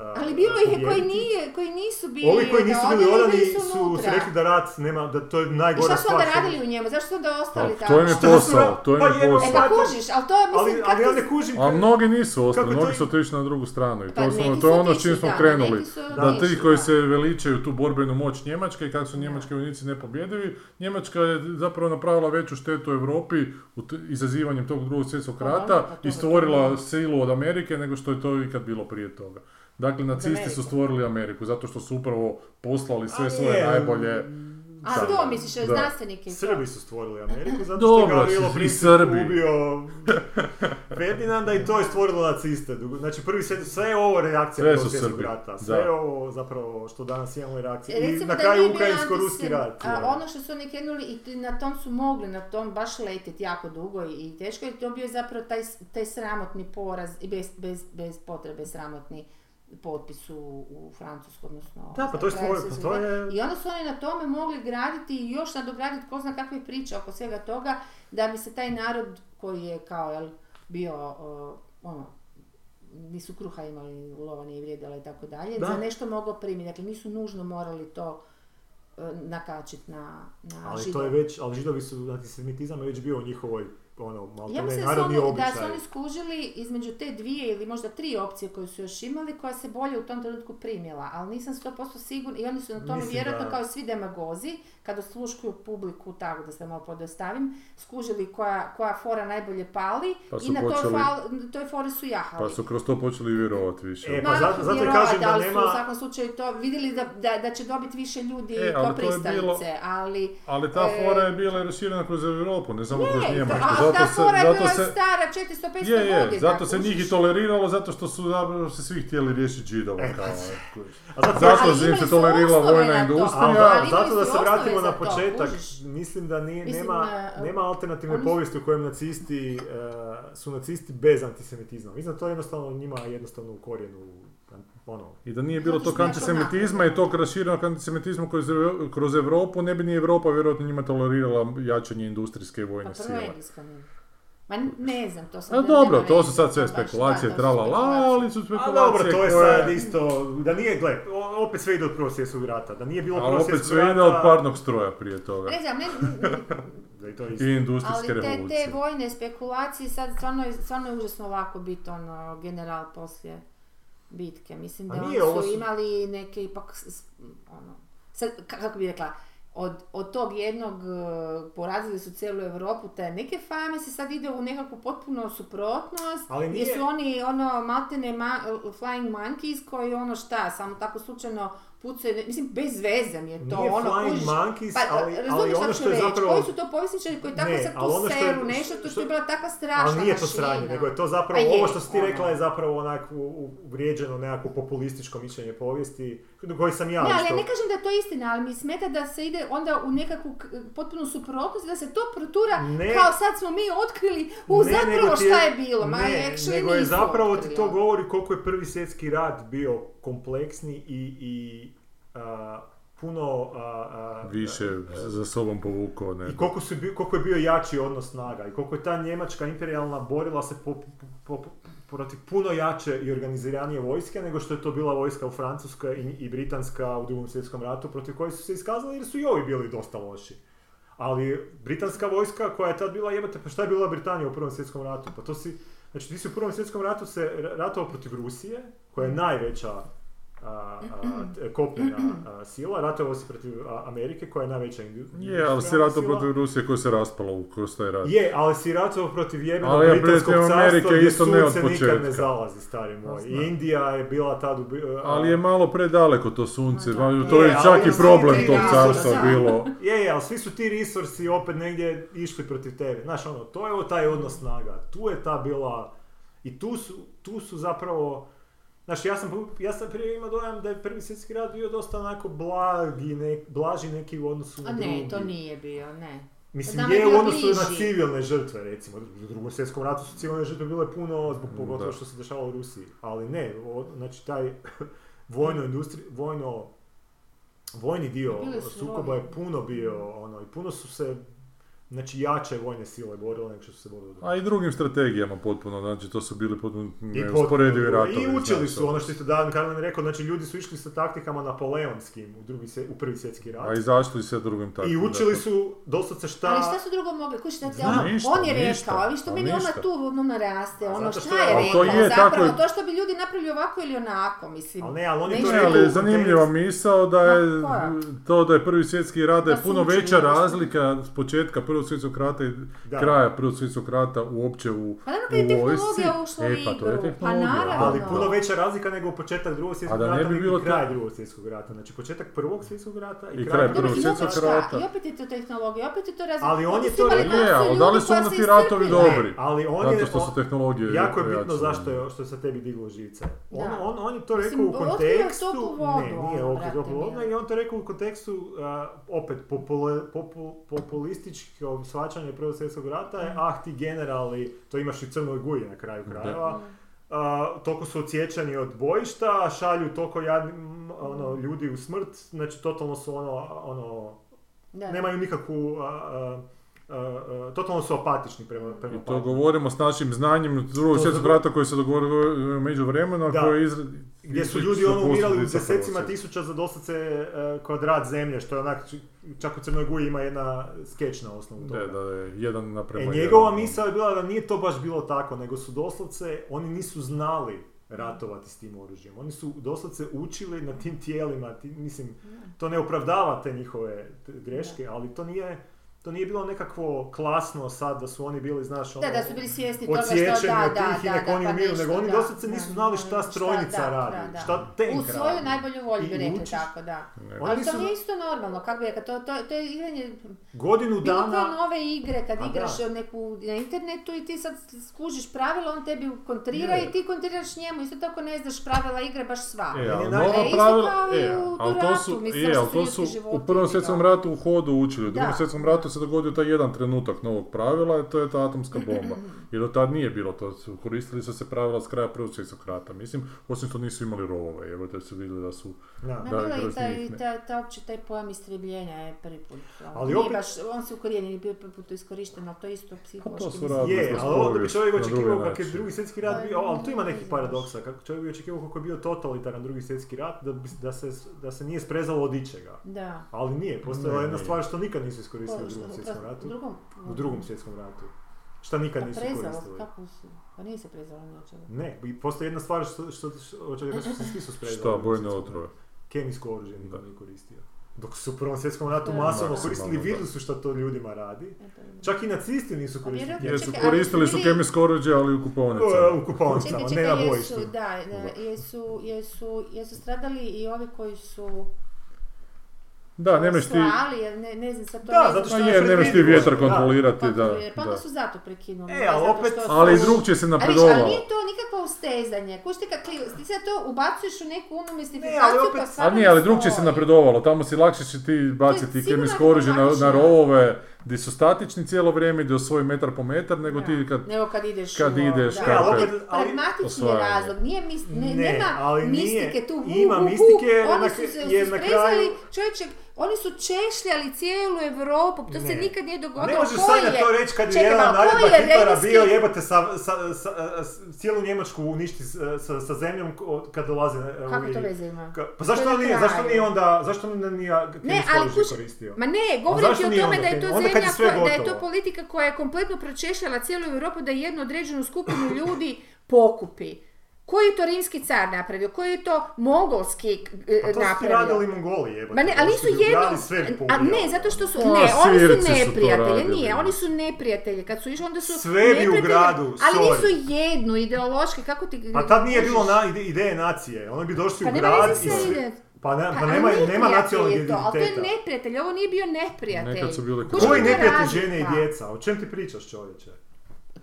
a,
Ali bilo ih je koji,
pobijediti.
nije, koji nisu bili
Ovi koji nisu bili
odani,
odani
bili
su se
unutra.
rekli da rat nema, da to je
I
najgora
šta su
stvar.
onda radili u njemu? Zašto su onda
Pa,
ostali
to im
tamo?
je
Šta su
posao,
ra-
to im
pa
je
jedno-
E
posao.
pa
Zato-
kužiš, ali to je, mislim,
Ali,
kako...
ali ja ne kužim...
A mnogi nisu
Kako
ostali,
je to
mnogi
i-
su otišli na drugu stranu i
Pa
to, su-
neki
to je
su
ono s čim
otišli,
smo
da,
krenuli.
neki su
Da ti
otišli,
koji
da.
se veličaju tu borbenu moć Njemačke i kako su njemački vojnici nepobjedivi, Njemačka je zapravo napravila veću štetu Europi u t- izazivanjem tog drugog svjetskog
Pa naravno,
rata
pa to
i
je
stvorila
normalno.
silu od Amerike nego što je to ikad bilo prije toga. Dakle, nacisti su
Ameriku.
stvorili Ameriku zato što su upravo poslali sve
A
svoje
nije,
najbolje
A to misliš,
Da.
znanstvenike? i to?
Srbi su stvorili Ameriku, zato što je
Dobro,
Gavrilo
i
Princip
Srbi.
ubio Ferdinanda i to je stvorilo naciste. Dugo- Znači prvi sve, sve je ovo reakcija
Sve
Prvog
su
svjetskog
Srbi,
rata. Sve je
da.
ovo zapravo što danas imamo i reakcija. I
E, Recimo
na
da
kraju
nije bio
ukrajinsko-ruski
antisem-
rat.
A,
je.
ono što su oni krenuli i ti- na tom su mogli, na tom baš letjeti jako dugo i, i teško jer to bio je zapravo taj, s- taj sramotni poraz i bez, bez, bez potrebe sramotni potpis u, u Francusku, odnosno...
Da, pa to je
za
stvoren-
kraj
pa
se
to
zove.
je-
I onda su oni na tome mogli graditi i još nadograditi ko zna kakve priče oko svega toga, da bi se taj narod koji je kao, jel, bio, o, ono, nisu kruha imali, lova nije vrijedila i tako dalje,
Da.
za nešto mogao primiti. Dakle, nisu nužno morali to e, nakačiti na, na
Ali to
Židove.
je znači, već, ali židovi su, antisemitizam je već bio u njihovoj ono, malo
Ja
ne,
mislim da su,
narodni
oni, da su
običaj.
oni skužili između te dvije ili možda tri opcije koje su još imali, koja se bolje u tom trenutku primjela, ali nisam 100% sigurna i oni su na tome
Mislim
vjerojatno
da-
kao i svi demagozi, kad osluškuju publiku, tako da se malo podostavim, skužili koja, koja fora najbolje pali
Pa su
i na toj,
počeli-
fal- toj fori su jahali.
Pa su kroz to počeli vjerovati više.
E, pa
Naravno,
zato- zato i
vjerovati,
kažem da
ali su
nema-
u svakom slučaju to vidjeli da, da, da će dobiti više ljudi
E,
kao
ali to je
pristalice,
bilo-
ali...
Ali ta
E,
fora je bila i raširena kroz Europu, ne samo kroz
Ne,
Njemačku.
a
Zato
ta
se,
fora je
zato
bila
se,
stara 400-500 godina.
je, je, zato se
kužiš.
njih i toleriralo, zato što su zapravo se svi htjeli riješiti židova.
E, pa
Kao, e, kužiš.
A zato-
Zato
Ali
se
imali
se
su
tolerirala
osnove
vojna
na to,
industrija.
Ali da,
ali imali
zato da
su
se
osnove
vratimo
za
na
to,
početak,
kužiš.
mislim da nije,
Mislim,
nema,
e,
nema alternativne
ono-
povijesti u kojem nacisti e, su nacisti bez antisemitizma. Mislim da to je jednostavno njima jednostavno u korijenu ono,
I da nije bilo
Zato
tog
što je to
antisemitizma i tog raširenog antisemitizma kroz, Euro- kroz Europu, ne bi ni Europa vjerojatno njima tolerirala jačanje industrijske i
Pa
vojne
prvo
sile.
engleska nije. Ma ne znam, to sam...
A
ne-
dobro,
nema
to
veze,
su sad sve
baš, da,
spekulacije,
to su
tralala,
spekulacije.
ali su
A
spekulacije
dobro, to
koje-
je sad isto, da nije, gle, o- opet sve ide od prvog svjetskog rata, da nije bilo
A
prvog
opet
svjetskog
sve
rata...
ide od parnog stroja prije toga.
Ne znam, ne, ne-
Da i to je
I
isto.
industrijske
ali te,
revolucije.
te vojne spekulacije sad stvarno, je- stvarno je užasno lako biti ono general poslije bitke. Mislim
A
da oni
Pa nije, ovo
su
su-
imali neke ipak s- s- ono, sad, ka- kako bi rekla, od, od tog jednog e, porazili su cijelu Europu, te neke fame se sad ide u nekakvu potpuno suprotnost,
Ali
gdje
nije-
su oni ono maltene ma, flying monkeys koji ono šta, samo tako slučajno pucaju, mislim bez veze mi je to,
Nije
ono
Flying
kužiš,
Monkeys,
pa,
ali,
razumiješ
ali
šta
ono
ću
što je
reći,
zapravo...
Koji su to povjesničari koji tako
Ne,
sad
ali
tu
ono što je-
seru nešto, to
što-
što je bila takva strašna
Ali nije to
mašina.
sranje, nego je to zapravo,
Pa je,
ovo što si ti
ono.
rekla je zapravo onako uvrijeđeno nekako populističko mišljenje povijesti, koji sam ja
Ne, ali ja
isto.
ne kažem da je to istina, ali mi smeta da se ide onda u nekakvu k- potpunu suprotnost, da se to protura
Ne.
kao sad smo mi otkrili, u
Ne, nego
zapravo
ti je-
šta je bilo, ma
ne,
actually
nego je
nismo
zapravo ti
otkrili,
to
ono.
govori koliko je prvi svjetski rat bio kompleksni i, i a, puno a, a,
Više za sobom povukao ne.
I koliko, su, bi- koliko je bio jači odnos snaga i koliko je ta njemačka imperijalna borila se po, po- po- protiv puno jače i organiziranije vojske nego što je to bila vojska u Francuskoj i, i Britanska u drugom svjetskom ratu protiv koji su se iskazali jer su i ovi bili dosta loši. Ali britanska vojska koja je tad bila jebate, pa šta je bila Britanija u prvom svjetskom ratu? Pa to si, znači ti si u prvom svjetskom ratu se ra- ratovao protiv Rusije, koja je najveća a, a, t- kopnena a, sila, ratovao si protiv a, Amerike koja je najveća indu-
Je, ali si
industrijalna
rato
sila.
protiv Rusije koja se raspala u- kroz taj rat.
Je, ali si ratovao protiv jebenog
Ali ja
britanskog
protiv
carstva
Amerike
gdje
isto ne od
sunce nikad
početka.
ne zalazi, stari
Pa
moj.
znam.
I Indija je bila tad... U, bi- e, a-
Ali je malo predaleko to sunce,
Ma da.
pa to
Je,
je čak
ali
i problem
sunce
tog
i
carstva
sunce.
bilo.
Je, je, ali svi su ti resursi opet negdje išli protiv tebe. Znaš, ono, to je o- taj odnos snaga. Tu je ta bila... I tu su, tu su zapravo... Znaš, ja sam, ja sam prije imao dojam da je prvi svjetski rat bio dosta onako blagi, ne, blaži neki u odnosu na
A ne,
drugi.
to nije bio, ne.
Mislim,
Nama je
je u
bio
odnosu na
bliži.
civilne žrtve, recimo. U drugom svjetskom ratu su civilne žrtve bile puno zbog
Mm, da.
pogotovo što se dešavalo u Rusiji. Ali ne, o- znači taj vojno industri, vojno vojni dio
Bili su
sukoba
vojni.
je puno bio ono i puno su se znači jače vojne sile borile nego što su se borile u drugom.
A i drugim strategijama potpuno, znači to su bili potpuno
I
neusporedivi
potpuno-
ratovi.
I učili
znaš,
su ono što je Dan Carlin rekao, znači ljudi su išli sa taktikama napoleonskim u, drugi, svje- u prvi svjetski rat.
A izašli se drugim tako.
I učili su doslovce šta...
Ali šta su drugo mogli, kući da ono-
Znam, ništa,
on je
ništa,
rekao, ali što
pa
meni ona
ništa.
tu ono naraste, ono
Zato
šta
što je-
je
Ali to
rekao,
je tako-
zapravo to što bi ljudi napravili ovako ili onako, mislim.
Ali ne, ali on je
Ne,
to
Ne,
rekao
ali
u
zanimljiva
kontekstu-
misao da je
Ma, koja?
to da je prvi svjetski rat, da je
Da su
puno
učili
veća
nešto.
razlika s početka prvog svjetskog rata i
Da.
kraja prvog svjetskog rata uopće u
Pa naravno kad je
u vojsci.
tehnologija ušla u
E, pa to je
igru, pa
tehnologija,
naravno.
Ali
Da.
puno veća razlika nego u početak drugog svjetskog
A da ne
rata
bi
nego
bilo
i kraj
to-
drugog svjetskog rata. Znači početak prvog svjetskog rata i,
I kraj
Dobro,
prvog
i
svjetskog
opet
rata.
šta? I opet je to tehnologija, opet je to razvoj.
Ali on je to-
Pa je, ali da li su
ono
onda ti ratovi dobri?
Ali on je,
Zato što su
on-
tehnologije
jako je bitno
jače.
zašto je, što je sa tebi diglo živce. On,
Da.
on, on je to
Mislim,
rekao u
otkrio je
kontekstu,
toplu vodu,
ne, nije otkrio
ono, brate
toplu vodu,
mili.
nego on to rekao u kontekstu a, opet popule, popu, populističkog shvaćanja prvog svjetskog rata
Mhm.
je, ah ti generali, to imaš i u crnoj guji na kraju krajeva, a, toliko su odsječani od bojišta, šalju toliko jadni, m,
Mhm.
ono, ljudi u smrt, znači totalno su ono, ono
Da.
nemaju nikakvu a, a, uh, uh, totalno su apatični prema, prema
I to
Pavlu.
govorimo s našim znanjem iz drugog
To
svjetskog
zato-
rata koji se dogovorio među vremena,
Da.
koji je izra...
Gdje su
izričito
ljudi ono umirali u
posljedica
desecima
Prvog svjetskog.
tisuća za doslovce e, kvadrat zemlje, što je onak, čak u Crnoj Guji ima jedna skeč na osnovu toga.
Da, pa da, da, jedan
E,
naprema
njegova
jedan.
misao je bila da nije to baš bilo tako, nego su doslovce, oni nisu znali ratovati s tim oružjem. Oni su doslovce učili na tim tijelima, ti, mislim, to ne opravdava te njihove t- greške, ali to nije, to nije bilo nekakvo klasno sad da su oni bili, znaš, ono,
Da, da su bili svjesni toga što da,
odsječeni
da,
od
da,
tih i
da,
nek
da,
oni
pa
umiru,
nešto,
nego oni
da,
doslovce
da,
nisu
da,
znali
da,
šta strojnica
da,
radi,
da, da.
šta tenk
U svoju
radi.
najbolju volju bi
I
rekli
učiš-
tako, da.
Ne.
Oni
Ali to
su-
nije isto normalno, kako bi rekla, to, to, to je igranje
Godinu
bilo koje
dana,
nove igre kad
A, da.
igraš neku na internetu i ti sad skužiš pravila, on tebi kontrira
Je.
i ti kontriraš njemu, isto tako ne znaš pravila igre baš sva.
E,
Meni
ali
je
nova
najbolje-
E, isto
pravila,
kao i
e,
u
ali to
ratu,
su,
mislim,
e,
što
ali
su
to
ljudski
su u
životi
prvom
i
svjetskom
tako.
ratu u hodu učili, u drugom
Da.
svjetskom ratu se dogodio taj jedan trenutak novog pravila, a to je ta atomska bomba. Jer do tad nije bilo to, su- koristili su se pravila s kraja prvog svjetskog rata, mislim, osim što nisu imali rovove, jer te su vidjeli da su...
Pa Da.
Ma
Da,
bilo je i
kroz
taj,
njih ne.
taj, taj, opće taj pojam istrebljenja je prvi put.
Ali
Ali nije
opet- Pa
baš, on se ukorijenjen i bio prvi put iskorišten, ali to je isto psihološki.
to su
mislim.
razne
je,
kroz
ali ovo bi
povijest,
čovjek
na drugi
očekivao kako je
način.
drugi svjetski rat
Pa,
bio, ali tu ima
ne
nekih
znaš.
paradoksa, kako čovjek bi očekivao kako je bio totalitaran drugi svjetski rat, da, bi- da, se, da se nije sprezalo od ičega.
Da.
Ali nije, postojala
Ne,
jedna
nije.
stvar što nikad nisu iskoristili u
Ko-
drugom
što-
svjetskom
oprosti,
ratu.
U drugom?
U drugom svjetskom ratu. Šta nikad
Pa
nisu
prezalo,
koristili.
kako su? Pa nije se prezalo ni od čega.
Ne, i postoji jedna stvar što, što, što, od
E,
čega su se svi su sprezali. u
Šta,
Drugom
bojne
svjetskom
otrove.
ratu. Kemijsko oružje niko
Da.
nije koristio. Dok su u prvom svjetskom ratu
Da.
masovno
Maksimalno,
koristili,
da.
vidjeli su šta to ljudima radi.
Eto, ima.
Čak i nacisti nisu
A
koristili.
vjerojatno-
Jesu,
Čekaj, ali
koristili su
bili-
kemijsko oruđe, ali u kupovnicama.
E, U kupovnicama,
Čekaj,
ne na
čekaj,
bojištu.
jesu, da, da, jesu, jesu, jesu stradali i ovi koji su
Pa
Da, nemaš ti...
slali, jer ne, ne znam sad to
Da,
ne znam
zato
Ma
što
što
je,
je
nemaš ti
predvidivo.
vjetar
Da.
kontrolirati, da.
kontroliraju, pa onda
da.
su zato prekinuli.
E,
ne,
ali
zato
opet-
što su-
Ali i drugčije se
A vidiš, ali
napredovalo.
nije to nikakvo ustezanje. Kuš ti kak li- ti sad to ubacuješ u neku onu mistifikaciju pa
Ne, ali opet-
koja stvarno
Ali nije, ali
ne
drugčije se
stoji.
napredovalo, tamo si lakše će ti
To je
baciti
sigurno
kemijsko oružje na, na
automatično.
rovove, gdje su statični cijelo vrijeme, gdje osvoji metar po metar, nego
Da.
ti kad...
Nego kad ideš
kad
u ovo,
ideš,
da.
E, ali
kako je.
opet, ali,
Pragmatični
osvajanje.
razlog, nije mis- ne,
Ne,
nema
ali nije.
mistike tu, hu,
Ima
hu, hu,
mistike jer
oni
na-
su se
jer na kraju-
susprezali, čovječe, oni su češljali cijelu Europu, to se
Ne.
nikad nije dogodilo.
Ne možeš
Ko
Sanja
je-
to reći kad je
Čekaj,
jedan
ali ko
naredba
je
Hitlera
regijski-
bio jebate sa, sa, sa- s- cijelu Njemačku uništi s- sa, sa zemljom ko- kad dolaze e,
Kako to
i-
veze ima?
Ka- Pa zašto
To je
on nije,
kraj.
zašto nije onda, zašto onda nije kemijsko
ali
oružje
kuš-
koristio?
Ma ne, govorim
zašto
ti o
nije
tome
onda
da je to
Kenya? Onda kad je
zemlja,
sve
koja- da je to
gotovo.
politika koja je kompletno pročešljala cijelu Europu da jednu određenu skupinu ljudi pokupi. Koji je to rimski car napravio? Koji je to mongolski e,
Pa to su ti
napravio?
radili Mongoli jebate.
Ma ne, ali
Oni
nisu
ti ugrali sve
jedno, a ne,
pobijali.
zato što su,
A,
ne, oni
Sirci
su
su to
neprijatelji,
radili.
nije, oni su neprijatelji, kad su išli onda su
Sve bi u
neprijatelji,
gradu,
ali
sorry.
nisu jedno, ideološki, kako ti...
Pa tad nije bilo na ide- ideje nacije, oni bi došli
Pa
u
nema
grad
veze
i
sa
svi-
ide-
Pa, ne,
Pa,
pa
ali
nema,
neprijatelj
nema nacionalnog
je to, ali to je
identiteta.
neprijatelj, ovo nije bio neprijatelj.
Nekad su bile Što
Koji
Kužiš to
neprijatelj
razlika?
žene i djeca? O čem ti pričaš čovječe?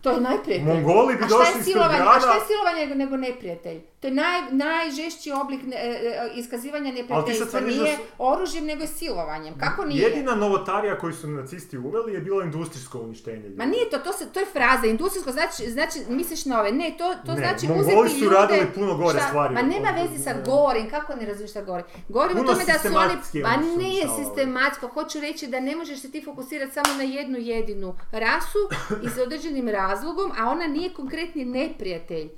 To je najprijatelj.
Mongoli bi
A šta je
došli ispred
silovanje- A šta je
grada-
silovanje nego- nego neprijatelj? To je naj, najžešći oblik ne- e, e, iskazivanja neprijateljstva.
tvrdiš da
Nije
su-
oružjem, nego silovanjem. Kako nije?
Jedina novotarija koju su nacisti uveli je bilo industrijsko uništenje. ljudi.
Ma nije to, to, se, to je fraza, industrijsko, znači, znači misliš na ove, ne, to, to
Ne,
znači
Mongoli
uzeti
su
ljude-
radili puno gore stvari
Ma
od-
nema
od-
veze sa
ne.
govorim, kako ne razumiješ šta govorim. Govorim o
Puno
tome da su oni,
sistematskije
pa
oni su
ne je
uništavali.
sistematsko, hoću reći da ne možeš se ti fokusirati samo na jednu jedinu rasu i s određenim razlogom, a ona nije konkretni neprijatelj.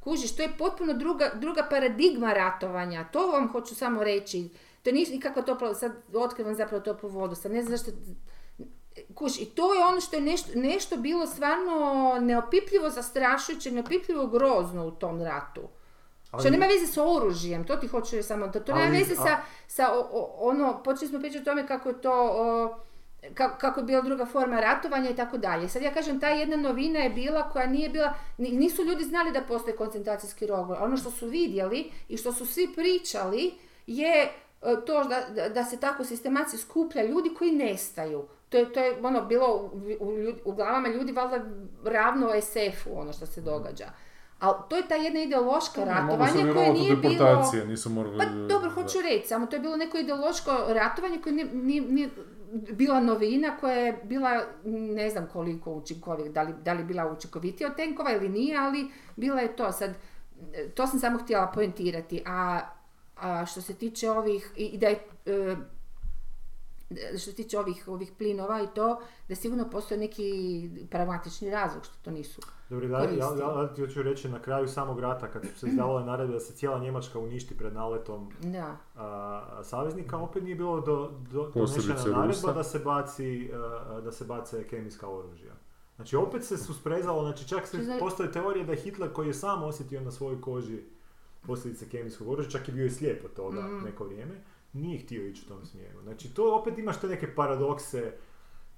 Kužiš, to je potpuno druga, druga paradigma ratovanja, to vam hoću samo reći. To nije nikako topla, sad otkrivam zapravo toplu vodu, sad ne znam zašto Kuš, i to je ono što je nešto, nešto bilo stvarno neopipljivo zastrašujuće, neopipljivo grozno u tom ratu.
Ali-
Što nema veze sa oružjem, to ti hoću reći samo, da Dakle, to nema
Ali-
veze
a-
sa, sa o- o- ono, počeli smo pričati o tome kako je to, o, ka- kako je bila druga forma ratovanja i tako dalje. Sad ja kažem, ta jedna novina je bila koja nije bila, ni- nisu ljudi znali da postoje koncentracijski logor. Ono što su vidjeli i što su svi pričali je e, to da, da- da se tako sistematski skuplja ljudi koji nestaju. To je, to je ono bilo u, u ljud- u glavama ljudi valjda ravno SF-u ono što se događa. Ali to je ta jedna ideološka
Mogli su
ratovanja koje
vjerovati
nije
u
bilo...
deportacije, nisu morali...
Pa dobro, hoću reći, samo to je bilo neko ideološko ratovanje koje nije, nije- nije bila novina koja je bila ne znam koliko učinkovita, da li, da li bila učinkovitija od tenkova ili nije, ali bila je to sad, e, to sam samo htjela poentirati, a, a što se tiče ovih, i, i da je e, e, što se tiče ovih, ovih plinova i to, da sigurno postoje neki pragmatični razlog što to nisu.
Dobro, da, ja, ja,
Koristi.
ja ti hoću reći na kraju samog rata kad su se izdavale naredbe da se cijela Njemačka uništi pred naletom
Da.
a, saveznika, opet nije bilo do, do,
Mhm. Posebice
donešena naredba
Rusa.
da se, baci, a, da se bace kemijska oružja. Znači opet se susprezalo, znači čak se
Što znači-
postoje teorije da je Hitler koji je sam osjetio na svojoj koži posljedice kemijskog oružja, čak je bio i slijep od toga
Mm.
neko vrijeme, nije htio ići u tom smjeru. Znači to opet imaš te neke paradokse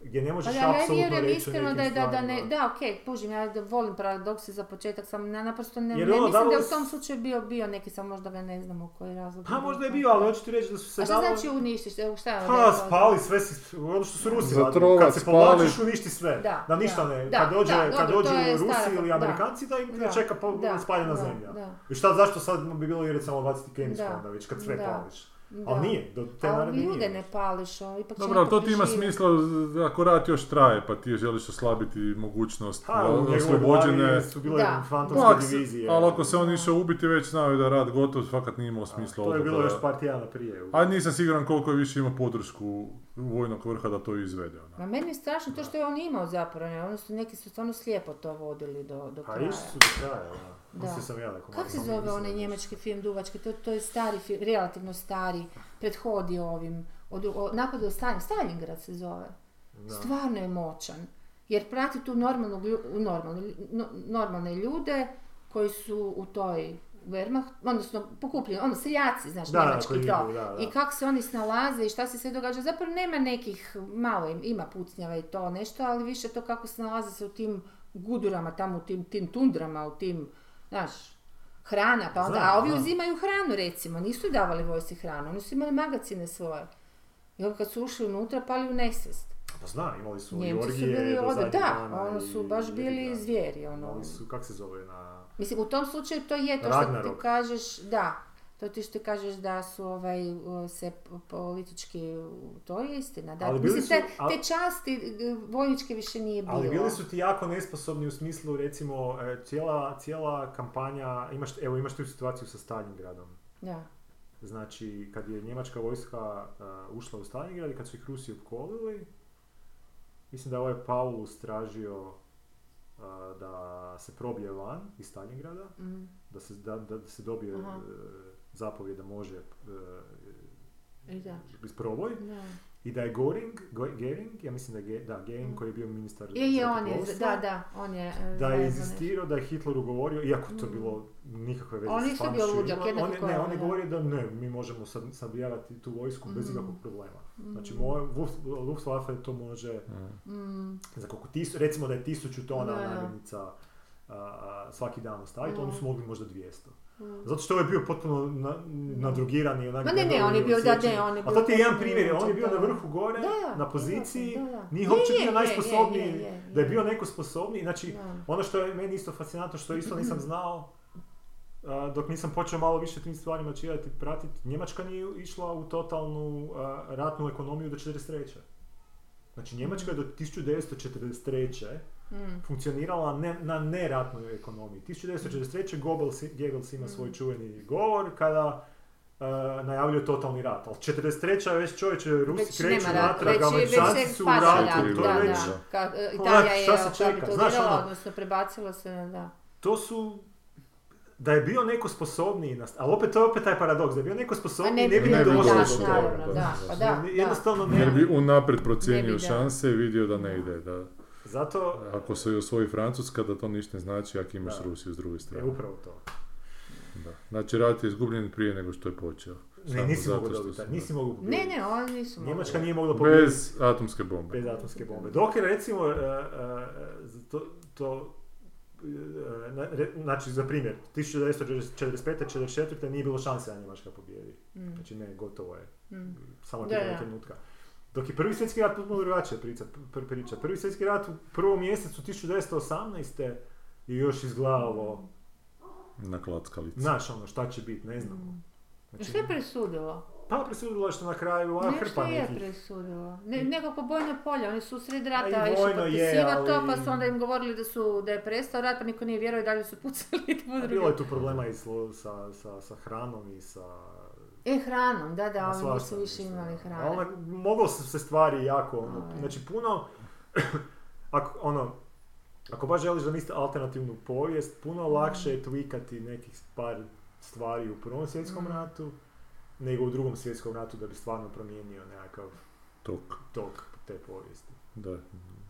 gdje ne
Pa
možeš
da, ja
apsolutno
vjerujem
reći o
iskreno
nekim
da, je- da, da, ne,
stvarima.
da, ok, kužim, ja da volim paradokse za početak, sam na, naprosto ne,
Jer
ne
ono,
mislim da je
davalo
u tom
s-
slučaju bio, bio neki, sam možda ga ne znamo koji je razlog.
Pa možda je bio, ali hoću ti reći da su se Pa,
A šta
davali-
znači uništiš, evo šta je
Ha, spali sve si, ono što su Rusi radili,
Zatrovac,
kad se
spali.
povlačiš uništi sve,
Da,
da, ništa
da,
ne,
da,
kad dođe,
da,
kad
dobro,
dođu
to je
Rusi
stara-
ili
da.
Amerikanci da im
Da,
ne čeka po, ono
da,
spaljena
da,
zemlja.
da.
I šta, zašto sad bi bilo jer samo baciti kemijsku
Da,
onda već kad sve
da,
pališ?
Da.
Ali nije, do te
Ali
naredbe nije.
ljude ne pališ, ono, ipak će
Dobro, ali
neko
to ti ima
preživjeti.
smisla z- ako rat još traje, pa ti želiš oslabiti mogućnost
Ha,
o-
Pa, u njegovoj
oslobođene...
glavi su bile
Da.
fantomske
Pa, ak se-
divizije.
ali ako se on išao ubiti, već znao je da je rat gotov, fakat nije imao
A,
smisla
To je
ovoga.
bilo još pa- par tjedana prije.
A nisam siguran koliko je više imao podršku vojnog vrha da to izvede. ono. Ona.
Ma meni je strašno to što je on imao zapravo, ne? Oni su neki su stvarno slijepo to vodili do, do
Pa
kraja.
išli su do kraja, da.
Da.
Mislio sam ja da
Kako se zove onaj njemački film dugački? To, to je stari film, relativno stari, prethodi ovim, od, o, napadu o Stalin, Stalingrad se zove. Stvarno je moćan. Jer prati tu normalnog lju- normalno, no- normalne ljude koji su u toj Wehrmacht, odnosno pokupljeni, ono seljaci, znaš,
Da, da,
njemački
koji
to.
idu, da, da.
I kako se oni snalaze i šta se sve događa. Zapravo nema nekih, malo im, ima pucnjava i to nešto, ali više to kako snalaze se u tim gudurama, tamo u tim, tim tundrama, u tim, znaš, hrana, pa onda,
Znam,
a ovi
znam.
uzimaju hranu recimo, nisu davali vojsci hranu, oni su imali magacine svoje. I onda kad su ušli unutra, pali u nesvijest.
Pa zna, imali su i
Njemci su
orgije
bili
do
ovdje,
zadnjeg
da,
dana
ono
i-
su baš
da.
bili zvijeri, ono.
Oni su, kak se zove na...
Mislim, u tom slučaju to je to što ti
Ragnarok.
kažeš, da, to ti što ti kažeš da su ovaj, o, se p- politički, to je istina, da.
Ali bili
Mislim,
su-
te,
ali-
te časti e, vojničke više nije bilo.
Ali bili su ti jako nesposobni u smislu, recimo, e, cijela, cijela kampanja, imaš, evo imaš tu situaciju sa Stalingradom.
Da,
Znači, kad je njemačka vojska e, ušla u Stalingrad i kad su ih Rusi opkolili, mislim da je ovaj Paulus tražio e, da se probije van iz Stalingrada,
mm,
da se, da, da se dobije
Aha.
e, zapovjed da može e,
Izaći.
isproboj.
da.
I da je Goring, Go- Gering, ja mislim da je Ge- da, Gering koji je bio ministar
Mm. Je, je, on je,
zrakoplovstva,
da, da, on je. e,
da je
zajedno
inzistirao da je Hitler ugovorio, iako to
Mm.
bilo nikakve veze
On
s
isto bio
stvarnošću
luđak,
imao.
jednako
on, je-
kao
ne,
ja,
on je
da.
govorio da ne, mi možemo sad, sabijavati tu vojsku bez
Mm.
ikakvog problema.
nešto.
Znači,
Mm,
moj, Luft- Luftwaffe to može
Mm.
mm,
za koliko tisu, recimo da je tisuću tona
Da, da.
namirnica a, a, svaki dan ostaviti, oni su
Mm.
mogli možda 200.
mm.
Zato što je ovaj bio potpuno na, nadrugiran i onak...
Ma ne, ne,
debeli
on je
i
bio, da,
odsječen.
ne, on je bio
A to ti je jedan
potpuno
primjer, on je bio
luđak,
na
da.
vrhu gore,
Da,
na poziciji,
da, da.
nije
Je,
uopće
je,
bio
je,
najsposobniji,
je, je, je,
da je
je.
bio neko sposobniji, znači
Da.
Ono što je meni isto fascinantno, što isto nisam znao, a, dok nisam počeo malo više tim stvarima čitati, pratiti, Njemačka nije išla u totalnu a, ratnu ekonomiju do 43. Znači Njemačka je do 1943.
Mm,
funkcionirala ne, na neratnoj ekonomiji. 1943. Goebbels, Goebbels
Mm.
ima svoj čuveni govor kada a, najavljuje totalni rat. Ali 43. je već čovječe, Rusi
Već
kreću
nema rata,
natrag,
već, već
Američanci
se
su u
pada
ratu,
rat,
to
da,
je već...
da. Ka- e,
Onak,
Italija je
šta se čeka,
kapitulirala,
znaš, ono-
odnosno prebacila se na, da.
to su da je bio neko sposobniji, na, ali opet to je opet taj paradoks, da je bio neko
Pa
sposobniji ne, bi
ne
ni
bi
došlo
došlo,
do
naravno,
toga.
da.
da, pa
Ne,
da, da.
Jednostavno ne.
Jer bi unaprijed procijenio
Ne bi, da.
šanse i vidio da ne ide. Da,
Zato,
ako se i osvoji Francuska, da to ništa ne znači ako imaš
Da.
Rusiju s druge
e,
strane.
upravo to.
Da. Znači, rat je izgubljen prije nego što je počeo.
Ne,
Samo
nisi
zato
mogu
što
dobiti,
su-
taj- nisi mogu
Ne,
pobijediti.
ne, oni nisu mogli.
Njemačka nije mogla pobijediti
Bez atomske bombe.
bez atomske bombe. Dok je recimo, e, e, to, to e, na- re- znači za primjer, 1945. 44. nije bilo šanse da Njemačka pobijedi.
Mm,
Znači ne, gotovo je.
mm.
samo je
Da,
pitanje
da.
trenutka. Dok je prvi svjetski rat potpuno drugačija priča, pr- priča. Prvi svjetski rat u prvom mjesecu 1918. je još izgledalo,
Na klackalici.
znaš ono, šta će biti, ne znamo. Znači,
Što Mm. je presudilo?
pa presudilo je što na kraju, a hrpa
Nešto je
nekih.
presudilo. Ne, nekako bojno polje, oni su sred rata
Pa i
išli
vojno je,
potpisivati to,
ali-
pa su onda im govorili da, su, da je prestao rat, pa niko nije vjerovao i dalje su pucali. jedni u
A
druge.
Bilo je tu problema i slo- sa, sa, sa hranom i sa
E, hranom, da, da,
Na
ovi nisu
svašta,
više
mislim.
imali
A ono-
hrane.
Onda, moglo su se stvari jako, ono,
Ovaj.
znači puno, ako, ono, ako baš želiš da niste alternativnu povijest, puno
Mm.
lakše je tweakati nekih par stvari u prvom svjetskom
Mm.
ratu, nego u drugom svjetskom ratu da bi stvarno promijenio nekakav
Tok.
tok te povijesti.
Da.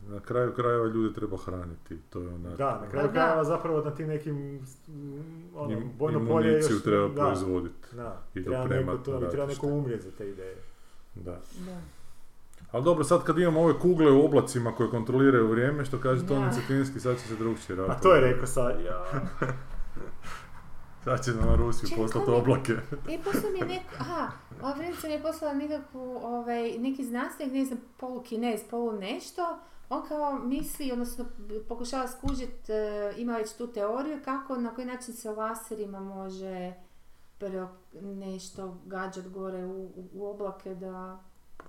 Na kraju krajeva ljude treba hraniti. To je onak.
Da, na
Pa
kraju
da.
krajeva zapravo na tim nekim mm, ono,
Im-
bojno polje je
Imuniciju
još...
treba
da,
proizvoditi.
Da,
i
treba neko,
dopremat
to,
na
treba
ratište.
neko umrijeti za te ideje.
Da.
Da.
Ali dobro, sad kad imamo ove kugle u oblacima koje kontroliraju vrijeme, što kaže
Da.
Toni Cetinski, sad će se drugčije raditi.
A Pa to je rekao sad, ja.
Sad će nam Rusiju
Čekaj,
poslati
kom je-
oblake.
E, poslao mi je neko, aha, ova vrijednica mi je poslala nekakvu, ovaj, neki znanstvenik, ne znam, polu kinez, polu nešto, on kao misli, odnosno pokušava skužit, e, ima već tu teoriju kako, na koji način se laserima može pro, nešto gađat gore u, u, u oblake da...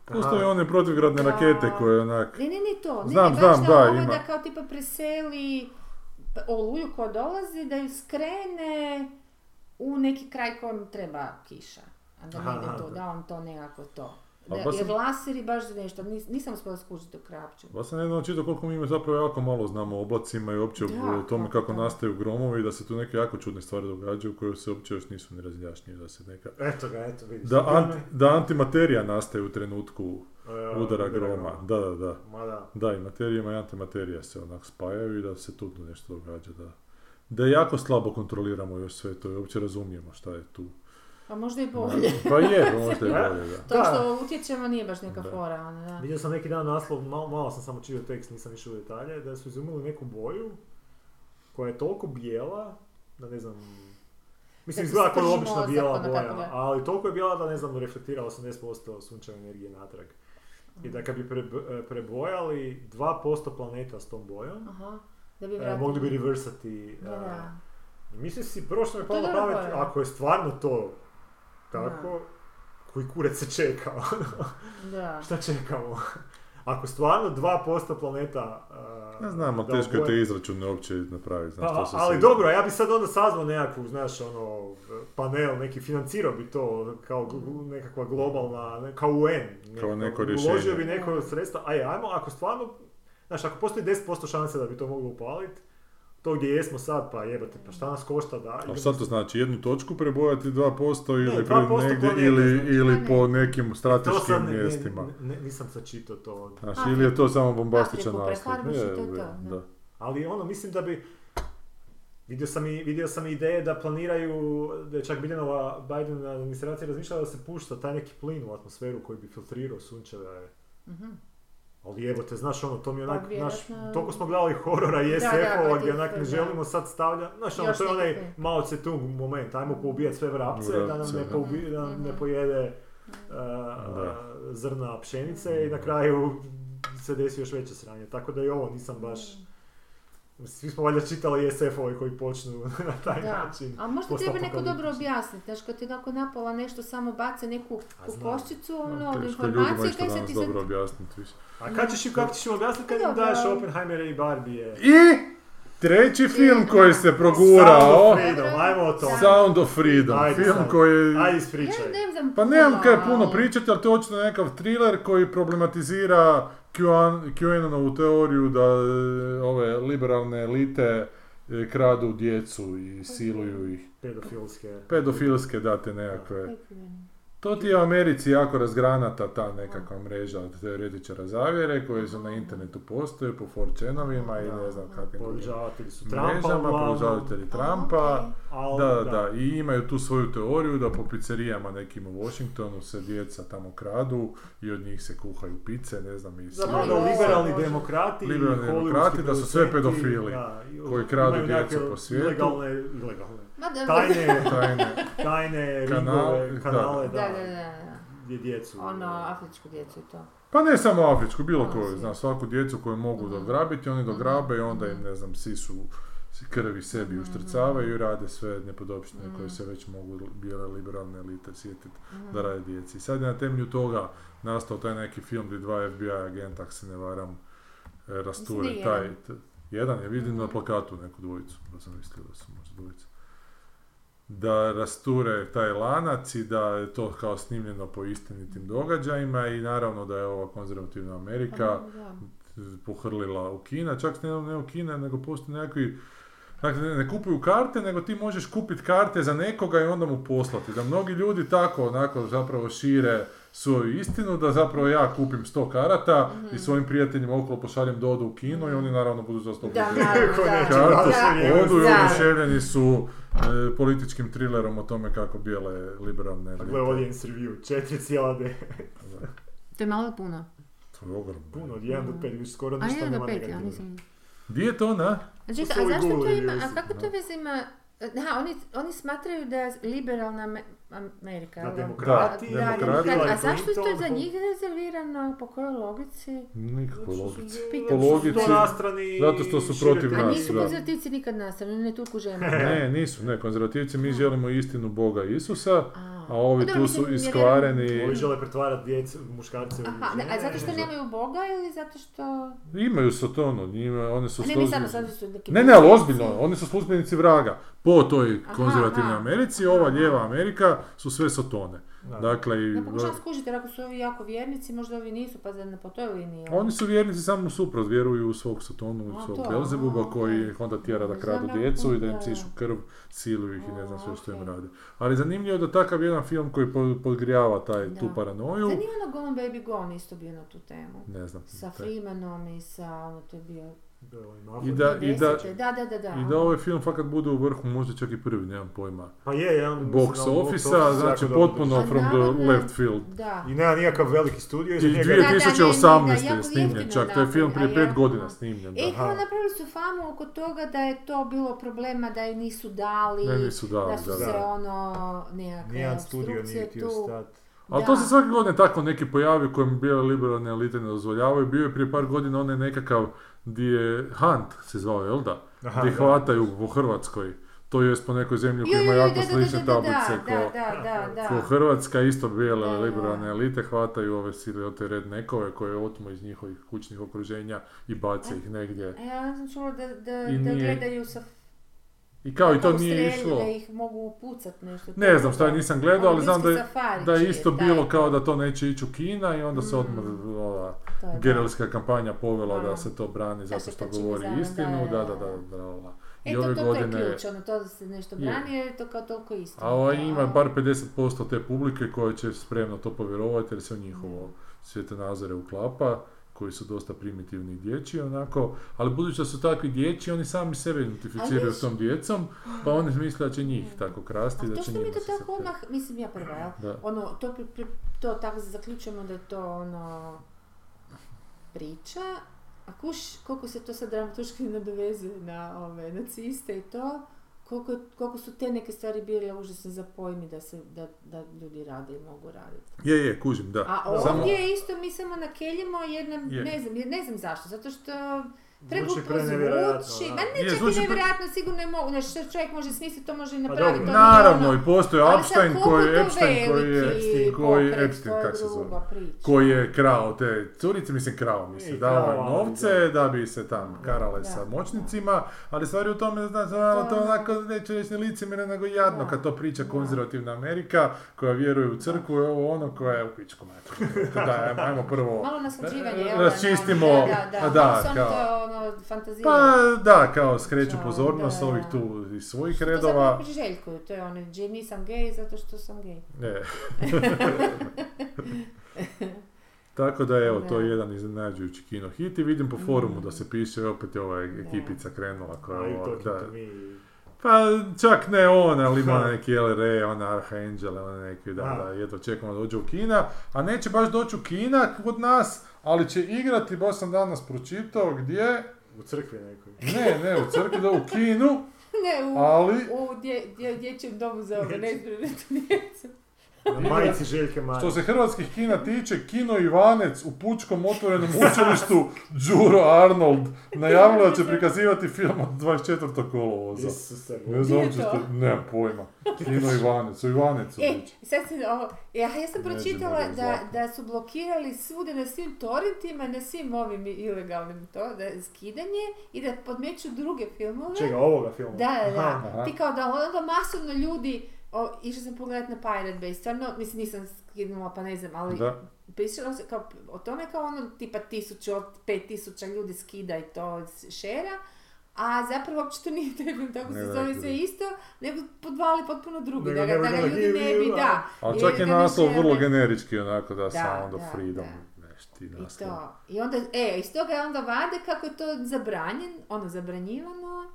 Postoje one protivgradne
Da.
rakete koje onak...
Ne, ne, ne to, ne,
Znam,
ne, baš
znam,
da,
da,
ovo
ima.
da kao tipa preseli oluju koja dolazi, da ju skrene u neki kraj kojem treba kiša. A da ne
Aha,
ide to,
da.
da on to nekako to. Da,
Ali baš
jer
sam-
laseri baš nešto, nis- nisam uspjela skužiti u krapću.
Vas sam jednom čitao koliko mi ima zapravo jako malo znamo o oblacima i uopće
Da,
o tome
da,
kako
da.
nastaju gromovi i da se tu neke jako čudne stvari događaju koje se uopće još nisu ni razjašnjene da se neka...
Eto ga, eto vidiš.
Da,
Time-
anti, da antimaterija nastaje u trenutku
E,
udara groma. Da, da, da.
Ma da.
Da, i materijama i antimaterija se onak spajaju i da se tu nešto događa, da. Da jako slabo kontroliramo još sve to i uopće razumijemo šta je tu.
Pa možda i bolje.
Pa je, možda je bolje, da.
To
Da.
što utječemo nije baš neka
Da.
fora, ono, da.
Vidio sam neki dan naslov, malo, malo sam samo čitao tekst, nisam išao u detalje, da su izumili neku boju koja je toliko bijela, da ne znam... Mislim,
ti
izgleda kao
sprži
obična
mozak,
bijela
ono, kako
boja,
gleda.
ali toliko je bijela da ne znam, reflektira 80% sunčeve energije natrag. I da kad bi preb- prebojali 2% planeta s tom bojom,
Aha, da bi
e,
vratili.
mogli bi reversati.
Da,
e,
da.
I mislim si, prvo što mi je palo
To
na
je dobra
pamet,
boja.
ako je stvarno to tako, koji kurac se čeka, ono?
da.
šta čekamo? Ako stvarno 2% planeta... eh,
Ne znamo,
da
teško je te
oboje-
izračune uopće napraviti, znaš,
Pa,
to se
ali
sve-
dobro, ja bi sad onda sazvao nekakvu, znaš, ono, panel, neki financirao bi to ono, kao gl- gl- nekakva globalna, ne- kao UN. nekako.
neko
Uložio
rješenje.
bi neko sredstva, aj ajmo, ako stvarno, znaš, ako postoji 10% šanse da bi to moglo upaliti, to gdje jesmo sad, pa jebate, pa šta nas košta da... idemo
A šta to znači, jednu točku prebojati 2% ili,
Ne,
pre
2%
negdje,
planeta,
ili,
znači.
ili
Pa ne.
po nekim
To
strateškim
sad ne- ne-
mjestima.
ne- nisam sad čitao to.
Znaš,
Afriku-
ili je to samo bombastičan
Afriku
naslov.
prefarbiš i to je
Je,
to,
je,
da.
da.
Ali ono, mislim da bi... Vidio sam, i, vidio sam i ideje da planiraju, da je čak Bidenova, Bidenova administracija razmišljala da se pušta taj neki plin u atmosferu koji bi filtrirao sunčeve.
Mhm.
Ali evo te, znaš ono, to mi je
Pa
onak, znaš,
vjerojatno-
toliko smo gledali horora
Da,
i
da,
SF-ova gdje
pa
onak ne
tisto,
želimo sad stavlja, znaš ono,
Još
to je onaj
nekakve.
Mao tse moment, ajmo poubijati sve vrapce da nam
Vrapce,
ne,
da.
poubi, da nam ne
Mhm.
pojede e,
Da.
zrna
Mhm.
pšenice i na kraju se desi još veće sranje, tako da i ovo nisam baš...
Mm.
Svi smo valjda čitali E SF-ove koji počnu na taj
Da,
način.
a možda treba neko dobro
postapokaliptični.
objasniti, znaš, kad ti onako napola nešto samo bace neku
A znam.
kukoščicu, ono,
Ma,
od
Teško je ljudima
informacije,
išta
kaj se
danas
ti sad...
dobro objasniti više.
A kad ćeš, kako ćeš im objasniti kad im
Pa Dobro.
daš Oppenheimera i Barbie?
I treći film koji se progurao,
Sound of Freedom, ajmo o tom.
Sound of Freedom,
Ajde
film
sad.
koji...
Aj
Ja
ispričaj.
ne znam
Pa nemam
puno,
kaj puno
ali-
pričati, ali to je očito nekakav thriller koji problematizira QAnon- QAnonovu teoriju da e, ove liberalne elite e, kradu djecu i siluju ih.
Pedofilske.
Pedofilske date nekakve.
Neki dan.
To ti je u Americi jako razgranata ta nekakva mreža od teoretičara zavjere koje su na internetu postoje po 4chanovima i ne znam kakvim drugim
Podržavatelji su Trumpa
mrežama,
uglavnom,
podržavatelji
A,
Trumpa.
okej.
ali
Da, da, da, i imaju tu svoju teoriju da po pizzerijama nekim u Washingtonu se djeca tamo kradu i od njih se kuhaju pice, ne znam, i
Zapravo
Oj,
da
svi
oj,
liberalni
Bože.
demokrati i
Liberalni
hollywoodski
demokrati da su sve
producenti,
pedofili
da, i
koji kradu
imaju
djecu
nekakve
po svijetu.
Ilegalne, ilegalne.
Ma da,
Tajne,
tajne-
tajne
Kanal-
ringove,
da.
kanale,
da,
da,
da, da, da.
gdje djecu.
Ono,
e,
afričku djecu i to.
Pa ne samo afričku, bilo
A,
koju,
svi.
znaš, svaku djecu koju mogu
Mhm.
dograbiti, oni dograbe i onda im,
Mhm.
ne znam, sisu krvi sebi
Mhm.
uštrcavaju i rade sve nepodopštine koje
Mhm.
se već mogu bijele liberalne elite sjetiti
Mhm.
da rade djeci. I sad je na temelju toga nastao taj neki film gdje dva FBI agenta, ako se ne varam, e, rasture
Mislim da je
taj... t- jedan je, vidim na
Mhm.
pa plakatu neku dvojicu, da sam mislio da su možda dvojica. da rasture taj lanac i da je to kao snimljeno po istinitim događajima i naravno da je ova konzervativna Amerika
Pa, da.
pohrlila u Kina, čak ne, ne u Kina, nego postoje nekakvi Dakle, ne, ne kupuju karte, nego ti možeš kupiti karte za nekoga i onda mu poslati. Da mnogi ljudi tako onako zapravo šire svoju istinu, da zapravo ja kupim 100 karata
Mhm.
i svojim prijateljima okolo pošaljem dodu u kino i oni naravno budu za 100
Da,
poželjni.
naravno,
Ko
da.
neće
Da,
vratiti
da,
se njemu.
Odu i
da.
oduševljeni su e, političkim trilerom o tome kako bijele liberalne
Gle,
elite.
audience review, 4,9.
To je malo puno.
To je ogromno.
Puno, od 1 do 5, više skoro
A
ništa
jedan
nema
do pet, ja
negativno.
nisam...
Gdje je to na?
A
su
čekaj, a
ovi
zašto to
govori
ima, a
ljudi,
kako to
da.
veze ima... Aha, oni, oni smatraju da je liberalna Ame- Amerika...
Da,
jel da?
demokrati,
Da, demokrati.
demokrati.
Hillary
A zašto je to za
Clinton,
njih rezervirano? Po kojoj logici?
Nikako
Znači,
Zato što
logično.
su-
Pitam.
zato što su
Pologici,
donastrani
zato što su
i šire
protiv
te
A
nas,
nisu
da.
konzervativci nikad nastavili, oni ne tuku žene.
Ne, nisu, ne, konzervativci, mi želimo istinu Boga Isusa,
A.
a ovi
Pa dobro,
tu su
mislim, jer-
iskvareni,
Ovi žele pretvarati djecu, muškarce u
Aha, ne,
žene.
a zato što nemaju Boga ili zato što...
imaju satonu, njima, one su
A ne, mi
službenici-
sad, sad su neki...
Ne, ne, ali ozbiljno, oni su službenici vraga. Po toj
Aha,
konzervativnoj
aha.
Americi, ova lijeva Amerika su sve satone.
Da.
Dakle, i-
Ja pokušavam skužiti, jer ako su ovi jako vjernici, možda ovi nisu, pa da ne po toj liniji. ono.
oni su vjernici samo suprot, vjeruju u svog satonu, u
A,
svog
to,
Belzebuba
a,
koji
ok.
ih onda tjera da
Znam
kradu
ja,
djecu i da im
da.
cišu krv, siluju ih i ne znam
A,
sve što im
ok.
rade. Ali zanimljivo je da takav jedan film koji po- podgrijava taj, tu
Da.
paranoju,
Sad nije ono Gone Baby Gone isto bio na tu temu.
ne znam. taj-
Sa Freemanom i sa, ono, to je bio...
Da, ovaj mafija.
I da, i da,
90-te. da, da, da, da.
I da ovaj film fakat bude u vrhu, možda čak i prvi, nemam pojma.
Pa je, ja mislim da
Box
on box
office-a,
office
znači
jako dobro
potpuno
došao.
from
A
the
navodno je-
left field.
Da.
došao. I nema nikakav veliki studio iza
Iz
njega.
dvije- da, da, ne, ne,
2018.
jako
je snimljen
jeftino
čak, to je film prije
napravljen,
pet
a
godina
ja-
snimljen.
E,
Da.
kao napravili su famu oko toga da je to bilo problema, da je nisu dali,
Ne, nisu dali,
da su
da,
se
da.
ono nekakve
Nijedan studio
obstrukcije
nije htio
tu.
stat.
Ali
Da.
to se svake godine tako neki pojavi kojem bile liberalne elite ne dozvoljavaju. Bio je prije par godina onaj nekakav di je Hunt se zvao, jel da?
Aha,
Gdje
da.
hvataju po Hrvatskoj. To jest po nekoj zemlji koja ima
Joj, joj,
jako
да,
slične tablice
da,
ko,
da, da, da,
ko Hrvatska, isto bijele
Da, da.
liberalne elite hvataju ove siliote rednekove koje otmu iz njihovih kućnih okruženja i bace ih negdje.
E, ja sam čula da, da,
I
da
nije-
gledaju sa
I kao i to
kako
nije
strelju,
išlo.
da ih mogu upucat nešto.
Ne znam šta nisam gledao, ali znam da je, da je isto bilo kao da to neće ići u Kina i onda se
Mm.
odmah ova
да.
gerilska kampanja povela da se to brani zato
Ono, se
što
trči
govori
za- da,
istinu, da,
da,
da,
da.
da, da, da. I
I to,
ove
to, to je
godine,
ključ, ono, to da se nešto
Je.
brani, jer je to kao toliko isto.
a ova ima bar 50% te publike koja će spremno to povjerovati jer se u njihovo svjetonazore uklapa koji su dosta primitivni i dječji onako, ali budući da su takvi dječji, oni sami sebe identificiraju
viš-
s tom djecom, pa oni misle da će njih tako krasti,
Hmm.
da
A to
će
što mi
njima
to
se sad
tako odmah, mislim ja prva, jel?
Da.
Ono, to, pri- pri- to tako zaključujemo da je to ono priča, a kuš koliko se to sad dramaturški nadovezuje na ove naciste i to, koliko, koliko su te neke stvari bile užasne za pojmi da, se, da, da ljudi rade i mogu raditi.
Je, je, kužim, da.
A
Samo-
ovdje isto mi samo nakeljimo jer nam,
Je.
ne znam, jer ne znam zašto, zato što
Zvuči
preglupo
prenevjerojatno,
zvuči,
da.
ma ne
Je,
čak i
zvuči pre-
nevjerojatno, sigurno je mogu, znaš, što čovjek može smisliti, to može i
Pa
napraviti.
dobro.
to nije
Naravno,
ono-
i postoji
ali sad
Epstein
koliko
koji
je to
je Epstein koji je
veliki
Epstein koji je
pokret,
Epstein
to je
kak se
druga
zove
priča.
koji je krao te curice, mislim krao mi se,
I
dao
krao,
je
ali
novce da bi se tam
Da,
karale
da,
sa
da.
moćnicima, ali stvari u tome, znaš, ono, to
je
je
ono-
onako, neću reći ne licemjerno, nego jadno
Da,
kad to priča
da.
konzervativna Amerika koja vjeruje u crkvu i ovo ono koja je u pičku mater. Daj, ajmo- ajmo prvo
Malo naslađivanje,
E,
jel?
raščistimo,
ono, da, da,
a pa
da,
da,
malo sam
kao-
to, ono, fantaziranje.
Pa da, kao skreću
Da,
pozornost
da, da.
ovih tu iz svojih
To zapravo
redova.
priželjkuju, to je ono, gdje nisam gej zato što sam gej.
E. Tako da evo, to je
Da.
jedan iznenađujući kino hit i vidim po forumu da se piše opet je ova ekipica krenula koja
Are
je
you
ova,
talking
da.
to me?
Pa čak ne ona, ali ima neki LRE, ona Archangel, ona neki, da,
A.
da, jedva čekamo da dođe u kina, a neće baš doći u kina kod nas, ali će igrati, baš sam danas pročitao, gdje,
U crkvi nekoj.
ne, ne, u crkvi, da u kinu,
Ne, u,
ali
u dje, dje, dječjem domu za ove
Dječjem.
nezbrinute djece.
Na majici Željke
Pa-
Maje.
Što se hrvatskih kina tiče, Kino Ivanec u Pučkom otvorenom učilištu Đuro Arnold najavilo da će prikazivati film od 24. kolovoza.
Isuse
Ne
Bože.
znam
je
uopće
to?
što, nemam pojma. Kino Ivanec, u Ivanecu.
E,
već.
sad sam ovo, ja, ja sam
Nećemo
pročitala
ga
da,
izvlaknuti.
da su blokirali svude na svim torrentima, na svim ovim ilegalnim to, da je skidanje i da podmeću druge filmove.
Čega, ovoga filma?
Da, da,
Aha.
da.
Aha.
Ti kao da onda masovno ljudi, o, išla sam pogledat na Pirate Bay, stvarno, mislim nisam skinula pa ne znam, ali
Da.
pisalo se kao, o tome kao ono tipa tisuću, od pet tisuća ljudi skida i to s- šera, a zapravo uopće to nije trebno, tako
Ne,
se
ne,
zove
ne.
sve isto, nego podvali potpuno drugi,
Nego
da ga,
ne bi
da ga
bilo,
ljudi ne bi, da.
Ali
jer
čak je
ga ne
naslov vrlo
žele.
generički, onako da, Sound of
da,
Freedom, nešto ti
I
naslov.
to. I onda, e, iz toga je onda vade kako je to zabranjen, ono, zabranjivano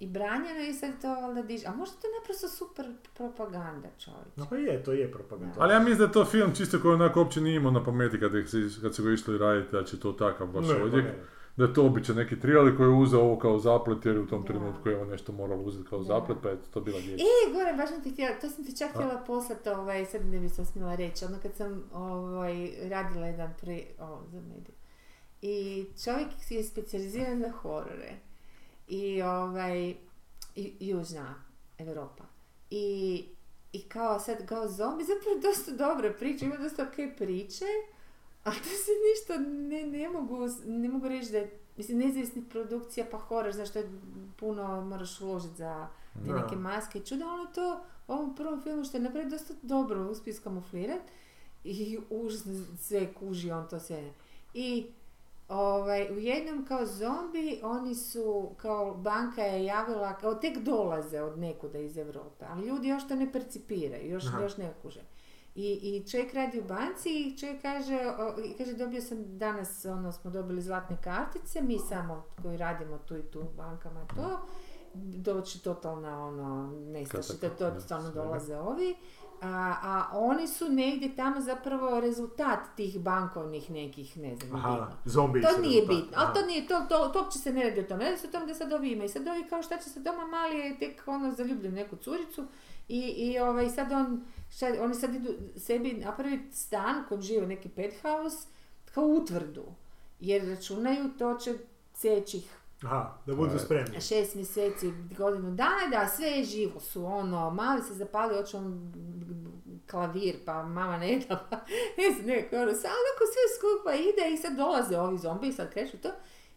i branjeno i sad to valjda diže. A možda to je naprosto super propaganda, čovječe.
No pa je, to je propaganda.
Ali ja mislim da je to film čisto koji onako uopće nije imao na pameti kad, ih se- kad su ga išli raditi, da će to takav baš
Ne, pa
odjek.
ne.
Da je to običan neki thriller koji je uzeo ovo kao zaplet jer je u tom
Da.
trenutku je ovo nešto moralo uzeti kao
Da.
zaplet pa je to bila djeca.
E, Goran, baš sam ti htjela, to sam ti čak htjela poslati, ovaj, sad ne bi se osmjela reći, ono kad sam ovaj, radila jedan pre, ovo, za medije. I čovjek si je specijaliziran za horore. I ovaj, i- južna Europa. I, i kao sad kao zombi, zapravo dosta dobre priče, ima dosta ok priče, ali to se ništa ne, ne mogu, ne mogu reći da je, mislim, nezavisnih produkcija pa horor, znaš, to je puno moraš uložiti za te
Da.
neke maske i čuda, ono to u ovom prvom filmu što je napravio dosta dobro uspio iskamuflirat i užasno sve kuži on to sve. I ovaj, u jednom kao zombi oni su, kao banka je javila, kao tek dolaze od nekuda iz Europe, ali ljudi još to ne percipiraju, još,
Aha.
još ne kuže. I, I čovjek radi u banci i čovjek kaže, o, i kaže dobio sam danas, ono, smo dobili zlatne kartice, mi samo koji radimo tu i tu u bankama to, doći totalna ono nestašica,
Katastrofa,
to
da,
stvarno
svega.
dolaze ovi. A, a oni su negdje tamo zapravo rezultat tih bankovnih nekih, ne znam,
Aha,
divno.
zombi
To nije bitno, ali to nije, to, to, to uopće se ne radi o tome, radi se o tome da sad ovi imaju, sad ovi kao šta će se doma mali je tek ono zaljubljen u neku curicu i, i ovaj, sad on, šta, oni sad idu sebi napraviti stan kod žive neki penthouse kao utvrdu, jer računaju to će seći ih
Aha, da budu spremni.
šest mjeseci, godinu dana, da sve je živo su, ono, mali se zapali očom klavir, pa mama ne da, pa ne znam, nekako, ono, sad onako sve skupa ide i sad dolaze ovi zombi i sad kreću to.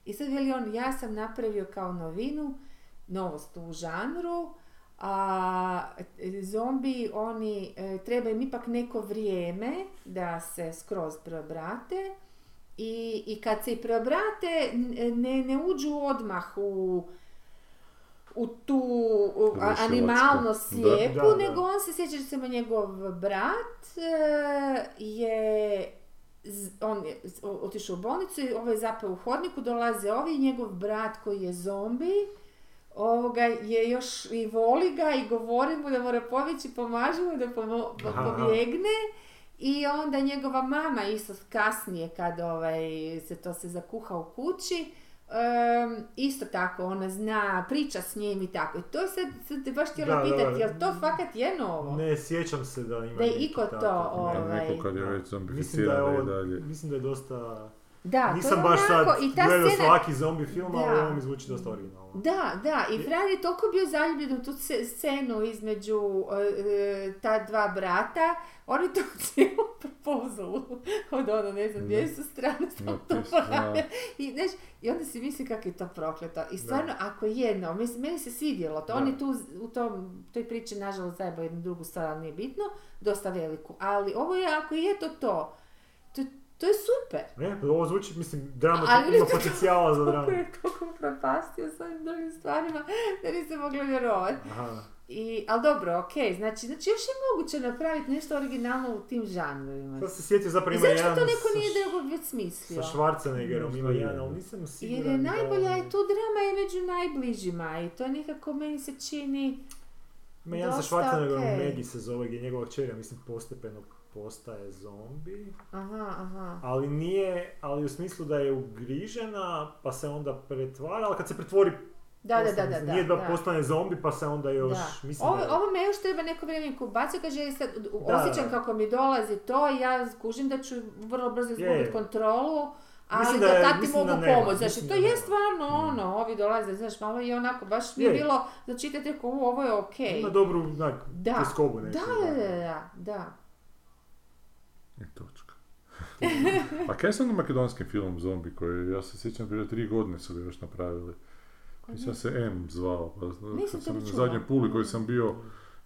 I sad veli on, ja sam napravio kao novinu, novost u žanru, a e, zombi, oni, e, treba im ipak neko vrijeme da se skroz preobrate, i, I kad se i preobrate, n- ne, ne uđu odmah u, u tu u a-
Rušilačku.
animalnost
Da.
slijepu,
Da, da.
nego on se sjeća da se mu njegov brat e, je z- on je z- o- otišao u bolnicu i ovo je zapeo u hodniku, dolaze ovi, njegov brat koji je zombi, ovoga je još i voli ga i govori mu da mora pobjeći, pomaže mu da pomo-
Aha, aha.
pobjegne. I onda njegova mama isto kasnije kad ovaj, se to se zakuha u kući, em, isto tako, ona zna, priča s njim i tako. I to je sad, sad te baš htjela
Da, da,
pitati,
da.
jel to fakat je novo?
Ne, sjećam se da ima
Da je
neki
iko to,
takav, ne.
ovaj,
Neko kad je
Da.
već
Mislim da je
zombificiran da je i
ovo,
dalje.
mislim da je dosta...
Da,
Nisam
to je
baš sad
onako, i ta
gledao
scena-
svaki zombi film, ali
Da.
ovo mi zvuči dosta originalno.
Da, da, i Fran je toliko bio zaljubljen u tu se- scenu između e, e, ta dva brata, on je to cijelu propozolu od ono, ne znam, gdje su strane,
No,
samo to
tis- da.
ponavlja. I, znaš, I onda si misli kako je to prokleto. I stvarno, ako jedno, mislim, meni se svidjelo to, on
Da.
je tu z- u tom, toj priči, nažalost, zajebao jednu drugu stvar, ali nije bitno, dosta veliku. Ali ovo je, ako je to to, to, to je super.
Ne, pa ovo zvuči, mislim, drama,
Ali-
ima potencijala za
Kako
dramu.
je toliko propastio s ovim drugim stvarima da nisam mogla vjerovati.
Aha,
I, ali dobro, ok, znači, znači još je moguće napraviti nešto originalno u tim žanrovima.
sad se sjetio zapravo
I
ima
zašto
jedan
to neko
sa-
nije nego već smislio?
sa Schwarzeneggerom,
Možda
ima
je.
jedan, ali nisam siguran
Jer je
da- ono-
najbolja, je tu drama je među najbližima i to nekako meni se čini...
Ima jedan sa
dosta
Schwarzeneggerom,
okej.
Maggie se zove, gdje njegova kćerja, mislim, postepeno postaje zombi.
Aha, aha.
Ali nije, ali u smislu da je ugrižena, pa se onda pretvara, ali kad se pretvori
Da, da, da, da, da.
Nije da,
da.
postane zombi pa se onda još,
Da.
mislim
ovo,
da je-
ovo me još treba neko vrijeme inkubacije, kaže, ja sad u-
Da,
osjećam
da.
kako mi dolazi to i ja skužim da ću vrlo brzo izgubiti
Je.
kontrolu, ali
Mislim
da,
da je-
tad ti
mislim
mogu
da nema,
pomoći. Znači,
mislim
to
da
je
nema. Mm.
stvarno ono, ovi dolaze, znaš, malo je onako, baš mi je
Je.
bilo, da čitate ko "U, ovo je okej.
Ima dobru, onak,
Da.
tjeskobu
Da,
neku.
da, da, da, da.
I točka. A kaj je s onim makedonskim filmom Zombi koji, ja se sjećam, prije tri godine su ga još napravili. Mislim da se M zvao. Pa,
Nisam
kad
to
sam
ni
na
čula.
zadnjem puli koji sam bio,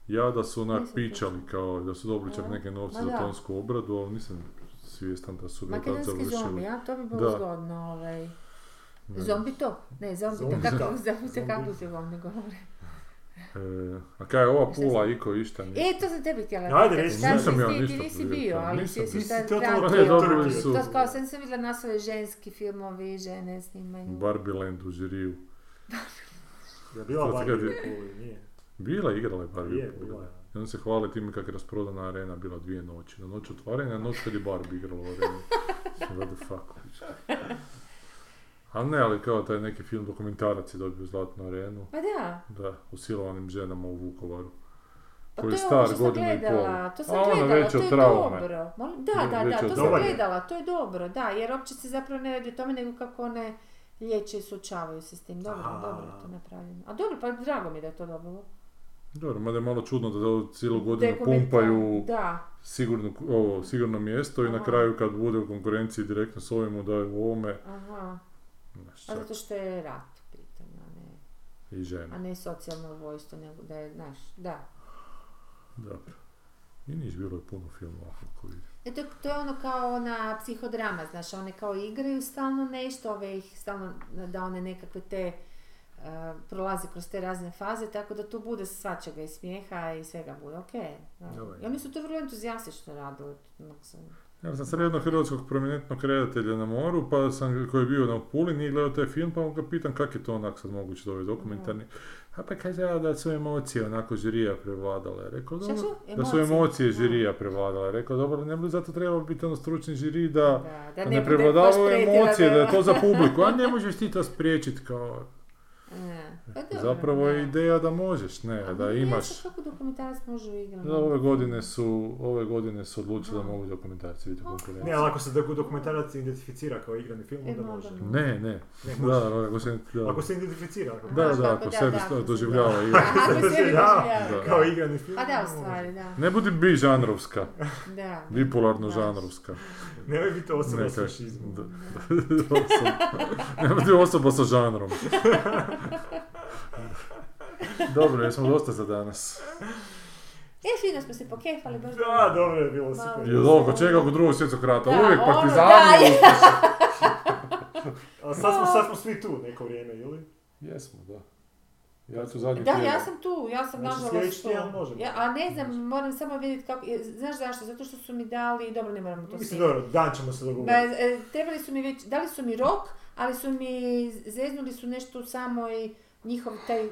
ja da su onak
Nisam to
pičali
čula.
kao, da su dobili čak
A,
neke novce
ma
za
da.
tonsku obradu, ali nisam svjestan da su ga tad
Makedonski zombi,
završili.
a to bi bilo
Da.
zgodno, ovaj.
Ne.
Zombi to? Ne, zombi to,
Zombi
kako,
to.
zombi to, kako
Zombi.
se vam ne govore.
E, a kaj je ova
Šta
pula, iko, išta nije?
E, to sam tebi htjela
Ajde,
pitati.
reci.
Šta si
Nisam ja
ti- ti
ništa
nisi
prije
bio,
toga,
ali
nisam.
si si
Nisi
sad
to to-
Pa
to-
ne,
je
pratio.
dobro.
dobili
to-
su
To kao sam sam vidjela naslove ženski filmovi, žene snimaju.
Barbie Land u žiriju.
Je bila
Sad
Barbie
kad je-
u Puli, nije.
Bila je igrala je Barbie
Je,
u puli,
bila
da.
je.
I on se hvali time kako je rasprodana arena bila dvije noći. Na noć otvaranja, na noć kad je Barbie igrala u areni. What the fuck? Ali ne, ali kao taj neki film dokumentarac je dobio Zlatnu arenu.
Pa da,
Da, u silovanim ženama u Vukovaru.
pa
Koji
to
je
je
star
ono što sam
godinu i
gledala,
pol.
to sam
A ono
gledala,
veće
to
od
je
traume.
dobro. Molim- Da, da, da,
Veće
to
od
sam
traume.
gledala, to je dobro, da, jer uopće se zapravo ne radi o tome nego kako one liječe i suočavaju se s tim. Dobro,
A.
dobro je to napravljeno. A dobro, pa drago mi je da je to dobro.
Dobro, mada je malo čudno da do- cijelu godinu pumpaju
Da,
sigurno, ovo, sigurno mjesto i na
Aha.
kraju kad bude u konkurenciji direktno s ovim mu daju u ovome.
aha.
znaš,
A
čak
Pa zato što je rat u pitanju, a ne,
I žena.
a ne socijalno ubojstvo, nego da je, znaš, da.
Dobro. I niš bilo je puno filmova koliko vidim.
E to, to je ono kao ona psihodrama, znaš, one kao igraju stalno nešto, ove ih stalno, da one nekakve te e, prolaze kroz te razne faze, tako da tu bude svačega i smijeha i svega bude, okej. da.
Dobar je.
I oni su to vrlo entuzijastično radili. ono sam-
Ja sam sreo jednog hrvatskog prominentnog redatelja na moru, pa sam, koji je bio na Puli, nije gledao taj film, pa ga pitam kak je to onak sad moguće da ovaj dokumentarni. A pa kaže "A, da su emocije onako žirija prevladale. Rekao,
Šta
dobro,
su?
da su
Emocije?
emocije
Da.
žirija prevladale. Rekao, dobro, ne bi zato trebao biti ono stručni žiri da,
Da,
da
da
ne,
ne, bude baš
prevladavaju
pretjerano.
emocije, da je to za publiku. A ne možeš ti to spriječiti kao...
E, pa dobro,
Zapravo
da.
je ideja da možeš, ne,
Ali
da
ne
imaš...
znam Kako dokumentarac može u igrama?
Da, ove godine su, ove godine su odlučili da
Aha.
mogu dokumentarci biti u
Ne,
konkurenciji.
ali ako se doku- dokumentarac identificira kao igrani film,
E,
onda
onda
može.
može.
Ne, ne.
Ne, može.
Da, da, ako se, da.
Ako se identificira ako- pa-
da,
Aha,
da,
kako
ako
da,
sebi
da,
sto-
ako se-
doživljava igru.
Aha, ako se ne
Da,
doživljava,
da.
kao igrani film.
Pa da, u
onda
stvari, da.
Ne budi bi žanrovska,
Da.
bipolarno
Da.
žanrovska.
može. Nemoj biti osoba
Ne
s
kaž-
fašizmom.
da. Osoba. Ne budi osoba sa žanrom. Dobro, jesmo dosta za danas.
E, fino smo se pokefali, baš
Da, dobro je bilo super.
I od ovog čega oko drugog svjetskog rata,
Da,
uvijek
ono, da,
partizani.
je.
ustaše.
A sad smo, sad smo svi tu neko vrijeme, ili?
Jesmo, da. Ja ću zadnji
Da,
tjedan.
ja sam tu, ja sam
Znači,
nažalost
sljedeći
tu.
tjedan možemo. Znači.
Ja, a ne znam, moram samo vidjeti kako, je- znaš zašto, zato što su mi dali, dobro ne moramo to
Mislim,
svi.
dobro, dan ćemo se
Ba,
dogovoriti.
e, trebali su mi već, dali su mi rok, ali su mi, zeznuli su nešto u samoj, njihov taj,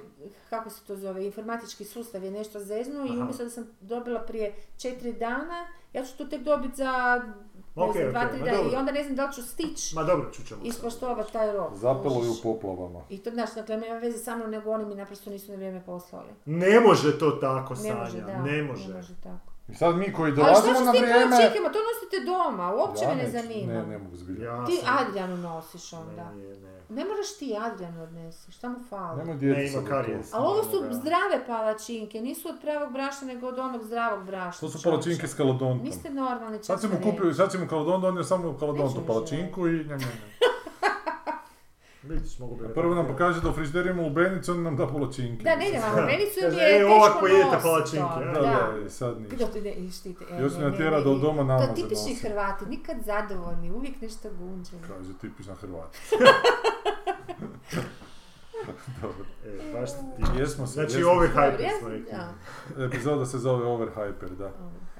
kako se to zove, informatički sustav je nešto zeznuo i
Aha.
umjesto da sam dobila prije četiri dana, ja ću to tek dobiti za, ne
Ok,
znam, dva,
ok,
tri
ma
dana i
dobro.
onda ne znam da li ću stići
Ma dobro, čućemo se.
ispoštovati taj rok.
Zapelo je
kužiš.
u poplavama.
I to, znaš, dakle, nema veze sa mnom, nego oni mi naprosto nisu na vrijeme poslali.
Ne može to tako,
Ne
Sanja.
može, da.
Ne
Ne
može.
može tako.
I sad mi koji
Ali što
dolazimo
ćeš
na
ti
vrijeme...
to čekima, to nosite doma, uopće
Ja
me ne
neću,
zanima.
Ne, ne mogu zbilja.
Ja
Ti
sam-
Adrianu nosiš onda.
Meni je, ne.
Ne moraš ti Adrianu odnesi, šta mu fali?
Nemoj
Ne,
djeti
ima
sad
karijes.
Ali ovo su
Ovoga.
zdrave palačinke, nisu od pravog brašna, nego od onog zdravog brašna.
To su
čovječe.
palačinke s kalodontom.
Niste normalni, čak
Sad si mu
sam
kupio, sad si mu kalodon donio samo
Neću
kalodontu
više
palačinku i njam, njam,
Vidiš, mogu bi...
njam. Prvo nam pokaže da u frižideru ima lubenicu, on nam da palačinke.
rekla. Da, ne idem, ali meni su im
Kaže,
je
"E,
teško
ovako jedete
nositi
palačinke,
to,
Da,
a?"
da, i sad
I da
ništa.
ti ne- i štite, e,
Još
ne,
me
ne,
natjera
ne,
da
i-
doma nama
To tipični
zanosi.
Hrvati, nikad zadovoljni, uvijek nešto gunđeni.
Kaže, tipična Hrvatica. Dobro.
E, baš ti...
Jesmo se,
Znači,
jesmo.
ove
Dobro,
hajde
ja
smo
sam-
rekli.
da.
Epizoda se zove Overhyper, da.
Ovo.